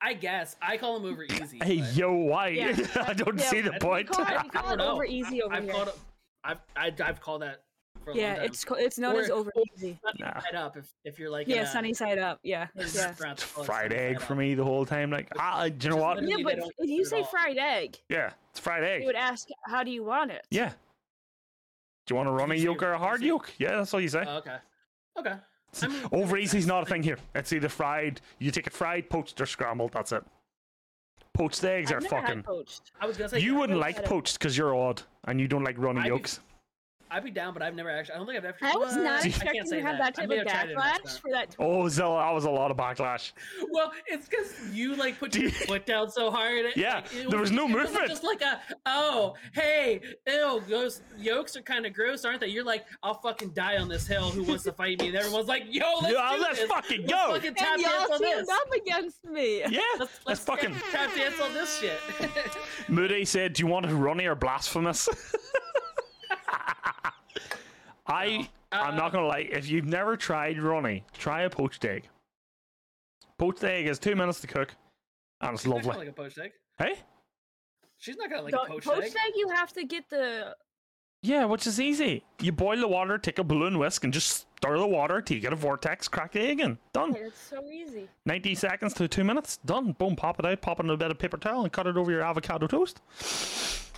Speaker 3: I guess I call them over easy.
Speaker 2: Hey
Speaker 3: but
Speaker 2: yo, why?
Speaker 1: Yeah,
Speaker 2: I don't
Speaker 1: yeah,
Speaker 2: see the
Speaker 3: that's what
Speaker 2: point.
Speaker 3: you
Speaker 1: Call it, we
Speaker 3: I
Speaker 1: call it
Speaker 3: don't know.
Speaker 1: over easy over
Speaker 3: I've
Speaker 1: here.
Speaker 3: called it, I've I, I've called that. For a long
Speaker 1: yeah,
Speaker 3: time.
Speaker 1: it's co- it's known
Speaker 3: Or-
Speaker 1: as over
Speaker 3: or
Speaker 1: easy.
Speaker 3: sunny
Speaker 2: Nah.
Speaker 3: side up if, if you're like in
Speaker 1: Yeah,
Speaker 3: a-
Speaker 1: sunny side up. Yeah,
Speaker 3: in a
Speaker 1: yeah.
Speaker 3: restaurant,
Speaker 2: It's
Speaker 3: they call it Oh,
Speaker 2: fried
Speaker 3: sunny
Speaker 2: egg
Speaker 3: side
Speaker 2: for
Speaker 3: up.
Speaker 2: me the whole time. Like, ah, do you know
Speaker 3: Just
Speaker 2: what?
Speaker 3: literally
Speaker 1: Yeah,
Speaker 3: they
Speaker 1: but
Speaker 3: don't
Speaker 1: if
Speaker 3: cook
Speaker 1: you
Speaker 3: it at
Speaker 1: say
Speaker 3: all.
Speaker 1: fried egg,
Speaker 2: Yeah, it's fried egg.
Speaker 1: you would ask, "How do you want it?"
Speaker 2: Yeah. Do you want a runny
Speaker 3: say-
Speaker 2: yolk or a
Speaker 3: did you
Speaker 2: hard
Speaker 3: say-
Speaker 2: yolk? Yeah, that's all you say.
Speaker 3: Oh, okay. Okay. I mean, that
Speaker 2: Over
Speaker 3: makes
Speaker 2: easy is
Speaker 3: sense.
Speaker 2: not a thing here.
Speaker 3: Like,
Speaker 2: It's either fried, you take it fried, poached, or scrambled. That's it. Poached eggs
Speaker 1: I've
Speaker 2: are
Speaker 1: never had
Speaker 2: fucking.
Speaker 1: poached.
Speaker 3: I was gonna say
Speaker 2: You
Speaker 3: yeah,
Speaker 2: wouldn't
Speaker 1: never
Speaker 2: like
Speaker 1: had it.
Speaker 2: poached because you're odd and you don't like runny
Speaker 3: I'd be-
Speaker 2: yolks.
Speaker 3: I'd be down, but I've never actually. I don't think I've ever.
Speaker 1: I was
Speaker 3: Well,
Speaker 1: not
Speaker 3: I
Speaker 1: expecting
Speaker 3: can't say
Speaker 1: to have that,
Speaker 3: I
Speaker 1: type
Speaker 3: may
Speaker 1: of
Speaker 3: have tried it next
Speaker 1: backlash
Speaker 3: time.
Speaker 1: for that.
Speaker 2: Oh, so that was a lot of backlash.
Speaker 3: Well, it's because you like put
Speaker 2: Do
Speaker 3: your
Speaker 2: you-
Speaker 3: foot down so hard. It,
Speaker 2: Yeah,
Speaker 3: like, it
Speaker 2: there was no
Speaker 3: it
Speaker 2: movement.
Speaker 3: Just like a oh hey ew those yolks are kind of gross, aren't they? You're like I'll fucking die on this hill. Who wants to fight me? And everyone's like yo let's
Speaker 2: Yeah,
Speaker 3: do
Speaker 2: let's
Speaker 3: this.
Speaker 2: fucking
Speaker 3: Let's
Speaker 2: go."
Speaker 3: Fucking tap
Speaker 1: And
Speaker 3: dance
Speaker 1: y'all
Speaker 3: on
Speaker 1: teamed
Speaker 3: this.
Speaker 1: up against me.
Speaker 2: Yeah,
Speaker 3: Let's,
Speaker 2: that's
Speaker 3: let's
Speaker 2: fucking.
Speaker 3: tap dance on this shit.
Speaker 2: Moody said, "Do you want a runny or blasphemous?" I I'm not gonna lie. If you've never tried runny, try a poached egg. Poached egg is two minutes to cook, and it's
Speaker 3: She's not gonna
Speaker 2: lovely.
Speaker 3: like a poached egg.
Speaker 2: Hey,
Speaker 3: She's not gonna like
Speaker 1: The
Speaker 3: a poached,
Speaker 1: poached
Speaker 3: egg.
Speaker 1: egg, you have to get the
Speaker 2: yeah, which is easy. You boil the water, take a balloon whisk, and just stir the water till you get a vortex. Crack the egg in. Done.
Speaker 1: Okay, That's so easy.
Speaker 2: Ninety seconds to two minutes. Done. Boom. Pop it out. Pop it in a bit of paper towel and cut it over your avocado toast.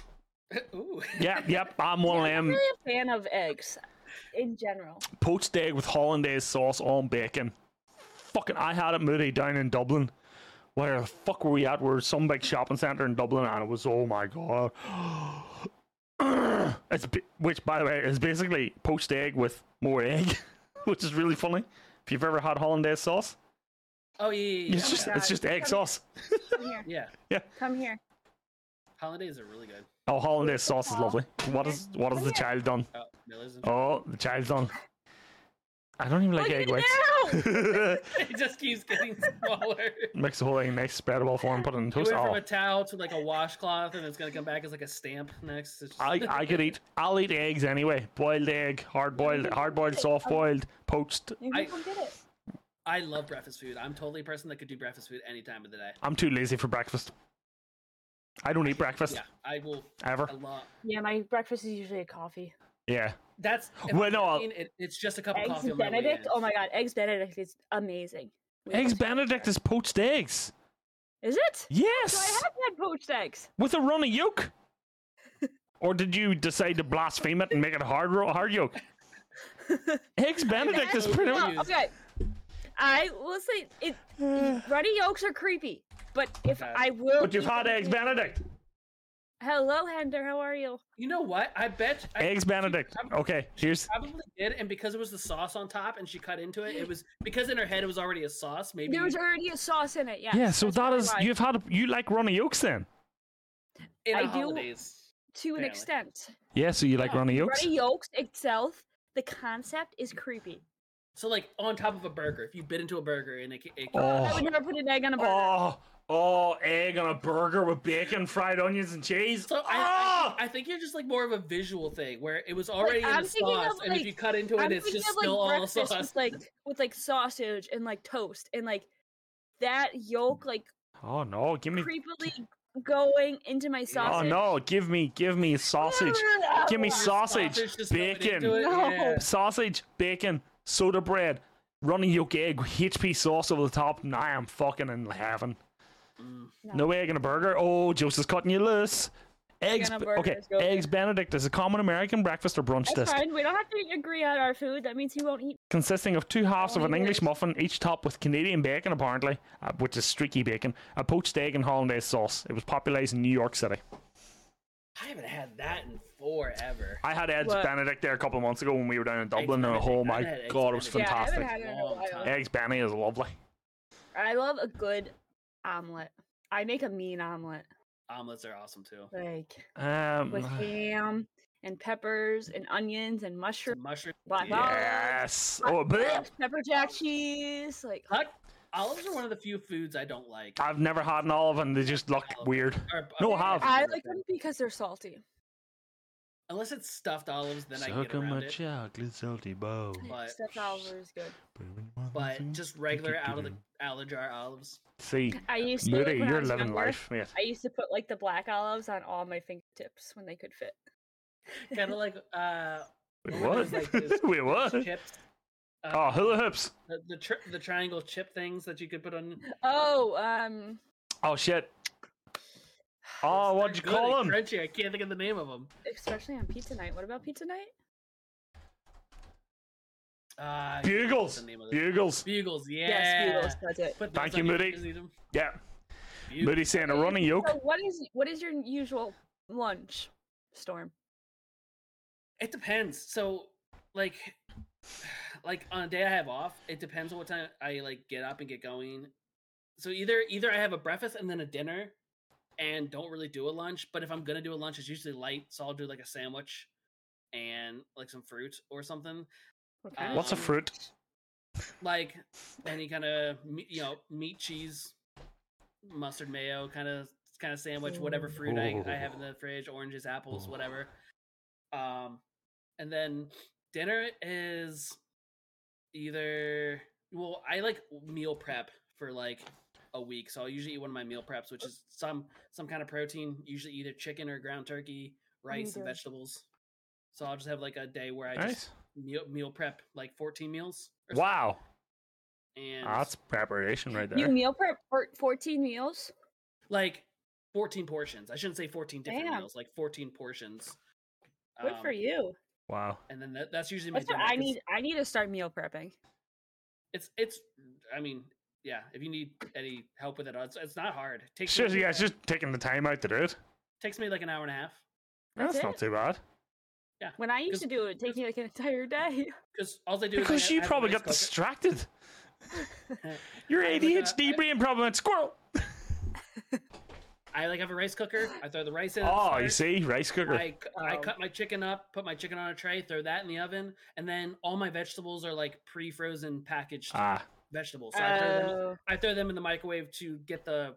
Speaker 3: Ooh.
Speaker 2: Yeah, yep. I'm one of
Speaker 1: I'm
Speaker 2: them.
Speaker 1: really a fan of eggs in general.
Speaker 2: poached egg with hollandaise sauce on bacon. Fucking, I had it Moody down in Dublin. Where the fuck were we at? We were some big shopping center in Dublin, and it was oh my god. it's bi- which, by the way, is basically poached egg with more egg, which is really funny. If you've ever had hollandaise sauce,
Speaker 3: Oh yeah, yeah, yeah.
Speaker 2: it's just
Speaker 3: yeah.
Speaker 2: it's just egg sauce.
Speaker 1: Come here.
Speaker 3: yeah.
Speaker 1: Come here.
Speaker 3: Hollandaise are really good.
Speaker 2: Oh, hollandaise sauce is lovely. What is what has the child done?
Speaker 3: Oh, Miller's and
Speaker 2: Oh, the child's done. I don't even like
Speaker 1: Look at
Speaker 2: egg
Speaker 1: it now!
Speaker 2: whites.
Speaker 3: it just keeps getting smaller.
Speaker 2: Mix the whole thing nice, spreadable form, put it in
Speaker 3: It
Speaker 2: toast.
Speaker 3: went
Speaker 2: Oh.
Speaker 3: from a towel to like a washcloth, and it's gonna come back as like a stamp next. It's just-
Speaker 2: I, Oh, I could eat. I'll eat eggs anyway. Boiled egg, hard boiled, hard boiled, soft boiled, poached.
Speaker 1: You
Speaker 3: I-
Speaker 1: can go get it.
Speaker 3: I love breakfast food. I'm totally a person that could do breakfast food any time of the day.
Speaker 2: I'm too lazy for breakfast. I don't eat breakfast
Speaker 3: Yeah, I will.
Speaker 2: ever.
Speaker 3: I love.
Speaker 1: Yeah, my breakfast is usually a coffee.
Speaker 2: Yeah.
Speaker 3: That's if
Speaker 2: Well,
Speaker 3: I'm
Speaker 2: no, I'll-
Speaker 3: working, it, it's just a cup of
Speaker 1: Eggs
Speaker 3: coffee. on my way
Speaker 1: Benedict.
Speaker 3: in.
Speaker 1: Oh my god, eggs Benedict is amazing. We
Speaker 2: Eggs
Speaker 1: love poached
Speaker 2: Benedict
Speaker 1: eggs.
Speaker 2: is poached eggs.
Speaker 1: Is it? So I
Speaker 2: Yes.
Speaker 1: have had poached eggs.
Speaker 2: With a runny yolk. or did you decide to blaspheme it and make it a hard ro- hard yolk? Eggs Benedict is pretty much.
Speaker 3: Confused.
Speaker 1: okay. I will say it. Runny yolks are creepy, but if
Speaker 3: Okay.
Speaker 1: I will.
Speaker 2: But you've
Speaker 1: eat
Speaker 2: had
Speaker 1: them-
Speaker 2: Eggs Benedict.
Speaker 1: Hello, Hender. How are you?
Speaker 3: You know what? I bet I
Speaker 2: Eggs Benedict. Okay, here's
Speaker 3: probably did, and because it was the sauce on top, and she cut into it, it was because in her head it was already a sauce. Maybe
Speaker 1: There was already a sauce in it. Yeah.
Speaker 2: yeah. So that is
Speaker 1: you.
Speaker 2: you've had you like Ronnie Yokes then.
Speaker 3: in
Speaker 1: I
Speaker 3: the
Speaker 1: do-
Speaker 3: holidays.
Speaker 1: to an
Speaker 3: Apparently.
Speaker 1: extent.
Speaker 2: Yeah. So you like Ronnie Yokes.
Speaker 1: Runny yolks itself, the concept is creepy.
Speaker 3: So like on top of a burger, if you bit into a burger and it, ca- it
Speaker 1: I
Speaker 2: Oh,
Speaker 1: would never put an egg on a burger.
Speaker 2: oh, oh! Egg on a burger with bacon, fried onions, and cheese.
Speaker 3: So I, I,
Speaker 2: oh!
Speaker 3: think, I think you're just like more of a visual thing where it was already in
Speaker 1: I'm
Speaker 3: the
Speaker 1: thinking
Speaker 3: sauce,
Speaker 1: of,
Speaker 3: and if
Speaker 1: like-
Speaker 3: you cut into it,
Speaker 1: I'm
Speaker 3: it's
Speaker 1: thinking
Speaker 3: just
Speaker 1: of like
Speaker 3: still all
Speaker 1: breakfast
Speaker 3: sauce.
Speaker 1: with like with like sausage and like toast and like that yolk like
Speaker 2: oh no! Give me.
Speaker 1: creepily going into my
Speaker 2: Oh
Speaker 1: sausage.
Speaker 2: no! Give me. Give me sausage. Give me
Speaker 3: Your
Speaker 2: sausage,
Speaker 3: just going
Speaker 2: bacon,
Speaker 3: into it,
Speaker 1: No.
Speaker 3: yeah.
Speaker 2: sausage, bacon, soda bread, runny yolk egg, with HP sauce over the top. and I am fucking in heaven.
Speaker 3: Mm.
Speaker 2: No, egg and a burger. Oh, Joseph's cutting you loose. Eggs.
Speaker 1: and a
Speaker 2: b-
Speaker 1: burger
Speaker 2: Okay,
Speaker 1: is good.
Speaker 2: eggs Benedict is a common American breakfast or brunch
Speaker 1: That's
Speaker 2: dish
Speaker 1: fine. We don't have to agree on our food. That means he won't eat.
Speaker 2: consisting of two halves of an
Speaker 1: Only
Speaker 2: English
Speaker 1: words.
Speaker 2: muffin, each topped with Canadian bacon, apparently, uh, which is streaky bacon, a poached egg, and hollandaise sauce. It was popularized in New York City.
Speaker 3: I haven't had that in forever.
Speaker 2: I had eggs
Speaker 1: What?
Speaker 2: Benedict there a couple of months ago when we were down in Dublin, and
Speaker 3: Benedict.
Speaker 2: oh
Speaker 3: I've
Speaker 2: my
Speaker 3: had eggs
Speaker 2: god, it was
Speaker 3: Benedict.
Speaker 1: Yeah, I haven't
Speaker 2: fantastic.
Speaker 1: had it in a
Speaker 3: Long
Speaker 1: while.
Speaker 3: had- time.
Speaker 2: eggs Benny is lovely.
Speaker 1: I love a good omelet. I make a mean omelet,
Speaker 3: Omelets are awesome too.
Speaker 1: like with
Speaker 2: Um,
Speaker 1: ham and peppers and onions and mushrooms.
Speaker 3: Some Mushroom.
Speaker 1: Black olives.
Speaker 2: yes.
Speaker 1: Hot
Speaker 2: Oh, bleh.
Speaker 1: sauce, pepper jack cheese, like
Speaker 3: Hot- olives are one of the few foods I don't like.
Speaker 2: I've never had an olive, and they just look weird.
Speaker 3: Or-
Speaker 2: No, have.
Speaker 1: I like them because they're salty.
Speaker 3: Unless it's stuffed olives, then I can get around it.
Speaker 2: chocolate salty bowl.
Speaker 3: But
Speaker 1: Stuffed olive is good.
Speaker 3: but just regular out of the out of the jar olives.
Speaker 2: See,
Speaker 1: I used to.
Speaker 2: Moody,
Speaker 1: like, when I
Speaker 2: you're
Speaker 1: was
Speaker 2: living
Speaker 1: younger,
Speaker 2: life, mate.
Speaker 1: I used to put like the black olives on all my fingertips when they could fit.
Speaker 3: Kind of like uh,
Speaker 2: Wait,
Speaker 3: remember
Speaker 2: what?
Speaker 3: those, like, those
Speaker 2: Wait, what?
Speaker 3: chips. Uh,
Speaker 2: Oh, hula hoops.
Speaker 3: The the, tri- the triangle chip things that you could put on.
Speaker 1: Oh, um,
Speaker 2: Oh shit. Oh, what'd you
Speaker 3: They're good
Speaker 2: call
Speaker 3: and
Speaker 2: them?
Speaker 3: Crunchy. I can't think of the name of them.
Speaker 1: especially on pizza night. What about pizza night?
Speaker 3: Uh,
Speaker 2: Bugles.
Speaker 3: The name of it.
Speaker 2: Bugles.
Speaker 3: Bugles. Yeah.
Speaker 1: Yes, Beatles. That's it.
Speaker 3: Put
Speaker 2: Thank
Speaker 3: those
Speaker 2: you,
Speaker 3: on your
Speaker 2: Moody.
Speaker 3: fingers, eat 'em.
Speaker 2: Yeah.
Speaker 3: Bugles.
Speaker 2: Moody saying a running yoke.
Speaker 1: So what is what is your usual lunch, Storm?
Speaker 3: It depends. So, like, like on a day I have off, it depends on what time I like get up and get going. So either either I have a breakfast and then a dinner, and don't really do a lunch. But if I'm gonna do a lunch, it's usually light, so I'll do like a sandwich, and like some fruit or something,
Speaker 1: Okay.
Speaker 2: What's a
Speaker 3: Um,
Speaker 2: fruit?
Speaker 3: like any kind of you know meat, cheese, mustard, mayo kind of kind of sandwich,
Speaker 2: Mm.
Speaker 3: whatever fruit I, I have in the fridge, oranges, apples, whatever. Um, and then dinner is either well, I like meal prep for like a week, so I'll usually eat one of my meal preps, which is some some kind of protein, usually either chicken or ground turkey, rice, and
Speaker 1: do.
Speaker 3: vegetables. So I'll just have like a day where I just
Speaker 2: Nice.
Speaker 3: meal meal prep like 14 meals. Or something,
Speaker 2: Wow. Ah,
Speaker 3: And
Speaker 2: That's preparation right
Speaker 1: You
Speaker 2: there.
Speaker 1: meal prep for fourteen meals.
Speaker 3: like 14 portions. I shouldn't say 14 different
Speaker 1: Damn.
Speaker 3: meals, like 14 portions.
Speaker 1: Good for
Speaker 3: Um,
Speaker 1: you.
Speaker 2: Wow.
Speaker 3: And then that, that's usually my
Speaker 1: That's what
Speaker 3: dinner,
Speaker 1: I
Speaker 3: 'cause
Speaker 1: need. I need to start meal prepping.
Speaker 3: It's it's I mean, yeah, if you need any help with it, it's, it's not hard. It takes
Speaker 2: It's just,
Speaker 3: me,
Speaker 2: yeah, it's just taking the time out to do it.
Speaker 3: takes me like an hour and a half
Speaker 1: That's
Speaker 2: That's not
Speaker 1: it.
Speaker 2: too bad.
Speaker 1: When I used
Speaker 3: Just-
Speaker 1: to do it, it take me like an entire day.
Speaker 3: cuz all I do is
Speaker 2: Because
Speaker 3: like, I-
Speaker 2: you
Speaker 3: I have a
Speaker 2: probably
Speaker 3: rice
Speaker 2: got distracted.
Speaker 3: cooker.
Speaker 2: Your
Speaker 3: I was like, uh,
Speaker 2: ADHD
Speaker 3: I-
Speaker 2: brain problem went squirrel.
Speaker 3: I like have a rice cooker. I throw the rice in. at the
Speaker 2: Oh, you
Speaker 3: start.
Speaker 2: see, rice cooker.
Speaker 3: I, cu- I
Speaker 1: Um,
Speaker 3: cut my chicken up, put my chicken on a tray, throw that in the oven, and then all my vegetables are like pre-frozen packaged
Speaker 2: Ah,
Speaker 3: vegetables. So I, throw them,
Speaker 1: Oh.
Speaker 3: I throw them in the microwave to get the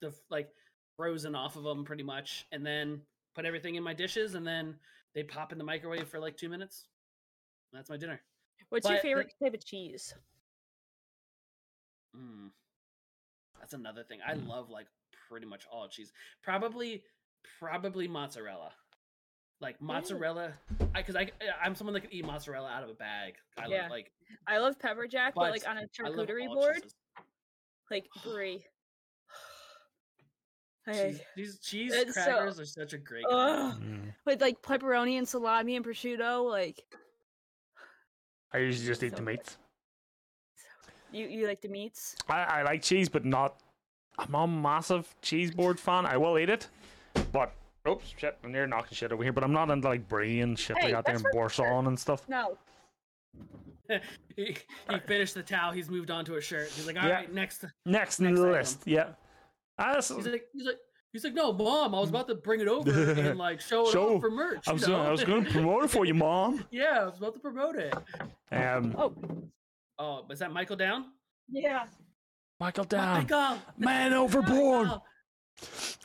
Speaker 3: the like frozen off of them pretty much, and then put everything in my dishes, and then they pop in the microwave for like two minutes. And That's my dinner.
Speaker 1: What's your
Speaker 3: But the-
Speaker 1: favorite type of cheese?
Speaker 3: Mm. That's another thing. I love like pretty much all cheese. Probably, probably mozzarella. Like mozzarella, because I, I am someone that can eat mozzarella out of a bag. I
Speaker 1: Yeah.
Speaker 3: love like
Speaker 1: I love pepper jack, but,
Speaker 3: But
Speaker 1: like on a
Speaker 3: I love
Speaker 1: charcuterie
Speaker 3: all
Speaker 1: board,
Speaker 3: cheeses.
Speaker 1: like brie.
Speaker 3: Cheese,
Speaker 1: Hey.
Speaker 3: these cheese
Speaker 1: It's so-
Speaker 3: crackers are such a great. combo.
Speaker 1: Ugh,
Speaker 2: mm.
Speaker 1: with like pepperoni and salami and prosciutto, like
Speaker 2: I usually just eat
Speaker 1: So
Speaker 2: the
Speaker 1: good.
Speaker 2: meats.
Speaker 1: You you like the meats?
Speaker 2: I, I like cheese, but not. I'm not a massive cheese board fan. I will eat it, but oops, shit, I'm near knocking shit over here. But I'm not into like brie and shit
Speaker 1: Hey,
Speaker 2: like that there
Speaker 1: that's
Speaker 2: and boursin and stuff.
Speaker 1: No.
Speaker 3: he, he finished the towel. He's moved on to a shirt. He's like, all right,
Speaker 2: Yeah.
Speaker 3: next.
Speaker 2: Next, in
Speaker 3: Next
Speaker 2: the
Speaker 3: item.
Speaker 2: list, yeah. Ah, I, s-
Speaker 3: He's like, he's like, he's like, no, mom, I was about to bring it over and like show it
Speaker 2: Show-
Speaker 3: off for merch.
Speaker 2: I
Speaker 3: you
Speaker 2: was, gonna- I
Speaker 3: know?
Speaker 2: was going to promote it for you, mom.
Speaker 3: yeah, I was about to promote it.
Speaker 2: Um,
Speaker 1: Oh
Speaker 3: Oh, is that Michael down?
Speaker 1: yeah.
Speaker 2: Michael down,
Speaker 3: Michael,
Speaker 2: man overboard.
Speaker 3: Michael!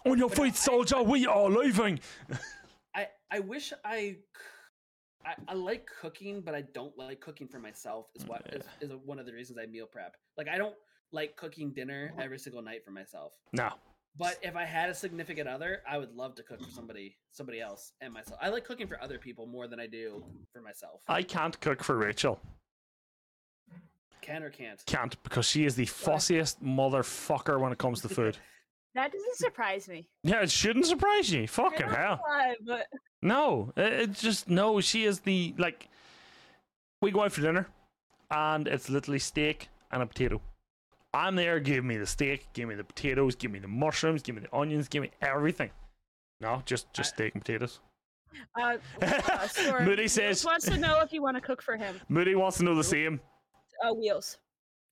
Speaker 2: On your feet, soldier. We are leaving.
Speaker 3: I I wish I. c- I, I like cooking, but I don't like cooking for myself. Is
Speaker 2: Mm,
Speaker 3: what is, is one of the reasons I meal prep. Like I don't like cooking dinner every single night for myself.
Speaker 2: No,
Speaker 3: But if I had a significant other, I would love to cook for somebody, somebody else, and myself. I like cooking for other people more than I do for myself.
Speaker 2: I can't cook for Rachel.
Speaker 3: Can or can't?
Speaker 2: Can't because she is the fussiest motherfucker when it comes to food.
Speaker 1: That doesn't surprise me.
Speaker 2: Yeah, it shouldn't surprise you.
Speaker 1: I
Speaker 2: Fucking
Speaker 1: don't know
Speaker 2: hell.
Speaker 1: why, but
Speaker 2: No, it- it's just no. She is the like. We go out for dinner, and it's literally steak and a potato. I'm there. Give me the steak. Give me the potatoes. Give me the mushrooms. Give me the onions. Give me everything. No, just just steak and potatoes.
Speaker 1: uh, uh Storm,
Speaker 2: Moody
Speaker 1: Wheels
Speaker 2: says-
Speaker 1: wants to know if you want to cook for him.
Speaker 2: Moody wants to know the same.
Speaker 1: Uh, wheels.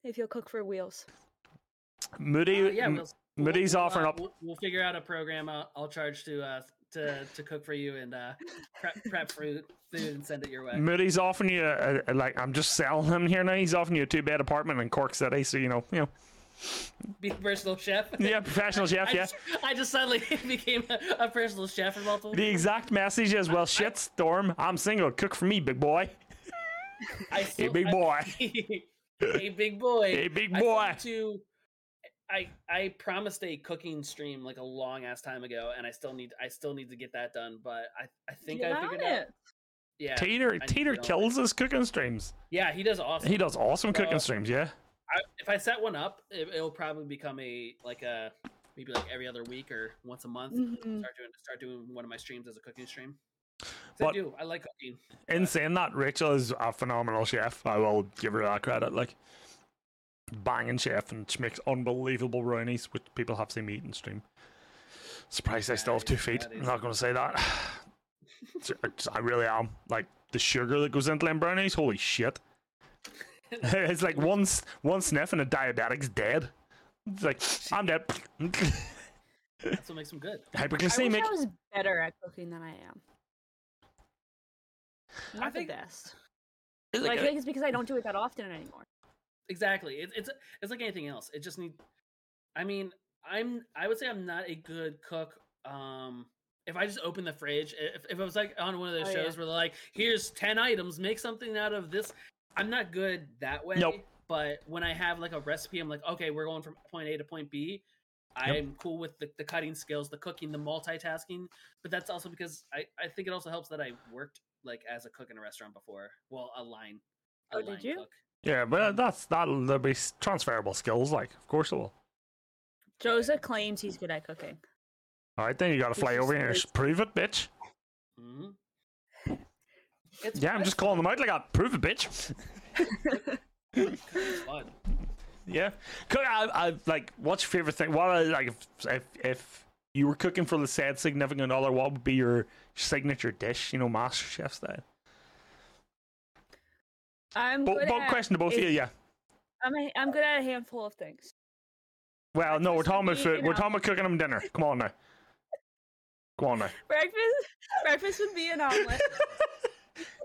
Speaker 1: If you'll cook for wheels.
Speaker 2: Moody,
Speaker 3: Uh, yeah,
Speaker 2: M-
Speaker 3: we'll,
Speaker 2: Moody's
Speaker 3: we'll,
Speaker 2: offering
Speaker 3: uh,
Speaker 2: up.
Speaker 3: We'll, we'll figure out a program. Uh, I'll charge to uh, to to cook for you and uh, prep prep fruit food and send it your way.
Speaker 2: Moody's offering you a, a, like I'm just selling him here now. He's offering you a two bed apartment in Cork City, so you know, you know,
Speaker 3: Be a personal chef.
Speaker 2: yeah, professional chef,
Speaker 3: I
Speaker 2: yeah.
Speaker 3: just, I just suddenly became a, a personal chef in multiple.
Speaker 2: The exact message is, well, shit, Storm, I'm single. Cook for me, big boy.
Speaker 3: I
Speaker 2: Hey,
Speaker 3: still-
Speaker 2: big
Speaker 3: I-
Speaker 2: boy.
Speaker 3: hey, big boy.
Speaker 2: Hey, big
Speaker 3: I
Speaker 2: boy.
Speaker 3: still need to, I I promised a cooking stream like a long ass time ago, and I still need I still need to get that done. But I I think
Speaker 1: Get
Speaker 3: I
Speaker 1: on
Speaker 3: figured
Speaker 1: it.
Speaker 3: out. Yeah,
Speaker 2: Tater,
Speaker 3: need to
Speaker 2: Tater
Speaker 3: get on it.
Speaker 2: kills his cooking streams.
Speaker 3: yeah, he does awesome.
Speaker 2: He does awesome
Speaker 3: So-
Speaker 2: cooking streams. Yeah,
Speaker 3: I, if I set one up, it, it'll probably become a like a maybe like every other week or once a month.
Speaker 1: Mhm.
Speaker 3: Start doing start doing one of my streams as a cooking stream. 'Cause
Speaker 2: But-
Speaker 3: I do. I like cooking.
Speaker 2: in saying that, Rachel is a phenomenal chef. I will give her that credit. Like banging chef, and she makes unbelievable brownies, which people have seen me eat and stream. Surprised I still have two
Speaker 3: Nice,
Speaker 2: feet.
Speaker 3: that
Speaker 2: I'm
Speaker 3: is-
Speaker 2: not going to say that. I just- I really am. Like the sugar that goes into them brownies, holy shit! it's like one s- one sniff and a diabetic's dead. It's like I'm dead.
Speaker 3: That's what makes them good.
Speaker 1: I wish
Speaker 2: Hyperglycemic.
Speaker 1: I was better at cooking than I am. Not
Speaker 3: think-
Speaker 1: the best. But I think it's because I don't do it that often anymore.
Speaker 3: Exactly. It, it's it's like anything else. It just need. I mean, I'm. I would say I'm not a good cook. Um, if I just open the fridge, i- if if I was like on one of those
Speaker 1: Oh, yeah.
Speaker 3: shows where they're like, here's ten items, make something out of this. I'm not good that way.
Speaker 2: Nope.
Speaker 3: But when I have like a recipe, I'm like, okay, we're going from point A to point B. I'm cool with the, the cutting skills, the cooking, the multitasking. But that's also because I, I think it also helps that I worked like as a cook in a restaurant before. Well, a line. a
Speaker 1: Oh, did
Speaker 3: line
Speaker 1: you?
Speaker 3: Cook.
Speaker 2: Yeah, but that's that'll there'll be s- transferable skills. Like, of course it will.
Speaker 1: Joseph claims he's good at cooking.
Speaker 2: All right, then you got to fly
Speaker 1: It's
Speaker 2: over here and
Speaker 1: just-
Speaker 2: s- prove it, bitch.
Speaker 3: hmm
Speaker 2: Yeah, I'm just calling them out like that. Prove it, bitch.
Speaker 3: It's fun.
Speaker 2: Yeah, cook. I, I like. What's your favorite thing? What are, like if, if if you were cooking for the said significant other, what would be your signature dish? You know, master chef style.
Speaker 1: I'm
Speaker 2: Bo-
Speaker 1: good
Speaker 2: bo-
Speaker 1: at,
Speaker 2: question to both of you.
Speaker 1: is-
Speaker 2: Yeah.
Speaker 1: I'm, a, I'm good at a handful of things.
Speaker 2: Well, no, we're
Speaker 1: breakfast would
Speaker 2: talking about
Speaker 1: be,
Speaker 2: food.
Speaker 1: you
Speaker 2: We're
Speaker 1: know-
Speaker 2: talking about cooking them dinner. Come on now. Come on now.
Speaker 1: Breakfast, breakfast would be an omelet.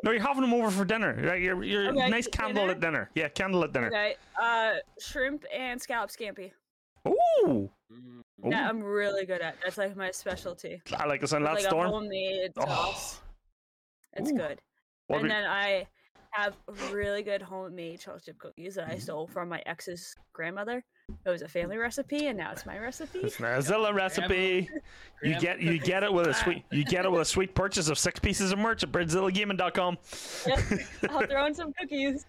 Speaker 2: No, you're having them over for dinner. Right? You're you're
Speaker 1: Okay,
Speaker 2: nice
Speaker 1: for
Speaker 2: candle
Speaker 1: dinner?
Speaker 2: at dinner. Yeah, candle at dinner.
Speaker 1: okay, uh, shrimp and scallop scampi.
Speaker 2: Ooh.
Speaker 3: Mm.
Speaker 1: That
Speaker 2: Ooh.
Speaker 1: I'm really good at. That's like my specialty.
Speaker 2: I like the sound of
Speaker 1: With,
Speaker 2: that
Speaker 1: like a
Speaker 2: storm.
Speaker 1: homemade
Speaker 2: Oh.
Speaker 1: sauce. It's
Speaker 2: Ooh.
Speaker 1: good.
Speaker 2: What
Speaker 1: and
Speaker 2: we-
Speaker 1: then I have really good homemade chocolate chip cookies that I
Speaker 2: Mm-hmm.
Speaker 1: stole from my ex's grandmother. It was a family recipe, and now it's my recipe.
Speaker 2: It's an Azilla recipe. You
Speaker 3: Graham
Speaker 2: get you
Speaker 3: cookies.
Speaker 2: get it with a sweet you get it with a sweet purchase of six pieces of merch at BreadzillaGaming.com.
Speaker 1: I'll throw in some cookies.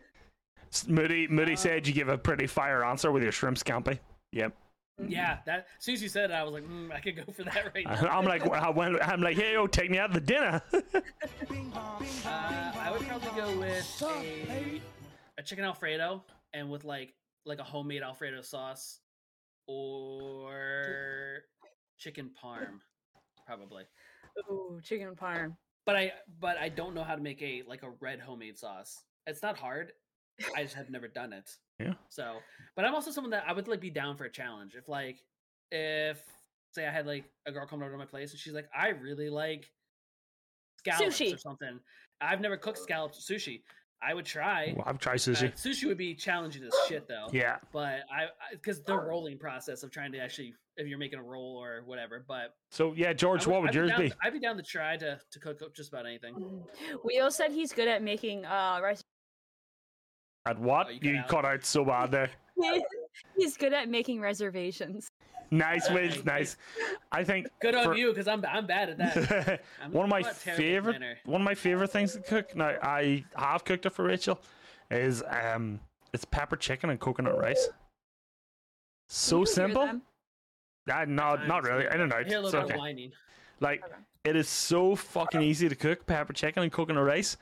Speaker 3: Uh,
Speaker 2: Moody Moody said you give a pretty fire answer with your shrimp scampi. Yep.
Speaker 3: Yeah, that as soon as you said it, I was like, mm, I could go for that right now.
Speaker 2: I'm like, I went- I'm like, hey, yo, take me out to dinner.
Speaker 3: Uh, I would probably go with a, a chicken alfredo and with like like a homemade alfredo sauce or chicken parm, probably.
Speaker 1: Ooh, chicken parm.
Speaker 3: But I but I don't know how to make a like a red homemade sauce. It's not hard. I just have never done it.
Speaker 2: Yeah.
Speaker 3: So, but I'm also someone that I would like be down for a challenge. If like if say I had like a girl come over to my place and she's like, I really like scallops or
Speaker 1: Sushi.
Speaker 3: something. I've never cooked scallops or sushi. I would try.
Speaker 2: well, I've tried
Speaker 3: Uh,
Speaker 2: sushi.
Speaker 3: sushi would be challenging as shit though.
Speaker 2: Yeah.
Speaker 3: But I because the rolling process of trying to actually if you're making a roll or whatever. But
Speaker 2: So yeah, George,
Speaker 3: I
Speaker 2: what
Speaker 3: I'd
Speaker 2: would yours
Speaker 3: down,
Speaker 2: be?
Speaker 3: I'd be down to try to to cook up just about anything.
Speaker 1: Wheel said he's good at making uh rice.
Speaker 2: At what?
Speaker 3: Oh, you cut
Speaker 2: you
Speaker 3: out.
Speaker 2: cut out so bad there.
Speaker 1: he's good at making reservations.
Speaker 2: Nice,
Speaker 3: Nice.
Speaker 2: Wiz. Nice. I think
Speaker 3: Good on
Speaker 2: For-
Speaker 3: you, because I'm I'm bad at that. I'm
Speaker 2: one of my
Speaker 3: not terrible at
Speaker 2: favorite
Speaker 3: dinner.
Speaker 2: one of my favorite things to cook. Now I have cooked it for Rachel. Is um, it's pepper chicken and coconut rice.
Speaker 1: You
Speaker 2: So
Speaker 1: hear
Speaker 2: simple.
Speaker 1: them.
Speaker 2: Uh, no, not
Speaker 3: times,
Speaker 2: really. I don't know.
Speaker 3: I hear a
Speaker 2: It's
Speaker 3: little bit
Speaker 2: okay.
Speaker 3: of whining.
Speaker 2: Like it is so fucking easy to cook pepper chicken and coconut rice,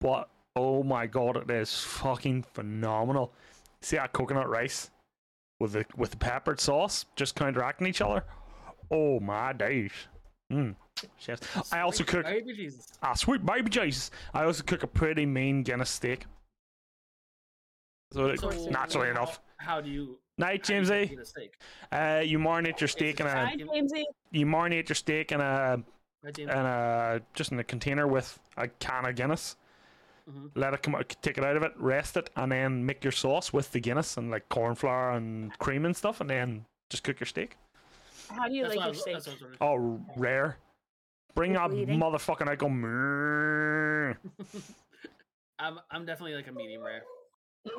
Speaker 2: but oh my god, it is fucking phenomenal. See that coconut rice with the with the peppered sauce just counteracting each other. Oh my days. Mm. Yes. I also cook
Speaker 3: Baby Jesus.
Speaker 2: ah sweet baby Jesus. I also cook a pretty mean Guinness steak. So it,
Speaker 3: So,
Speaker 2: naturally enough.
Speaker 3: How do you?
Speaker 2: Night,
Speaker 3: how do you cook
Speaker 2: Jamesy.
Speaker 3: a steak?
Speaker 2: Uh, you marinate your steak in a
Speaker 1: Hi, Jamesy.
Speaker 2: you marinate your steak in a
Speaker 3: Right, James?
Speaker 2: and uh, just in a container with a can of Guinness.
Speaker 3: Mhm.
Speaker 2: Let it come out, take it out of it, rest it, and then make your sauce with the Guinness and like corn flour and cream and stuff, and then just cook your steak.
Speaker 1: How do you
Speaker 3: That's what
Speaker 1: like
Speaker 3: I
Speaker 1: your
Speaker 3: was-
Speaker 1: steak?
Speaker 3: that's what I was wondering.
Speaker 2: Oh, rare! Bring that
Speaker 1: Bleeding.
Speaker 2: motherfucking out, go. "Mmm." "Mrrr."
Speaker 3: I'm I'm definitely like a medium rare.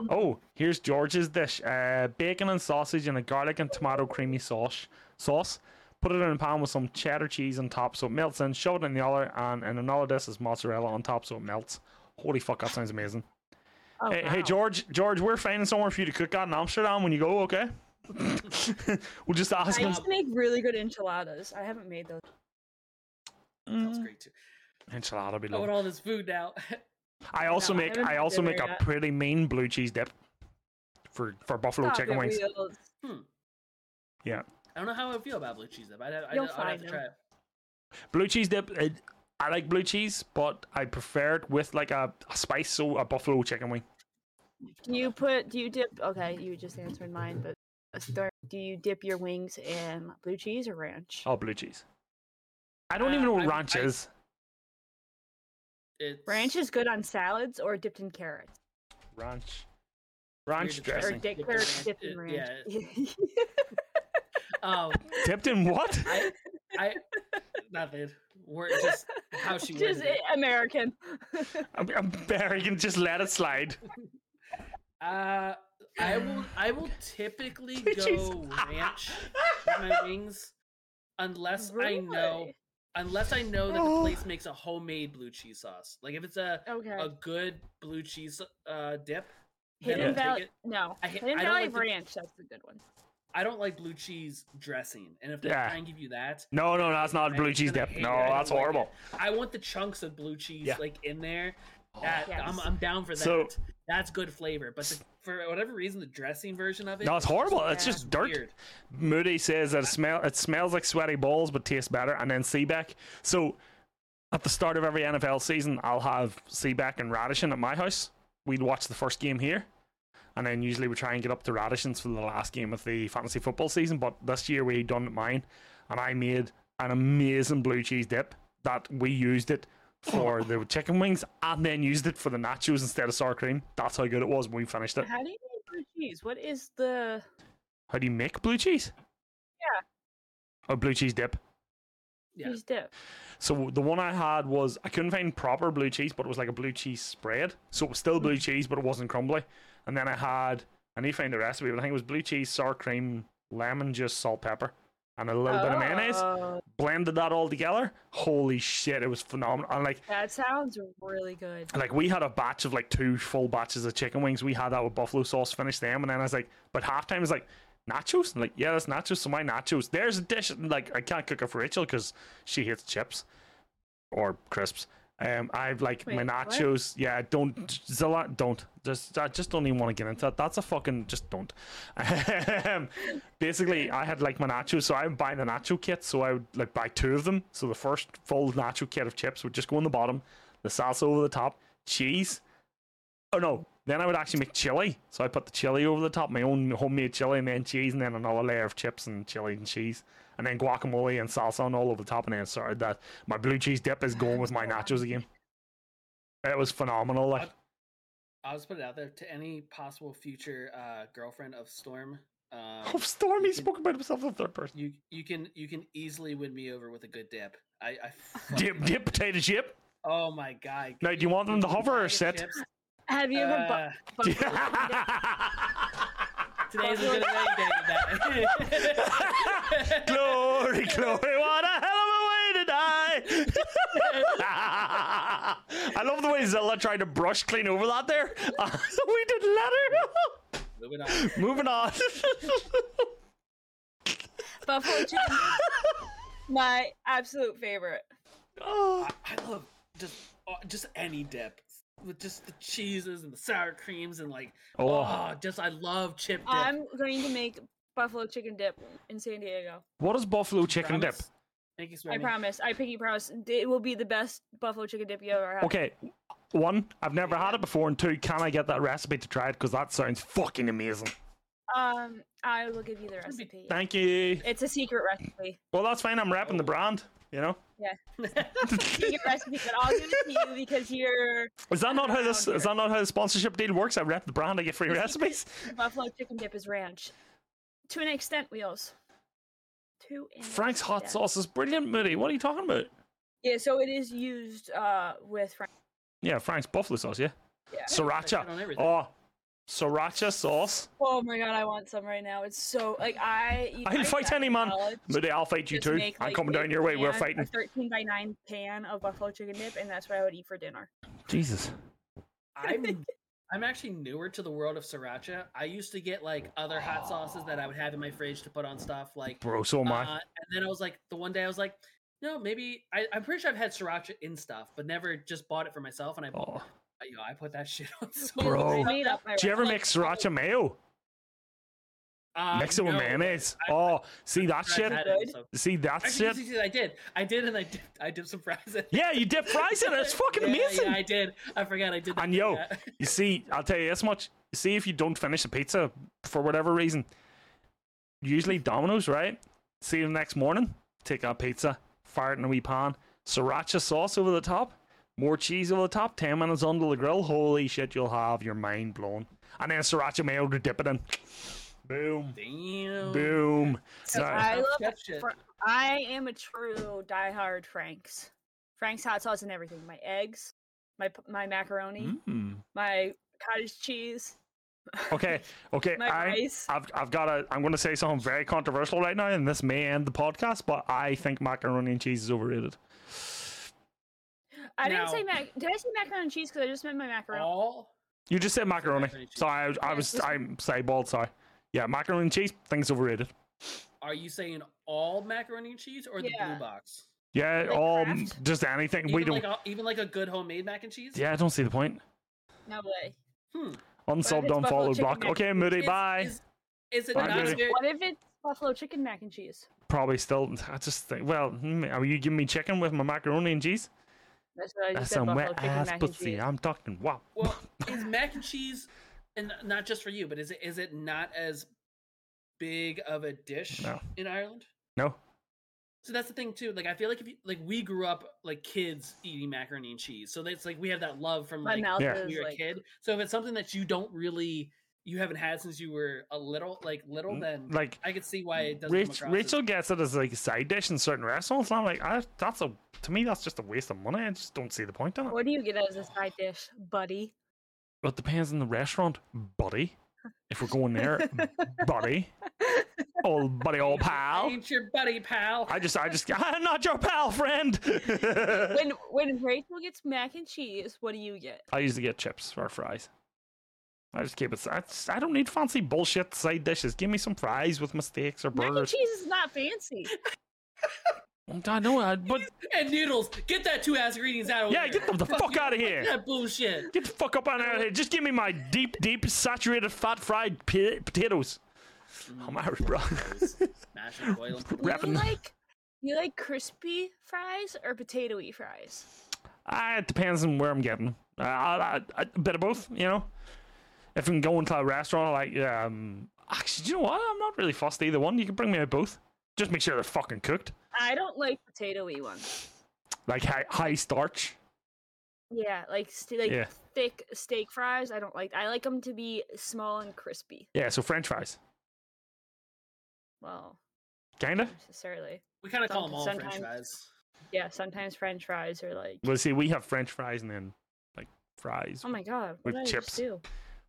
Speaker 2: Oh, here's George's dish: uh, bacon and sausage and a garlic and tomato creamy sauce. Sauce. Put it in a pan with some cheddar cheese on top so it melts in. Shove it in the other, and in another dish is mozzarella on top so it melts. Holy fuck, that sounds amazing.
Speaker 1: Oh,
Speaker 2: Hey, hey,
Speaker 1: wow.
Speaker 2: George, George, we're finding somewhere for you to cook out in Amsterdam when you go, okay? we'll just ask
Speaker 1: I
Speaker 2: him.
Speaker 1: used to make really good enchiladas. I haven't made those.
Speaker 3: Sounds
Speaker 1: Mm-hmm.
Speaker 3: great too.
Speaker 2: Mm, Enchilada be
Speaker 3: I want
Speaker 2: lovely.
Speaker 3: all this food now.
Speaker 2: I also
Speaker 1: No, I
Speaker 2: make
Speaker 1: haven't
Speaker 2: I
Speaker 1: had
Speaker 2: also
Speaker 1: dinner
Speaker 2: make a
Speaker 1: yet.
Speaker 2: pretty mean blue cheese dip for for
Speaker 3: Oh,
Speaker 2: buffalo
Speaker 1: Stop
Speaker 2: chicken
Speaker 1: it,
Speaker 2: wings.
Speaker 1: Wheels.
Speaker 3: I don't know how I feel about blue cheese dip. I'd have, I'd,
Speaker 1: You'll
Speaker 3: I'd have
Speaker 1: find
Speaker 3: to
Speaker 1: them.
Speaker 3: try it.
Speaker 2: Blue cheese dip. It, I like blue cheese, but I prefer it with like a, a spice, so a buffalo chicken wing.
Speaker 1: Do you put? Do you dip? Okay, you just answered mine, but a star- do you dip your wings in blue cheese or ranch?
Speaker 2: Oh, blue cheese. I don't
Speaker 3: Uh,
Speaker 2: even know what
Speaker 3: I-
Speaker 2: ranch
Speaker 3: I-
Speaker 2: is.
Speaker 3: It's
Speaker 1: Ranch is good on salads or dipped in carrots
Speaker 2: Ranch.
Speaker 3: Weird
Speaker 2: Ranch
Speaker 3: to
Speaker 1: or
Speaker 2: dressing.
Speaker 3: dressing.
Speaker 1: dipped
Speaker 3: Dipped in
Speaker 1: carrots
Speaker 3: ranch-
Speaker 1: dipped in
Speaker 3: uh,
Speaker 1: ranch.
Speaker 3: oh,
Speaker 2: Dipped in what?
Speaker 3: I I nothing. We're just how she
Speaker 1: just
Speaker 3: worded it.
Speaker 1: i- American.
Speaker 2: I'm, I'm burying. Just let it slide.
Speaker 3: Uh, I will. I will typically go ranch with my wings, unless I know.
Speaker 1: Really?
Speaker 3: Unless I know that the
Speaker 2: Oh.
Speaker 3: place makes a homemade blue cheese sauce. Like if it's a
Speaker 1: Okay.
Speaker 3: a good blue cheese uh, dip, then I'll
Speaker 1: Hidden
Speaker 3: take
Speaker 1: Valley.
Speaker 3: it.
Speaker 1: No,
Speaker 3: I-
Speaker 1: Hidden
Speaker 3: I don't
Speaker 1: Valley
Speaker 3: like the-
Speaker 1: Ranch. That's the good one.
Speaker 3: I don't like blue cheese dressing, and if they
Speaker 2: Yeah.
Speaker 3: try and give you that,
Speaker 2: No, no, that's not
Speaker 3: I-
Speaker 2: blue cheese
Speaker 3: and I
Speaker 2: dip.
Speaker 3: hate
Speaker 2: No,
Speaker 3: it. I don't
Speaker 2: that's
Speaker 3: like it.
Speaker 2: horrible.
Speaker 3: I want the chunks of blue cheese
Speaker 2: Yeah.
Speaker 3: like in there. That I'm,
Speaker 1: Yes.
Speaker 3: I'm down for that.
Speaker 2: So-
Speaker 3: That's good flavor, but the, for whatever reason, the dressing version of it.
Speaker 2: No, it's horrible. It's
Speaker 1: Yeah.
Speaker 2: just dirt.
Speaker 3: Weird.
Speaker 2: Moody says that it smell it smells like sweaty balls but tastes better, and then Seaback. So at the start of every NFL season, I'll have Seaback and Radisson at my house. We'd watch the first game here, and then usually we try and get up to Radisson's for the last game of the fantasy football season. But this year we done it mine, and I made an amazing blue cheese dip that we used it for the chicken wings, and then used it for the nachos instead of sour cream. That's how good it was when we finished it.
Speaker 1: How do you make blue cheese? What is the?
Speaker 2: How do you make blue cheese?
Speaker 1: Yeah.
Speaker 2: A blue cheese dip.
Speaker 3: Yeah.
Speaker 1: Cheese dip.
Speaker 2: So the one I had was I couldn't find proper blue cheese, but it was like a blue cheese spread. So it was still blue cheese, but it wasn't crumbly. And then I had I need to find the recipe, but I think it was blue cheese, sour cream, lemon juice, salt, pepper, and a little bit of mayonnaise.
Speaker 1: Oh,
Speaker 2: Blended that all together. Holy shit, it was phenomenal. And like
Speaker 1: that sounds really good.
Speaker 2: like we had a batch of like two full batches of chicken wings. We had that with buffalo sauce, finished them, and then I was like, but halftime is like, nachos? And like, yeah, that's nachos. So my nachos. There's a dish. and, Like, I can't cook it for Rachel because she hates chips or crisps. Um, I've like my
Speaker 1: Wait, what?
Speaker 2: nachos. Yeah, don't. It's a lot. Don't. Just, I just don't even want to get into that. That's a fucking. Just don't. Um, basically, I had like my nachos, so I would buy the nacho kit. So I would like buy two of them. So the first full nacho kit of chips would just go on the bottom, the salsa over the top, cheese, Oh no! Then I would actually make chili. So I put the chili over the top, my own homemade chili, and then cheese, and then another layer of chips and chili and cheese, and then guacamole and salsa and all over the top, and then started that. My blue cheese dip is going with my nachos again. It was phenomenal. Like,
Speaker 3: I'll just put it out there to any possible future uh, girlfriend of Storm. Um,
Speaker 2: oh, Stormy spoke about himself in the third person.
Speaker 3: you you can you can easily win me over with a good dip. I, I fucking-
Speaker 2: Dip, dip, potato chip.
Speaker 3: Oh my god!
Speaker 2: Now, do you want them to hover or
Speaker 3: Bag of
Speaker 2: sit?
Speaker 3: chips.
Speaker 1: Have you ever
Speaker 3: Uh,
Speaker 1: bu- bu-
Speaker 3: Today's a good day to that.
Speaker 2: glory, glory, what a hell of a way to die! I love the way Zilla tried to brush clean over that there. we did letter.
Speaker 3: Moving on.
Speaker 2: Moving on.
Speaker 1: buffalo chicken? My absolute favorite.
Speaker 2: oh,
Speaker 3: I love just uh, just any dip with just the cheeses and the sour creams and like oh, just I love chip dip.
Speaker 1: I'm going to make buffalo chicken dip in San Diego.
Speaker 2: what is buffalo chicken dip?
Speaker 3: Promise. Thank you,
Speaker 1: I
Speaker 3: Stormy.
Speaker 1: promise. I pinky promise. It will be the best buffalo chicken dip you ever had.
Speaker 2: Okay, one, I've never had it before, and two, can I get that recipe to try it? Because that sounds fucking amazing.
Speaker 1: Um, I will give you the
Speaker 3: be-
Speaker 1: recipe.
Speaker 2: Thank you.
Speaker 1: It's a secret recipe.
Speaker 2: Well, that's fine. I'm wrapping the brand. You know,
Speaker 1: Secret recipe that I'll give it to you because you're
Speaker 2: is that not how this? Is that not how the sponsorship deal works? I rep the brand. I get free recipes.
Speaker 1: buffalo chicken dip is ranch. To an extent, wheels. To an
Speaker 2: Frank's hot
Speaker 1: extent.
Speaker 2: sauce is brilliant, Moody. What are you talking about?
Speaker 1: Yeah, so it is used uh with Frank.
Speaker 2: Yeah, Frank's buffalo sauce. Yeah,
Speaker 1: Yeah.
Speaker 2: sriracha.
Speaker 3: Like, on everything.
Speaker 2: Oh, sriracha sauce.
Speaker 1: Oh my god, I want some right now. It's so like I. you
Speaker 2: I'll
Speaker 1: guys
Speaker 2: fight
Speaker 1: back
Speaker 2: any
Speaker 1: in
Speaker 2: man.
Speaker 1: college
Speaker 2: Moody, I'll fight you
Speaker 1: just
Speaker 2: too.
Speaker 1: make,
Speaker 2: I'm
Speaker 1: like,
Speaker 2: coming
Speaker 1: a
Speaker 2: down your way. We're
Speaker 1: pan- A
Speaker 2: fighting.
Speaker 1: 13 by 9 pan of buffalo chicken dip, and that's what I would eat for dinner.
Speaker 2: Jesus.
Speaker 3: I'm I'm actually newer to the world of sriracha. I used to get like other hot sauces that I would have in my fridge to put on stuff like
Speaker 2: Bro, so am I.
Speaker 3: Uh, and then I was like, the one day I was like, no, maybe I, I'm pretty sure I've had sriracha in stuff, but never just bought it for myself. And I,
Speaker 2: Oh.
Speaker 3: you know, I put that shit on. So
Speaker 2: Bro.
Speaker 1: I made up my
Speaker 2: Do you ever
Speaker 1: recipe.
Speaker 2: make sriracha mayo?
Speaker 3: uh,
Speaker 2: Mix it with
Speaker 3: no, but
Speaker 2: mayonnaise.
Speaker 3: I-
Speaker 2: Oh, see that
Speaker 3: I've
Speaker 2: shit?
Speaker 3: had it,
Speaker 1: Good.
Speaker 3: so-
Speaker 2: See that
Speaker 3: Actually,
Speaker 2: shit?
Speaker 3: yes, yes, yes, I did. I did, and I did. I did some fries. in it.
Speaker 2: Yeah, you dip fries in it. It's fucking
Speaker 3: Yeah,
Speaker 2: amazing.
Speaker 3: Yeah, I did. I forgot I did.
Speaker 2: And
Speaker 3: do
Speaker 2: yo,
Speaker 3: that.
Speaker 2: you see, I'll tell you this much. You see, if you don't finish the pizza for whatever reason, usually Domino's, right? See you the next morning. Take that pizza, fire it in a wee pan, sriracha sauce over the top, more cheese over the top. Ten minutes onto the grill. Holy shit, you'll have your mind blown. And then sriracha mayo to dip it in. Boom,
Speaker 3: damn.
Speaker 2: boom.
Speaker 1: So
Speaker 2: Sorry.
Speaker 1: I
Speaker 3: Tough
Speaker 1: love
Speaker 3: chef shit.
Speaker 1: fr- I am a true diehard Frank's. Frank's hot sauce and everything. My eggs, my p- my macaroni,
Speaker 2: Mm.
Speaker 1: my cottage cheese,
Speaker 2: Okay, okay.
Speaker 1: my
Speaker 2: I,
Speaker 1: rice.
Speaker 2: I've, I've got to, I'm going to say something very controversial right now, and this may end the podcast, but I think macaroni and cheese is overrated.
Speaker 1: I didn't say
Speaker 3: Now- Oh,
Speaker 1: mac. Did I say macaroni and cheese? Because I just meant my macaroni.
Speaker 3: All
Speaker 2: You just said macaroni.
Speaker 3: macaroni and cheese.
Speaker 2: Sorry, I, I
Speaker 1: Yeah,
Speaker 2: was,
Speaker 1: listen.
Speaker 2: I'm sideballed, sorry. Yeah, macaroni and cheese, think it's overrated.
Speaker 3: are you saying all macaroni and cheese or the
Speaker 1: Yeah.
Speaker 3: blue box?
Speaker 2: Yeah,
Speaker 1: Like
Speaker 2: all,
Speaker 1: Kraft?
Speaker 2: just anything.
Speaker 3: Even
Speaker 2: we don't,
Speaker 3: like a, even like a good homemade mac and cheese.
Speaker 2: yeah, I don't see the point.
Speaker 1: No way.
Speaker 2: Unsubbed,
Speaker 1: it's buffalo
Speaker 2: unfollowed,
Speaker 1: chicken
Speaker 2: block.
Speaker 1: mac
Speaker 2: Okay, Moody,
Speaker 3: Is-
Speaker 2: bye.
Speaker 3: Is, is it
Speaker 2: Bye,
Speaker 3: not
Speaker 2: Moody.
Speaker 3: very?
Speaker 1: What if it's buffalo chicken mac and cheese?
Speaker 2: Probably still, I just think, well, hmm, are you giving me chicken with my macaroni and cheese?
Speaker 1: That's what I just
Speaker 2: That's
Speaker 1: said.
Speaker 2: some
Speaker 1: Buffalo
Speaker 2: wet
Speaker 1: chicken
Speaker 2: ass
Speaker 1: mac and
Speaker 2: pussy.
Speaker 1: cheese.
Speaker 2: I'm talking, wow.
Speaker 3: Well, is mac and cheese, and not just for you, but is it is it not as big of a dish
Speaker 2: No.
Speaker 3: in Ireland?
Speaker 2: No.
Speaker 3: So that's the thing too. Like I feel like if you, like we grew up like kids eating macaroni and cheese, so that's like we have that love from
Speaker 1: My
Speaker 3: like
Speaker 1: mouth
Speaker 2: Yeah.
Speaker 1: is
Speaker 3: when we were a
Speaker 1: like.
Speaker 3: kid. So if it's something that you don't really you haven't had since you were a little like little, then
Speaker 2: Mm, Like,
Speaker 3: I could see why it doesn't.
Speaker 2: Rach-
Speaker 3: come across
Speaker 2: Rachel
Speaker 3: as,
Speaker 2: gets it as like a side dish in certain restaurants, and I'm like, I, that's a to me that's just a waste of money. I just don't see the point in it.
Speaker 1: What do you get as a side dish, buddy?
Speaker 2: Well, It depends on the restaurant, buddy. If we're going there, buddy, old buddy, old
Speaker 3: I
Speaker 2: pal.
Speaker 3: ain't your buddy, pal.
Speaker 2: I just, I just, I'm not your pal friend.
Speaker 1: When when Rachel gets mac and cheese, what do you get?
Speaker 2: I usually get chips or fries. I just keep it. I, just- I don't need fancy bullshit side dishes. Give me some fries with mistakes or
Speaker 1: Mac and
Speaker 2: burgers.
Speaker 1: cheese is not fancy.
Speaker 2: I know, I- but
Speaker 3: And noodles, get that two ass ingredients out of
Speaker 2: yeah,
Speaker 3: here.
Speaker 2: get the, the fuck out of here.
Speaker 3: that bullshit.
Speaker 2: Get the fuck up on out of here. Just give me my deep, deep, saturated, fat fried p- potatoes. I'm Irish, bro.
Speaker 3: Mash and boil.
Speaker 1: You
Speaker 2: Rapping.
Speaker 1: like you like crispy fries or potatoy fries?
Speaker 2: Ah, it depends on where I'm getting. Uh, I, I, I- a bit of both, you know. If I'm going to a restaurant, like, um, actually, do you know what? I'm not really fussed either one. You can bring me out both. Just make sure they're fucking cooked,
Speaker 1: I don't like potatoy ones.
Speaker 2: like high, high starch.
Speaker 1: Yeah, like st- like
Speaker 2: Yeah.
Speaker 1: thick steak fries. I don't like. I like them to be small and crispy.
Speaker 2: Yeah, so French fries,
Speaker 1: Well,
Speaker 2: kinda.
Speaker 1: not necessarily.
Speaker 3: We kind of call them all French
Speaker 1: Sometimes-
Speaker 3: fries.
Speaker 1: Yeah, sometimes French fries are like.
Speaker 2: Well, see, we have French fries and then like fries.
Speaker 1: Oh my god! What
Speaker 2: With
Speaker 1: did I just
Speaker 2: chips.
Speaker 1: do?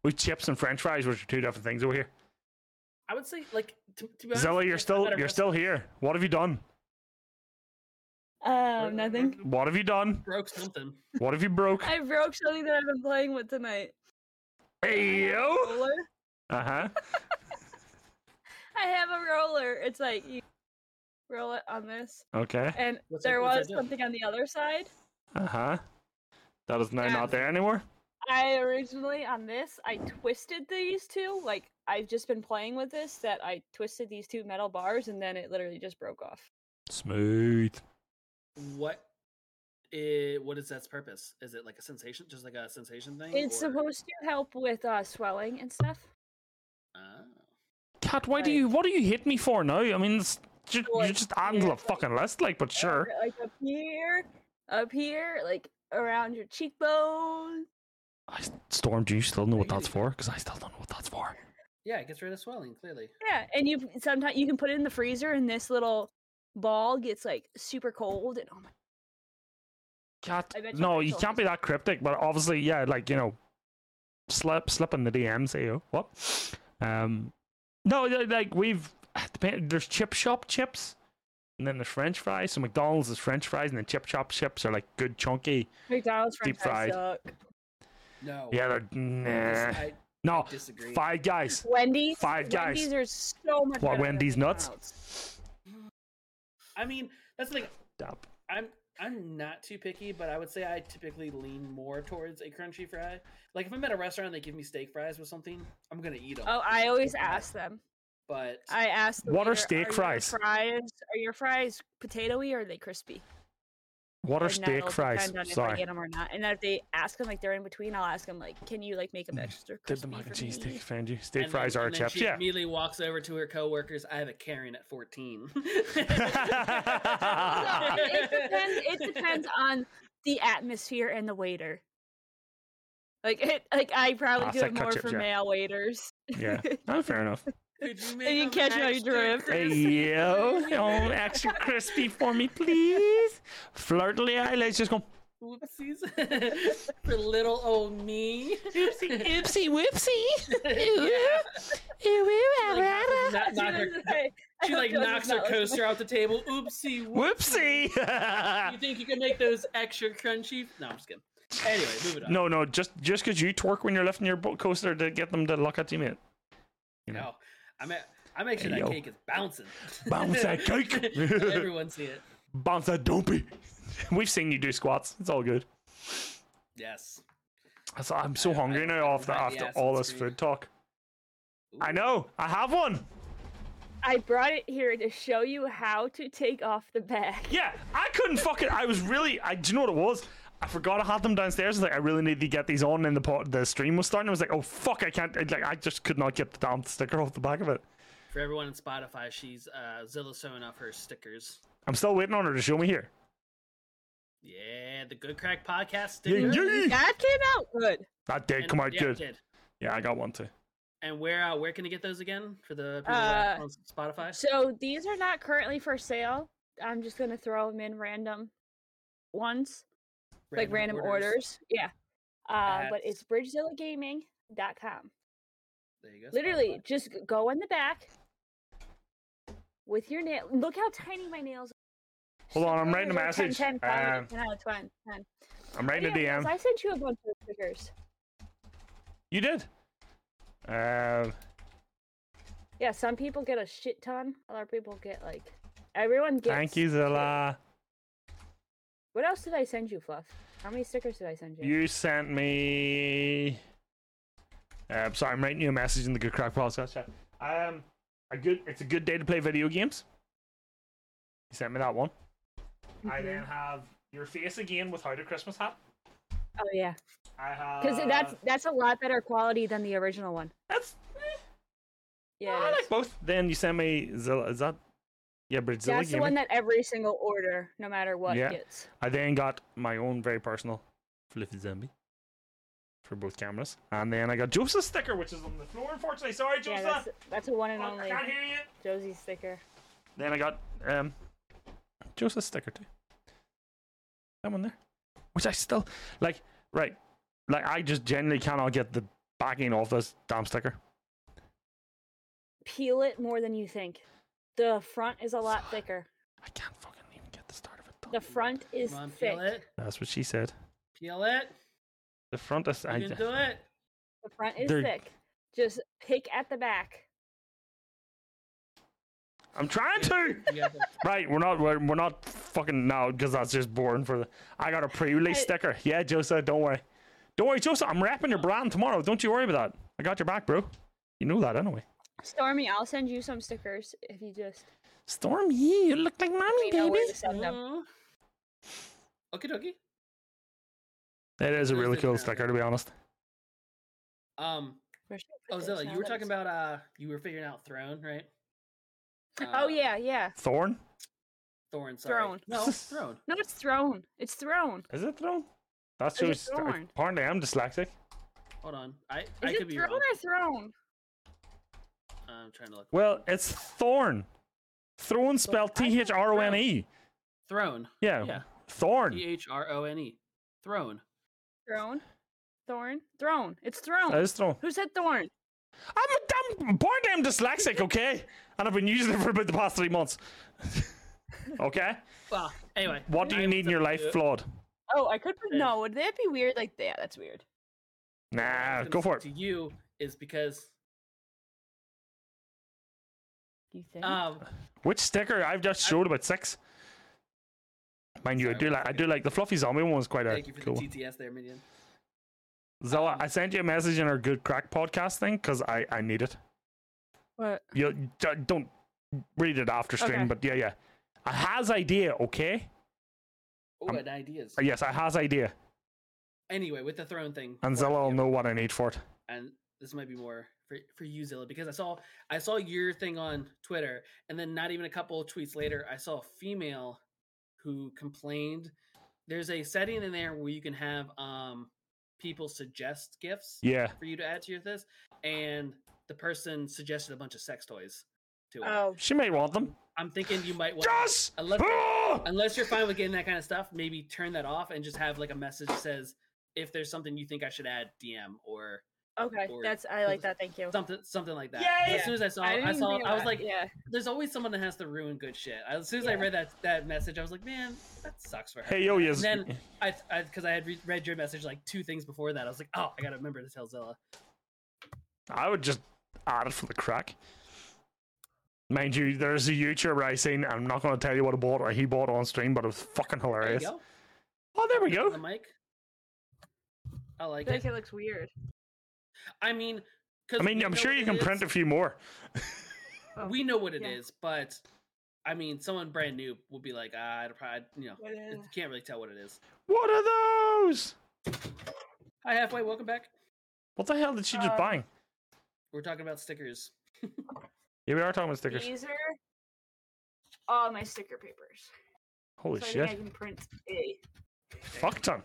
Speaker 2: We have chips and French fries, which are two different things over here.
Speaker 3: I would say, like, to, to be honest,
Speaker 2: Zilla,
Speaker 3: like,
Speaker 2: you're
Speaker 3: I'm
Speaker 2: still
Speaker 3: at a
Speaker 2: you're still here. What have you done?
Speaker 1: Um,
Speaker 3: restaurant-
Speaker 1: Uh, nothing.
Speaker 2: What have you done?
Speaker 3: Broke something.
Speaker 2: What have you broke?
Speaker 1: I broke something that I've been playing with tonight.
Speaker 2: Hey yo.
Speaker 1: Roller.
Speaker 2: Uh huh.
Speaker 1: I have a roller. It's like you roll it on this,
Speaker 2: Okay.
Speaker 1: and
Speaker 3: What's that-
Speaker 1: there
Speaker 3: what's that
Speaker 1: was
Speaker 3: do?
Speaker 1: something on the other side.
Speaker 2: Uh huh. That is now
Speaker 1: Yeah.
Speaker 2: not there anymore.
Speaker 1: I originally on this I twisted these two. Like I've just been playing with this that I twisted these two metal bars and then it literally just broke off.
Speaker 2: Smooth.
Speaker 3: What? Is, what is its purpose? Is it like a sensation, just like a sensation thing?
Speaker 1: It's
Speaker 3: or-
Speaker 1: supposed to help with uh, swelling and stuff.
Speaker 3: Oh.
Speaker 2: Cat, why do
Speaker 1: Right.
Speaker 2: you what do you hit me for now? I mean, it's just,
Speaker 1: Well,
Speaker 2: you're just adding to
Speaker 1: yeah,
Speaker 2: the fucking list, like. But sure.
Speaker 1: Or, Like up here, up here, like around your cheekbone.
Speaker 2: I, Storm, do you still know what that's for? Because I still don't know what that's for.
Speaker 3: Yeah, it gets rid of swelling, clearly.
Speaker 1: Yeah, and you sometimes you can put it in the freezer and this little ball gets like super cold and oh my
Speaker 2: Cat,
Speaker 1: I bet you
Speaker 2: no,
Speaker 1: that's
Speaker 2: you
Speaker 1: all
Speaker 2: can't be that cryptic. But obviously, yeah, like you know, slip slip in the DM. Say oh, what? Um, no, li- like we've depend- there's chip shop chips, and then there's French fries. So McDonald's is French fries, and then chip shop chips are like good chunky.
Speaker 1: McDonald's
Speaker 2: Deep
Speaker 1: french fries suck.
Speaker 3: No.
Speaker 2: Yeah, they're
Speaker 3: Oh, I
Speaker 2: nah. Oh,
Speaker 3: dis- I
Speaker 2: no
Speaker 3: disagree.
Speaker 2: five guys.
Speaker 1: Wendy's
Speaker 2: Five guys.
Speaker 1: Wendy's are so much
Speaker 2: What,
Speaker 1: better than
Speaker 2: Wendy's nuts?
Speaker 1: McDonald's.
Speaker 3: I mean, that's like
Speaker 2: Stop.
Speaker 3: I'm I'm not too picky, but I would say I typically lean more towards a crunchy fry. Like if I'm at a restaurant and they give me steak fries with something, I'm gonna eat them.
Speaker 1: Oh, I always ask them.
Speaker 3: but
Speaker 1: I ask. the
Speaker 2: What are
Speaker 1: waiter,
Speaker 2: steak
Speaker 1: your
Speaker 2: fries?"
Speaker 1: Fries are your fries potatoey or are they crispy?
Speaker 2: What are
Speaker 1: And that'll
Speaker 2: steak fries?
Speaker 1: depend on if I
Speaker 2: Sorry.
Speaker 1: get them or not. And then if they ask them like they're in between, I'll ask them like, "Can you like make them extra
Speaker 2: Did
Speaker 1: crispy
Speaker 2: Mm. the mac
Speaker 1: for
Speaker 2: and cheese
Speaker 1: me?"
Speaker 2: steak offend you? Steak
Speaker 3: and then-
Speaker 2: fries are
Speaker 3: and then
Speaker 2: chips.
Speaker 3: She
Speaker 2: Yeah.
Speaker 3: immediately walks over to her coworkers. I have a Karen at fourteen.
Speaker 1: So, it depends. It depends on the atmosphere and the waiter. Like it, like I probably
Speaker 2: Ah,
Speaker 1: do
Speaker 2: fat
Speaker 1: it
Speaker 2: cut
Speaker 1: more
Speaker 2: chips,
Speaker 1: for
Speaker 2: yeah.
Speaker 1: male waiters.
Speaker 2: Yeah. Oh, fair enough.
Speaker 3: Could you
Speaker 1: you
Speaker 3: make
Speaker 1: catch
Speaker 3: them
Speaker 1: how you
Speaker 3: extra
Speaker 1: drift.
Speaker 2: Hey
Speaker 3: crispy?
Speaker 2: yo, oh, extra crispy for me, please. Flirtly eyelids just go
Speaker 3: Oopsies. For little old me.
Speaker 2: oopsie whoopsie.
Speaker 3: Yeah. Like,
Speaker 1: I do
Speaker 3: knock- knock her-
Speaker 1: that today. I
Speaker 3: She
Speaker 1: hope
Speaker 3: like
Speaker 1: Joseph
Speaker 3: knocks
Speaker 1: not
Speaker 3: her
Speaker 1: listening.
Speaker 3: coaster off the table. Oopsie. You
Speaker 2: Whoopsie.
Speaker 3: think you can make those extra crunchy? No, I'm just kidding. Anyway, moving on.
Speaker 2: no, no, just just because you twerk when you're lifting your boat coaster to get them to look at you, mate.
Speaker 3: no. I'm at, I'm making sure
Speaker 2: Hey,
Speaker 3: that
Speaker 2: yo.
Speaker 3: cake is bouncing.
Speaker 2: Bounce that cake.
Speaker 3: Let Everyone see it.
Speaker 2: Bounce that dopey. We've seen you do squats. It's all good.
Speaker 3: Yes.
Speaker 2: That's- I'm so
Speaker 3: I- I-
Speaker 2: hungry now after
Speaker 3: I-
Speaker 2: after
Speaker 3: yeah,
Speaker 2: all
Speaker 3: sounds
Speaker 2: this
Speaker 3: great.
Speaker 2: food talk. I
Speaker 3: Ooh.
Speaker 2: know. I have one.
Speaker 1: I brought it here to show you how to take off the bag.
Speaker 2: Yeah, I couldn't fucking. I was really. I do you know what it was? I forgot I had them downstairs. I was like, I really need to get these on. And the po- the stream was starting. I was like, oh fuck, I can't. I- Like, I just could not get the damn sticker off the back of it.
Speaker 3: For everyone in Spotify, she's uh, Zilla sewing up her stickers.
Speaker 2: I'm still waiting on her to show me here.
Speaker 3: Yeah, the Good Crack podcast
Speaker 2: Yeah,
Speaker 3: sticker.
Speaker 2: yeah.
Speaker 1: That came out good.
Speaker 2: That did
Speaker 3: And-
Speaker 2: come out
Speaker 3: yeah, it
Speaker 2: good.
Speaker 3: did.
Speaker 2: Yeah, I got one too.
Speaker 3: And where uh, where can you get those again for the people
Speaker 1: Uh,
Speaker 3: uh, on Spotify?
Speaker 1: So these are not currently for sale. I'm just gonna throw them in random ones, like random orders. Yeah. Uh, but
Speaker 3: At-
Speaker 1: it's bridgezillagaming.com.
Speaker 3: There you go.
Speaker 1: Literally,
Speaker 3: Spotify.
Speaker 1: just g- go in the back with your nail. Look how tiny my nails are.
Speaker 2: Hold on,
Speaker 1: Some
Speaker 2: I'm writing a
Speaker 1: colors are 10,
Speaker 2: message.
Speaker 1: 10, five,
Speaker 2: Um,
Speaker 1: 10 out of 20, 10.
Speaker 2: I'm writing
Speaker 1: Yeah,
Speaker 2: a
Speaker 1: Nils,
Speaker 2: DM.
Speaker 1: I sent you a bunch of stickers.
Speaker 2: You did. Um,
Speaker 1: Yeah, some people get a shit ton. Other people get like everyone gets.
Speaker 2: thank you, Zilla.
Speaker 1: What else did I send you, Fluff? How many stickers did I send you?
Speaker 2: You sent me. Uh, sorry, I'm writing you a message in the Good Crack podcast chat. Um, a good. It's a good day to play video games. You sent me that one.
Speaker 1: Mm-hmm.
Speaker 2: I then have your face again without a Christmas hat.
Speaker 1: oh yeah,
Speaker 2: I have
Speaker 1: because that's that's a lot better quality than the original one.
Speaker 2: that's.
Speaker 1: Yeah,
Speaker 2: I
Speaker 1: it
Speaker 2: like
Speaker 1: is.
Speaker 2: both. Then you sent me Zilla. Is that? Yeah, but Zilla
Speaker 1: that's the
Speaker 2: Gaming.
Speaker 1: one that every single order, no matter what,
Speaker 2: Yeah.
Speaker 1: gets.
Speaker 2: I then got my own very personal Fluffy Zombie for both cameras. And then I got Joseph's sticker, which is on the floor, unfortunately. Sorry,
Speaker 1: Yeah,
Speaker 2: Joseph. Oh,
Speaker 1: that's that's a one and
Speaker 2: I
Speaker 1: only
Speaker 2: can't hear you.
Speaker 1: Josie sticker.
Speaker 2: Then I got um, Joseph's sticker too. That one there, which I still like. Right, like I just genuinely cannot get the backing off this damn sticker.
Speaker 1: Peel it more than you think. The front is a lot thicker.
Speaker 2: I can't fucking even get the start of it.
Speaker 1: The
Speaker 2: Done.
Speaker 1: front is
Speaker 3: Come on,
Speaker 1: thick.
Speaker 3: peel it.
Speaker 2: That's what she said.
Speaker 3: Peel it.
Speaker 2: The front is. I,
Speaker 3: You can do it.
Speaker 1: The front is
Speaker 2: They're-
Speaker 1: thick. Just pick at the back.
Speaker 2: I'm trying to.
Speaker 3: You got the-
Speaker 2: Right, we're not we're, we're not fucking no because that's just boring for the. I got a pre-release
Speaker 1: I-
Speaker 2: sticker. Yeah, Joseph, don't worry, don't worry, Joseph. I'm wrapping your brand tomorrow. Don't you worry about that. I got your back, bro. You know that anyway.
Speaker 1: Stormy, I'll send you some stickers if you just
Speaker 2: Storm, yeah, you look like mommy,
Speaker 1: let me know
Speaker 2: baby.
Speaker 1: where to send them.
Speaker 3: Mm. Okie dokie.
Speaker 2: It is a
Speaker 3: There's
Speaker 2: really
Speaker 3: the
Speaker 2: cool
Speaker 3: brown
Speaker 2: sticker, to be honest.
Speaker 3: Um,
Speaker 1: For sure,
Speaker 3: oh
Speaker 1: for
Speaker 3: Zilla,
Speaker 1: sure.
Speaker 3: you were
Speaker 1: Now that
Speaker 3: talking
Speaker 1: it's-
Speaker 3: about uh, you were figuring out throne, right?
Speaker 1: Oh
Speaker 3: Uh,
Speaker 1: yeah, yeah.
Speaker 2: Thorn,
Speaker 3: Thorn. Sorry.
Speaker 1: Throne.
Speaker 3: No, throne.
Speaker 1: No, it's thrown. It's thrown.
Speaker 2: is it Thorn? That's
Speaker 1: Is it
Speaker 2: just
Speaker 1: Thorn?
Speaker 2: apparently I'm dyslexic.
Speaker 3: Hold on. I
Speaker 1: Is
Speaker 3: I
Speaker 1: it
Speaker 3: could be
Speaker 1: thrown
Speaker 3: wrong.
Speaker 1: or thrown?
Speaker 3: I'm trying to look.
Speaker 2: Well, it's Thorn. Thorn spelled T H R O N E.
Speaker 3: Throne.
Speaker 2: Yeah,
Speaker 3: Yeah.
Speaker 2: Oh, Thorn.
Speaker 3: T H R O N E. Throne.
Speaker 1: Thrown. Thorn. Thrown. It's thrown.
Speaker 2: That is Thorn.
Speaker 1: Who said thorn?
Speaker 2: I'm, I'm born damn dyslexic, okay? And I've been using it for about the past three months. okay?
Speaker 3: Well, anyway.
Speaker 2: What do you
Speaker 3: I'm
Speaker 2: need in your life, Flawed?
Speaker 1: Oh, I could.
Speaker 3: Yeah.
Speaker 1: No, would that be weird? Like, yeah, that's weird.
Speaker 2: Nah,
Speaker 3: gonna
Speaker 2: go for it.
Speaker 3: say To you is because
Speaker 1: Do you think?
Speaker 3: um
Speaker 2: Which sticker? I've just showed about six. Mind you, I
Speaker 3: Sorry,
Speaker 2: do
Speaker 3: one
Speaker 2: like I do
Speaker 3: second.
Speaker 2: like the fluffy zombie one was quite a
Speaker 3: thank you for
Speaker 2: cool.
Speaker 3: the
Speaker 2: one.
Speaker 3: TTS there, Minion.
Speaker 2: Zilla, I sent you a message in our good crack podcast thing because I I need it.
Speaker 1: what?
Speaker 2: You d- don't read it after stream,
Speaker 1: Okay.
Speaker 2: but yeah, yeah. I has idea, okay?
Speaker 3: Oh,
Speaker 2: Um,
Speaker 3: and ideas.
Speaker 2: Uh, Yes, I has idea,
Speaker 3: Anyway, with the throne thing.
Speaker 2: and
Speaker 3: for
Speaker 2: Zilla will
Speaker 3: you,
Speaker 2: know what I need for it.
Speaker 3: And this might be more for, for you, Zilla, because I saw I saw your thing on Twitter, and then not even a couple of tweets later, I saw a female who complained. There's a setting in there where you can have um people suggest gifts
Speaker 2: Yeah,
Speaker 3: for you to add to your this, and the person suggested a bunch of sex toys to it.
Speaker 1: Oh,
Speaker 2: she may want them.
Speaker 3: I'm thinking you might want
Speaker 2: Yes.
Speaker 3: unless
Speaker 2: Ah!
Speaker 3: unless you're fine with getting that kind of stuff, maybe turn that off and just have like a message that says if there's something you think I should add, DM or
Speaker 1: okay.
Speaker 3: Or-
Speaker 1: That's I like that. Thank you.
Speaker 3: something something like that.
Speaker 1: Yeah,
Speaker 3: And
Speaker 1: yeah.
Speaker 3: As soon as I saw,
Speaker 1: I,
Speaker 3: I,
Speaker 1: didn't
Speaker 3: saw, I was like,
Speaker 1: yeah.
Speaker 3: "There's always someone that has to ruin good shit." I- As soon as I
Speaker 1: Yeah.
Speaker 3: read that that message, I was like, "Man, that sucks for her."
Speaker 2: Hey yo, yes.
Speaker 3: And then I because I, had re- read your message like two things before that, I was like, "Oh, I gotta remember to tell Zilla."
Speaker 2: I would just add it for the crack. Mind you, there's a YouTuber I seen. I'm not going to tell you what I bought or he bought on stream, but it was fucking
Speaker 3: There you
Speaker 2: hilarious.
Speaker 3: go. Um,
Speaker 2: Oh, there we
Speaker 3: Put it on
Speaker 2: go.
Speaker 3: The mic. I like
Speaker 1: I think
Speaker 3: it.
Speaker 1: it looks weird.
Speaker 3: I mean, because
Speaker 2: I mean, I'm sure you can print a few more.
Speaker 1: Oh,
Speaker 3: We know what it is,
Speaker 1: yeah.
Speaker 3: but I mean, someone brand new would be like, "Ah, I'd probably, you know, you can't really tell what it is."
Speaker 2: What are those?
Speaker 3: Hi, halfway. Welcome back.
Speaker 2: What the hell did she just
Speaker 1: Um,
Speaker 2: bang?
Speaker 3: We're talking about stickers.
Speaker 2: Yeah, we are talking about stickers.
Speaker 1: These are all my sticker papers.
Speaker 2: Holy
Speaker 1: so I
Speaker 2: shit.
Speaker 1: think I can print a.
Speaker 2: Fuck ton.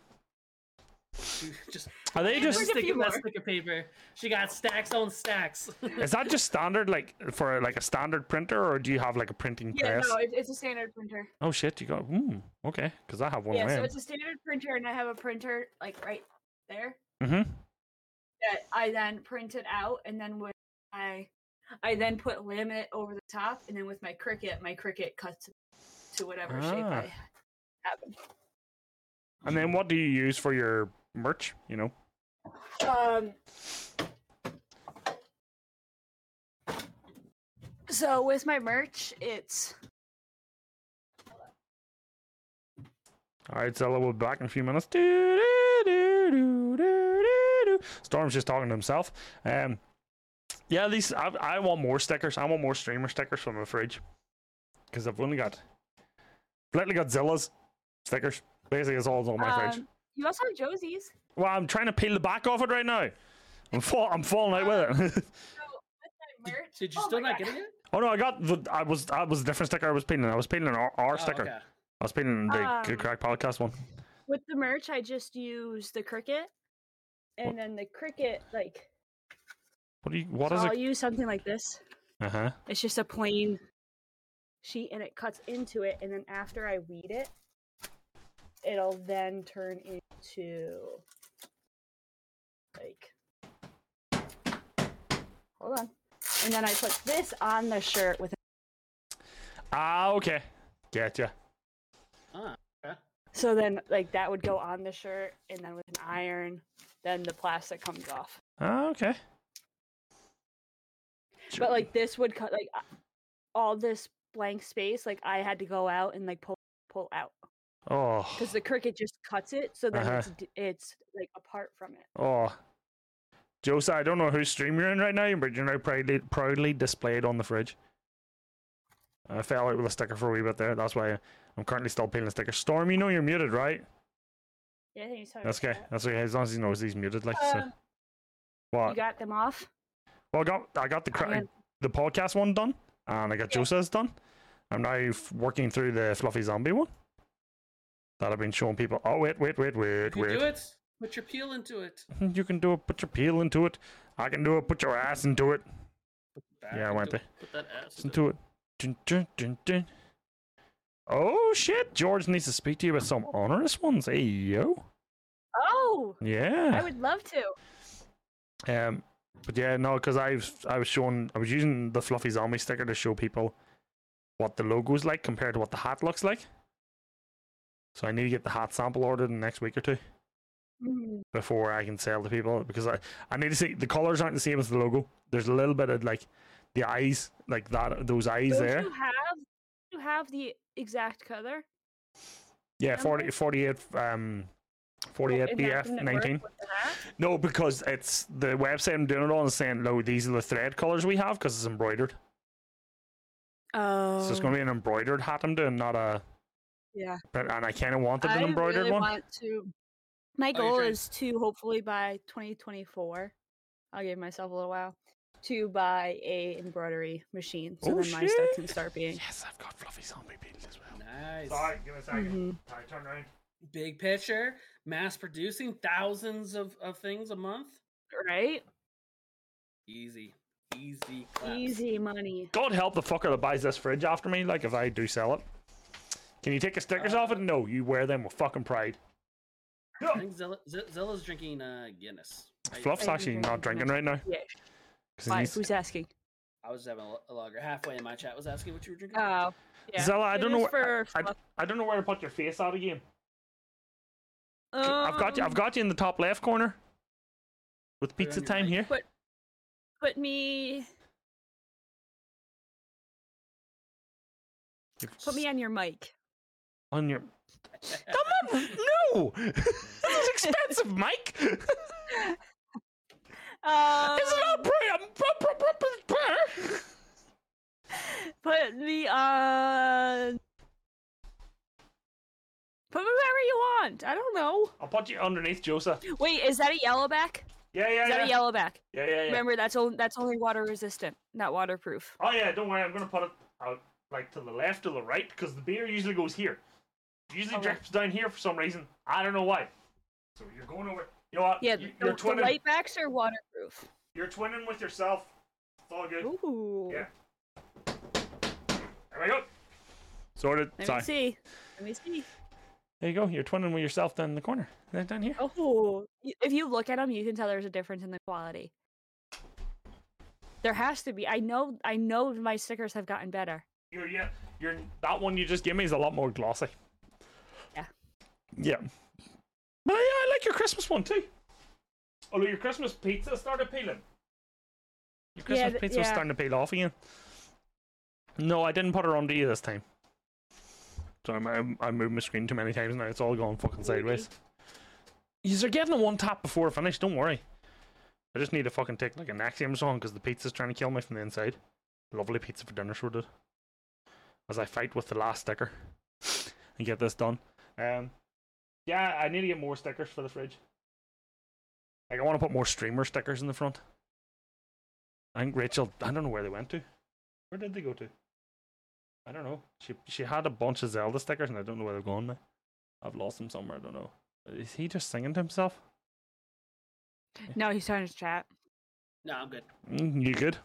Speaker 3: just
Speaker 2: Are they just.
Speaker 3: And then
Speaker 1: There's a
Speaker 3: stick
Speaker 1: few
Speaker 3: it with
Speaker 1: more.
Speaker 3: sticker paper. She got stacks on stacks.
Speaker 2: Is that just standard, like for like a standard printer, or do you have like a printing
Speaker 1: Yeah,
Speaker 2: press?
Speaker 1: no, it, it's a standard printer.
Speaker 2: Oh shit, you got. Hmm. Okay, because I have one
Speaker 1: yeah,
Speaker 2: of
Speaker 1: so
Speaker 2: them.
Speaker 1: it's a standard printer, and I have a printer like right there
Speaker 2: mm-hmm.
Speaker 1: that I then print it out, and then with my, I then put laminate over the top, and then with my Cricut, my Cricut cuts to whatever shape
Speaker 2: Ah.
Speaker 1: I have.
Speaker 2: And then what do you Ah. use for your merch? You know?
Speaker 1: Um, So with my merch, it's
Speaker 2: All right, Zella will be back in a few minutes. Doo-doo-doo-doo-doo-doo-doo. Storm's just talking to himself. Um, yeah, these I, I want more stickers. I want more streamer stickers from the fridge because I've only got, I've literally got Zilla's stickers. Basically, it's all on my fridge.
Speaker 1: um, you also have Josie's.
Speaker 2: Well, I'm trying to peel the back off it right now. I'm fall, I'm falling out with
Speaker 1: um,
Speaker 2: it.
Speaker 1: Merch.
Speaker 3: Did you still not get it? yet?
Speaker 2: oh no, I got the I was I was a different sticker. I was peeling. I was peeling our, our
Speaker 3: Oh,
Speaker 2: sticker.
Speaker 3: okay.
Speaker 2: I was peeling the
Speaker 1: Um,
Speaker 2: Good Crack podcast one.
Speaker 1: With the merch, I just use the cricket, and then the cricket like.
Speaker 2: What do you? What
Speaker 1: so
Speaker 2: is
Speaker 1: I'll
Speaker 2: it?
Speaker 1: use something like this.
Speaker 2: Uh huh.
Speaker 1: It's just a plain sheet and it cuts into it and then after I weed it, it'll then turn into like Hold on. And then I put this on the shirt with
Speaker 2: Ah, okay. Gotcha.
Speaker 3: Ah, okay.
Speaker 1: so then like that would go on the shirt and then with an iron, then the plastic comes off.
Speaker 2: Ah, okay.
Speaker 1: But like this would cut like uh, all this blank space like I had to go out and like pull pull out.
Speaker 2: Oh,
Speaker 1: because the cricket just cuts it, so then
Speaker 2: Uh-huh.
Speaker 1: it's d it's like apart from it.
Speaker 2: oh. Josiah, I don't know whose stream you're in right now, but you're now proudly, proudly displayed on the fridge. I fell out with a sticker for a wee bit there. That's why I'm currently still peeling the sticker. Storm, you know you're muted, right?
Speaker 1: Yeah, I think he's talking
Speaker 2: That's
Speaker 1: about
Speaker 2: okay. That's okay. As long as he knows he's muted, like
Speaker 1: that.
Speaker 2: so.
Speaker 1: Um,
Speaker 2: What?
Speaker 1: you got them off.
Speaker 2: well, I got I got the cra-
Speaker 1: Iron.
Speaker 2: the podcast one done, and I got Josiah's done. I'm now f- working through the fluffy zombie one that I've been showing people. Oh wait, wait, wait, wait,
Speaker 3: You
Speaker 2: wait.
Speaker 3: do it. Put your peel into it.
Speaker 2: You can do it. Put your peel into it. I can do it. Put your ass into it.
Speaker 3: Back
Speaker 2: Yeah, I went
Speaker 3: into it. Put that ass
Speaker 2: Listen
Speaker 3: into
Speaker 2: to
Speaker 3: it.
Speaker 2: it. Dun, dun, dun, dun. Oh shit! George needs to speak to you about some onerous ones. Hey yo.
Speaker 1: Oh, I
Speaker 2: Yeah.
Speaker 1: would love to.
Speaker 2: Um. But yeah, no, because I was I was showing I was using the fluffy zombie sticker to show people what the logo's like compared to what the hat looks like. So I need to get the hat sample ordered in the next week or two
Speaker 1: Mm,
Speaker 2: before I can sell to people because I, I need to see the colors aren't the same as the logo. There's a little bit of like the eyes like that those eyes
Speaker 1: don't
Speaker 2: there.
Speaker 1: you have don't you have the exact color?
Speaker 2: Yeah, 40,
Speaker 1: numbers?
Speaker 2: 48, um,
Speaker 1: Well, and
Speaker 2: 48
Speaker 1: that
Speaker 2: BF
Speaker 1: wouldn't work
Speaker 2: 19.
Speaker 1: with the hat?
Speaker 2: No, because it's the website I'm doing it on is saying, no, these are the thread colors we have because it's embroidered.
Speaker 1: Oh,
Speaker 2: So it's going to be an embroidered hat I'm doing, not a.
Speaker 1: Yeah.
Speaker 2: But, and I kind of wanted
Speaker 1: I
Speaker 2: an embroidered
Speaker 1: really
Speaker 2: one.
Speaker 1: want to. My
Speaker 3: Oh, you're
Speaker 1: goal
Speaker 3: trying-
Speaker 1: is to hopefully by 2024, I'll give myself a little while to buy a embroidery machine, so
Speaker 2: Oh,
Speaker 1: then my stuff
Speaker 2: shit.
Speaker 1: can start being.
Speaker 2: Yes, I've got fluffy zombie peeled as well.
Speaker 3: Nice.
Speaker 2: Sorry, give me a 2nd
Speaker 1: Mhm.
Speaker 2: Sorry, turn around.
Speaker 3: Big picture, mass producing thousands of, of things a month.
Speaker 1: Right?
Speaker 3: Easy. Easy. claps.
Speaker 1: Easy money.
Speaker 2: God help the fucker that buys this fridge after me, like if I do sell it. Can you take the stickers off it? No, you wear them with fucking pride.
Speaker 3: I think Zilla, Z- Zilla's drinking uh, Guinness. I,
Speaker 2: Fluff's actually not drinking right now.
Speaker 1: Yeah.
Speaker 2: 'cause he
Speaker 1: Why?
Speaker 2: needs-
Speaker 1: Who's asking?
Speaker 3: I was having a lo- a lager halfway, and my chat was asking what you were drinking.
Speaker 1: Oh, yeah.
Speaker 2: Zella, I
Speaker 1: It
Speaker 2: don't know
Speaker 1: is
Speaker 2: where-
Speaker 1: for
Speaker 2: I,
Speaker 1: fluff.
Speaker 2: I don't know where to put your face out again. I've got you. I've
Speaker 1: Um,
Speaker 2: got you in the top left corner. With
Speaker 3: Put it on
Speaker 2: pizza
Speaker 3: your
Speaker 2: time
Speaker 3: mic.
Speaker 2: here.
Speaker 1: Put me. Put me on your mic.
Speaker 2: on your. Come on! No, this is expensive, Mike. It's
Speaker 1: Um,
Speaker 2: not brand.
Speaker 1: put me on. Put me wherever you want. I don't know.
Speaker 2: I'll put you underneath Joseph.
Speaker 1: Wait, is that a yellowback?
Speaker 2: Yeah,
Speaker 1: Is
Speaker 2: yeah,
Speaker 1: that a
Speaker 2: yeah,
Speaker 1: yellowback?
Speaker 2: yeah, yeah, yeah.
Speaker 1: Remember, that's only that's only water resistant, not waterproof.
Speaker 2: Oh yeah, don't worry. I'm gonna put it out like to the left to the right because the beer usually goes here. It usually
Speaker 1: Okay.
Speaker 2: drips down here for some reason. I don't know why. So you're going over. You know what?
Speaker 1: Yeah,
Speaker 2: You-
Speaker 1: the,
Speaker 2: you're
Speaker 1: the
Speaker 2: twinning.
Speaker 1: light backs are waterproof.
Speaker 2: You're twinning with yourself. It's all good.
Speaker 1: Ooh.
Speaker 2: Yeah. There we go. Sorted.
Speaker 1: Let me see. Let me see.
Speaker 2: There you go. You're twinning with yourself down in the corner. Right Down here.
Speaker 1: Oh, y- if you look at them, you can tell there's a difference in the quality. There has to be. I know. I know my stickers have gotten better.
Speaker 2: You're, yeah. You're that one you just gave me is a lot more glossy.
Speaker 1: Yeah.
Speaker 2: Yeah. But yeah, I like your Christmas one too. Although your Christmas pizza started peeling. Your Christmas
Speaker 1: th-
Speaker 2: pizza was
Speaker 1: yeah.
Speaker 2: starting to peel off again. No, I didn't put her onto you this time. So I'm, I'm, I moved my screen too many times now. It's all gone fucking sideways. You're getting a one tap before finish. Don't worry. I just need to fucking take like an axiom song because the pizza's trying to kill me from the inside. Lovely pizza for dinner, sure did. As I fight with the last sticker and get this done. Um, yeah, I need to get more stickers for the fridge. Like I want to put more streamer stickers in the front. I think Rachel. I don't know where they went to. Where did they go to? I don't know. She she had a bunch of Zelda stickers, and I don't know where they're going now. I've lost them somewhere. I don't know. Is he just singing to himself?
Speaker 1: No, he's starting to chat.
Speaker 3: No, I'm good.
Speaker 2: Mm, you good?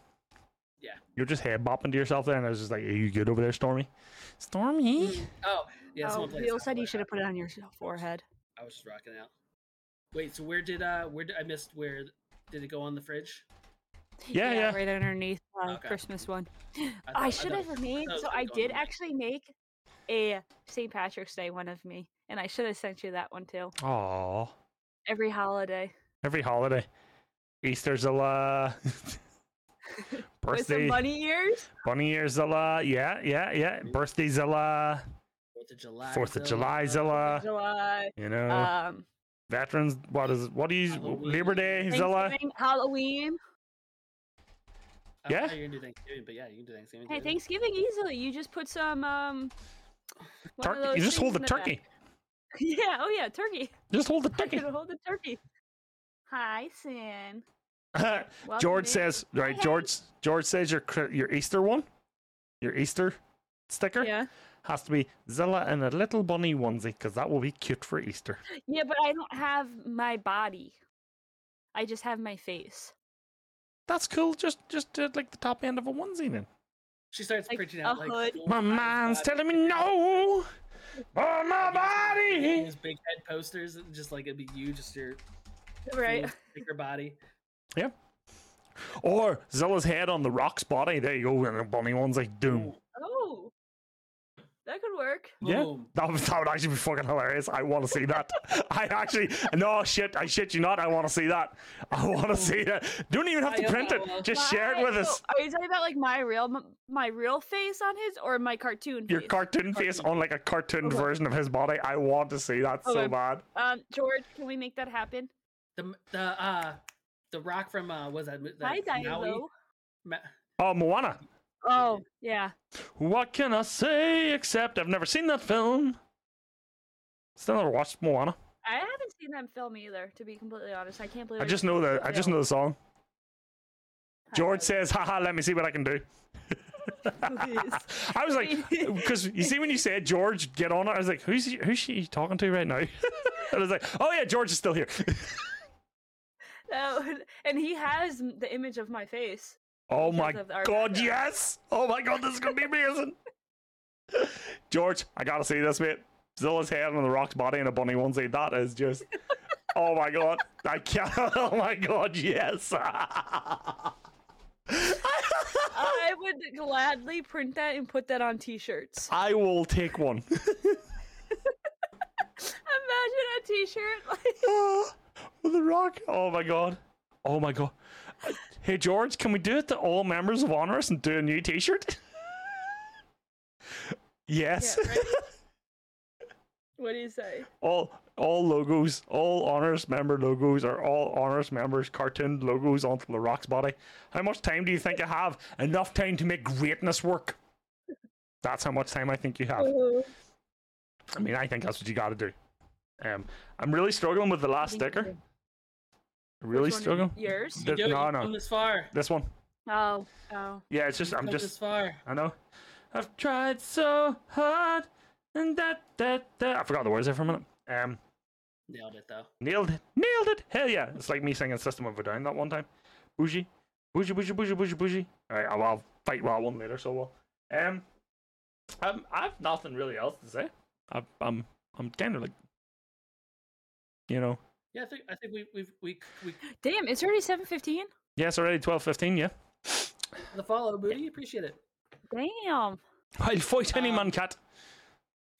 Speaker 3: Yeah.
Speaker 2: You're just head bopping to yourself there, and I was just like, "Are you good over there, Stormy?" Stormy.
Speaker 3: Oh, yeah.
Speaker 1: oh,
Speaker 3: someone played
Speaker 1: Bill
Speaker 3: South
Speaker 1: said you
Speaker 3: Park.
Speaker 1: should have put it on your forehead.
Speaker 3: I was just rocking out. Wait, so where did uh where did I missed where did it go on the fridge?
Speaker 2: Yeah, yeah.
Speaker 1: Right underneath uh,
Speaker 3: Okay.
Speaker 1: Christmas one.
Speaker 3: thought-
Speaker 1: I,
Speaker 3: I
Speaker 1: should
Speaker 3: thought-
Speaker 1: have made.
Speaker 3: thought it
Speaker 1: So
Speaker 3: was
Speaker 1: I
Speaker 3: going
Speaker 1: did
Speaker 3: away.
Speaker 1: actually make a St. Patrick's Day one of me, and I should have sent you that one too.
Speaker 2: Aww.
Speaker 1: Every holiday
Speaker 2: Every holiday, Easter's a la.
Speaker 1: with some
Speaker 2: Birthday,
Speaker 1: bunny ears.
Speaker 2: bunny ears a la. Yeah, yeah, yeah. Birthdays a la.
Speaker 3: Fourth of July. uh,
Speaker 2: Fourth of July
Speaker 3: Zilla.
Speaker 2: Zilla.
Speaker 1: July.
Speaker 2: You know,
Speaker 1: uh, Um,
Speaker 2: veterans. What is? What do you?
Speaker 3: Halloween.
Speaker 2: Labor Day Zilla.
Speaker 1: Thanksgiving, Halloween.
Speaker 3: I don't know
Speaker 2: Yeah.
Speaker 3: how Oh, You're gonna do Thanksgiving, but yeah, you can do Thanksgiving.
Speaker 1: Hey,
Speaker 3: too.
Speaker 1: Thanksgiving easily. You just put some um. one of
Speaker 2: Turkey.
Speaker 1: those
Speaker 2: You just
Speaker 1: things
Speaker 2: hold the
Speaker 1: in back.
Speaker 2: turkey.
Speaker 1: Yeah. Oh yeah, turkey.
Speaker 2: Just hold the
Speaker 1: I
Speaker 2: turkey.
Speaker 1: could hold the turkey. Hi, Sin. Welcome
Speaker 2: George
Speaker 1: in.
Speaker 2: says, right?
Speaker 1: Hey, hey.
Speaker 2: George. George says your cri- your Easter one, your Easter sticker
Speaker 1: Yeah.
Speaker 2: has to be Zilla in a little bunny onesie because that will be cute for Easter.
Speaker 1: Yeah, but I don't have my body. I just have my face.
Speaker 2: That's cool. Just just do it like the top end of a onesie then.
Speaker 3: She starts
Speaker 1: Like,
Speaker 3: printing
Speaker 1: a
Speaker 3: out like
Speaker 1: hood.
Speaker 3: full
Speaker 2: My
Speaker 3: size
Speaker 2: mind's
Speaker 3: body-
Speaker 2: telling me no, but my body.
Speaker 3: Those big head posters, and just like it'd be you, just your
Speaker 1: Right.
Speaker 3: bigger body.
Speaker 2: Or Zilla's head on the rock's body. There you go. And the bunny one's like doom.
Speaker 1: Oh. That could work.
Speaker 2: Yeah.
Speaker 3: Boom.
Speaker 2: That would, that would actually be fucking hilarious. I want to see that. I actually no shit. I shit you not. I want to see that. I want to see that. Don't even have to
Speaker 3: I
Speaker 2: print it.
Speaker 3: will.
Speaker 2: Just share it
Speaker 1: My-
Speaker 2: with
Speaker 1: so
Speaker 2: us.
Speaker 1: Are you talking about like my real m- my real face on his or my cartoon
Speaker 2: Your
Speaker 1: face?
Speaker 2: cartoon face on like a cartoon
Speaker 1: Okay.
Speaker 2: version of his body. I want to see that so
Speaker 1: Okay.
Speaker 2: bad.
Speaker 1: um, George, can we make that happen?
Speaker 3: The the uh the rock from uh was that, that
Speaker 1: Hi,
Speaker 3: Maui?
Speaker 1: Dialo.
Speaker 3: Ma-
Speaker 2: Oh, Moana.
Speaker 1: Oh, yeah.
Speaker 2: What can I say except I've never seen that film. Still never watched Moana.
Speaker 1: I haven't seen that film either, to be completely honest. I can't believe
Speaker 2: I just know the I just know the song.
Speaker 1: Hi,
Speaker 2: George
Speaker 1: Dialo.
Speaker 2: says, haha, let me see what I can do.
Speaker 1: Please.
Speaker 2: I was like, because you see, when you said George, get on it, I was like, who's he- who's she talking to right now? and I was like, oh yeah, George is still here.
Speaker 1: That would- and he has m- the image of my face.
Speaker 2: oh my
Speaker 1: Because of our
Speaker 2: god,
Speaker 1: background.
Speaker 2: yes! Oh my god, this is gonna be amazing. George, I gotta see this, mate. Zilla's head on the rock's body and a bunny onesie. That is just, oh my god, I can't. Oh my god, yes.
Speaker 1: I would gladly print that and put that on t-shirts.
Speaker 2: I will take one.
Speaker 1: Imagine a t-shirt like
Speaker 2: Ah, with the rock. Oh my god. Oh my god. Uh, Hey George, can we do it to all members of Honorous and do a new T-shirt? yes.
Speaker 1: Yeah, right? What do you say?
Speaker 2: all all logos, all Honorous member logos, or all Honorous members cartoon logos onto the rock's body. How much time do you think you have? Enough time to make greatness work. That's how much time I think you have. I mean, I think that's what you got to do. Um, I'm really struggling with the last sticker. Really
Speaker 1: Which one are you-
Speaker 2: struggling.
Speaker 1: Yours?
Speaker 2: The-
Speaker 3: Yo,
Speaker 2: no,
Speaker 3: you've
Speaker 2: no.
Speaker 3: come this far.
Speaker 2: This one.
Speaker 1: Oh, oh.
Speaker 2: Yeah, it's just I'm
Speaker 3: Come
Speaker 2: just
Speaker 3: this far.
Speaker 2: I know. I've tried so hard and that that that I forgot the words there for a minute. Um
Speaker 3: Nailed it though.
Speaker 2: nailed it nailed it hell yeah. It's like me singing System of a Down that one time. Bougie. Bougie bougie bougie bougie bougie. Alright, I'll, I'll fight well one later, so well. Um um I've nothing really else to say. I I'm I'm kinda like you know.
Speaker 3: Yeah, I think I think we we we we
Speaker 1: Damn, it's already 7.15?
Speaker 2: Yeah, it's already twelve fifteen, yeah.
Speaker 3: the follow booty. Appreciate it.
Speaker 1: Damn.
Speaker 2: I'll fight any man
Speaker 3: Um,
Speaker 2: cat.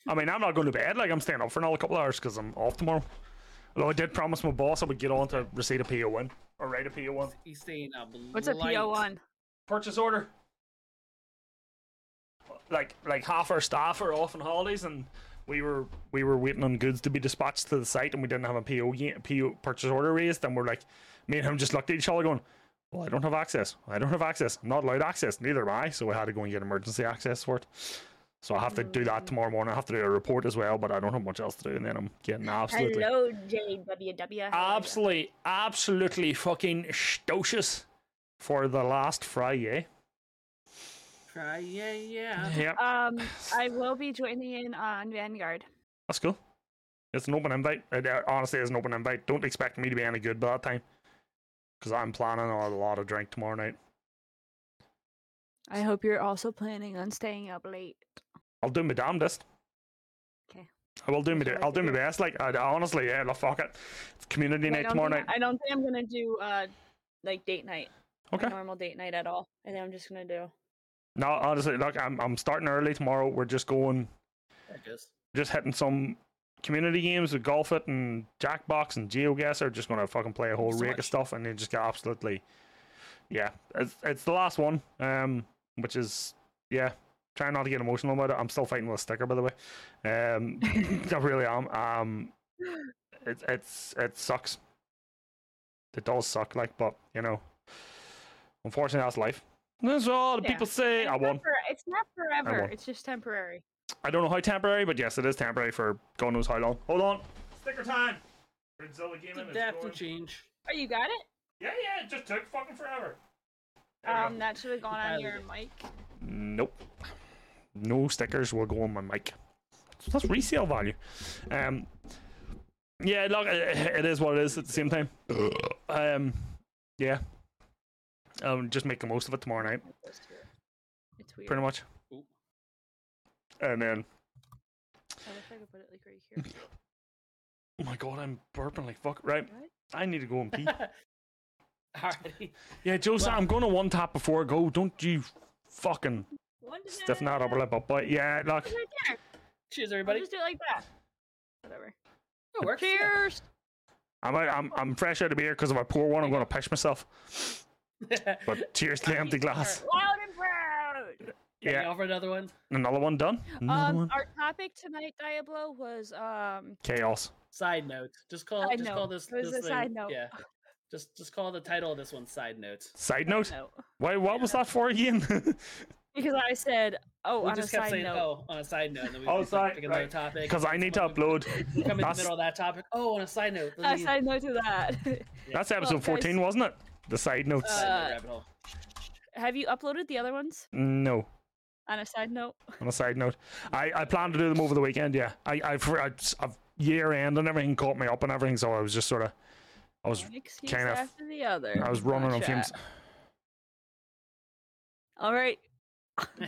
Speaker 2: I mean, I'm not going to bed. Like, I'm staying up for another couple hours because I'm off tomorrow. Although I did promise my boss I would get on to receive a PO1 or write a PO1
Speaker 3: He's staying up.
Speaker 1: What's a PO1?
Speaker 2: purchase order. like like half our staff are off on holidays and we were we were waiting on goods to be dispatched to the site and we didn't have a PO yet, PO purchase order raised and we're like me and him just looked at each other going well I don't have access I don't have access I'm not allowed access neither am I so I had to go and get emergency access for it so I have to do that tomorrow morning I have to do a report as well but I don't have much else to do and then I'm getting absolutely
Speaker 1: Hello, JWW. how are ya?
Speaker 2: absolutely absolutely fucking stocious for the last Friday
Speaker 3: Try, yeah, yeah.
Speaker 2: yep
Speaker 1: Um, I will be joining in on Vanguard.
Speaker 2: That's cool. It's an open invite. It, uh, honestly, it's an open invite. Don't expect me to be any good by that time. Because I'm planning on a lot of drink tomorrow night.
Speaker 1: I hope you're also planning on staying up late.
Speaker 2: I'll do my damnedest.
Speaker 1: 'Kay.
Speaker 2: I will do my
Speaker 1: That's all
Speaker 2: da-
Speaker 1: I
Speaker 2: I'll do
Speaker 1: can
Speaker 2: my
Speaker 1: do.
Speaker 2: best. Like I, I honestly, yeah, no, fuck it. It's community
Speaker 1: I
Speaker 2: night
Speaker 1: don't
Speaker 2: tomorrow night.
Speaker 1: think- I don't think I'm gonna do uh like date night. my
Speaker 2: Okay.
Speaker 1: normal date night at all. I think I'm just gonna do.
Speaker 2: No, honestly, look, I'm I'm starting early tomorrow. We're just going,
Speaker 3: There it goes.
Speaker 2: just hitting some community games with golf it and jackbox and geoguesser. Just gonna fucking play a whole
Speaker 3: So
Speaker 2: rake of
Speaker 3: much.
Speaker 2: stuff and then just get absolutely, yeah. It's it's the last one. Um, which is yeah. Trying not to get emotional about it. I'm still fighting with a sticker, by the way. Um, I really am. Um, it, it's it sucks. It does suck, like, but you know, unfortunately, that's life. That's all the
Speaker 1: Yeah.
Speaker 2: people say.
Speaker 1: It's
Speaker 2: I
Speaker 1: not
Speaker 2: won.
Speaker 1: for- it's not forever.
Speaker 2: won.
Speaker 1: It's just temporary.
Speaker 2: I don't know how temporary, but yes, it is temporary for God knows how long. Hold on. Sticker time. Godzilla game in is
Speaker 3: Adapt
Speaker 2: going-
Speaker 3: and change.
Speaker 1: Oh, you got it?
Speaker 2: Yeah, yeah, it just took fucking forever. There we go.
Speaker 1: Um, that should have gone on
Speaker 3: dialed
Speaker 1: your
Speaker 3: it.
Speaker 1: mic.
Speaker 2: Nope. No stickers will go on my mic. That's resale value. Um. Yeah, look, it it is what it is. At the same time, um, yeah, um, just make the most of it tomorrow night,
Speaker 1: It's weird.
Speaker 2: pretty much.
Speaker 3: Ooh.
Speaker 2: And then,
Speaker 1: I wish I could put it like right here.
Speaker 2: oh my god, I'm burping like fuck. Right,
Speaker 1: What?
Speaker 2: I need to go and pee.
Speaker 3: Alrighty.
Speaker 2: Yeah, Joseph,
Speaker 3: Well-
Speaker 2: I'm going to one tap before I go. Don't you fucking
Speaker 1: One to
Speaker 2: stiffen that upper lip up. But yeah, look,
Speaker 1: Right there.
Speaker 3: Cheers,
Speaker 1: I'll
Speaker 3: everybody.
Speaker 1: just do it like that. Whatever.
Speaker 3: It works. yeah.
Speaker 1: Cheers.
Speaker 2: I'm out, I'm I'm fresh out of beer because if I pour one, I'm going to piss myself. But cheers to the empty glass.
Speaker 1: Loud and proud.
Speaker 3: Can you
Speaker 2: Yeah,
Speaker 3: offer another one?
Speaker 2: another one done. Another
Speaker 1: Um,
Speaker 2: one.
Speaker 1: our topic tonight, Diablo, was um.
Speaker 2: Chaos.
Speaker 3: Side note. Just call.
Speaker 1: Side
Speaker 3: just call
Speaker 1: note.
Speaker 3: this.
Speaker 1: It was
Speaker 3: this
Speaker 1: a
Speaker 3: thing-
Speaker 1: side note.
Speaker 3: Yeah. Just just call the title of this one side note.
Speaker 2: Side note.
Speaker 1: no,
Speaker 2: Why? What was that for again?
Speaker 1: Because I said, oh,
Speaker 3: we
Speaker 1: on
Speaker 3: just
Speaker 1: a
Speaker 3: kept
Speaker 1: side
Speaker 3: saying,
Speaker 1: note.
Speaker 3: "Oh, on a side note." And then we
Speaker 2: Oh,
Speaker 3: just, like,
Speaker 2: side-
Speaker 3: pick another
Speaker 2: right.
Speaker 3: topic.
Speaker 2: Because I need to
Speaker 3: Someone-
Speaker 2: upload.
Speaker 3: we Come in the
Speaker 2: That's-
Speaker 3: middle of that topic. Oh, on a side note.
Speaker 1: A
Speaker 3: let me-
Speaker 1: side note to that.
Speaker 2: That's episode
Speaker 1: guys.
Speaker 2: 14, wasn't it? The side notes.
Speaker 3: Side note
Speaker 1: Uh,
Speaker 3: rabbit hole.
Speaker 1: Have you uploaded the other ones?
Speaker 2: no.
Speaker 1: On a side note,
Speaker 2: On a side note, I, I plan to do them over the weekend. Yeah, I I've, I've, I've year end and everything caught me up and everything, so I was just sort of, I was
Speaker 1: one excuse
Speaker 2: kind of-
Speaker 1: after the other.
Speaker 2: I was running on
Speaker 1: Gotcha.
Speaker 2: fumes.
Speaker 1: All right.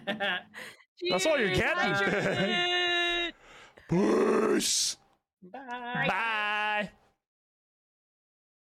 Speaker 2: That's all you
Speaker 1: Cheers,
Speaker 2: get.
Speaker 1: I drank it.
Speaker 2: Peace.
Speaker 3: Bye.
Speaker 2: Bye.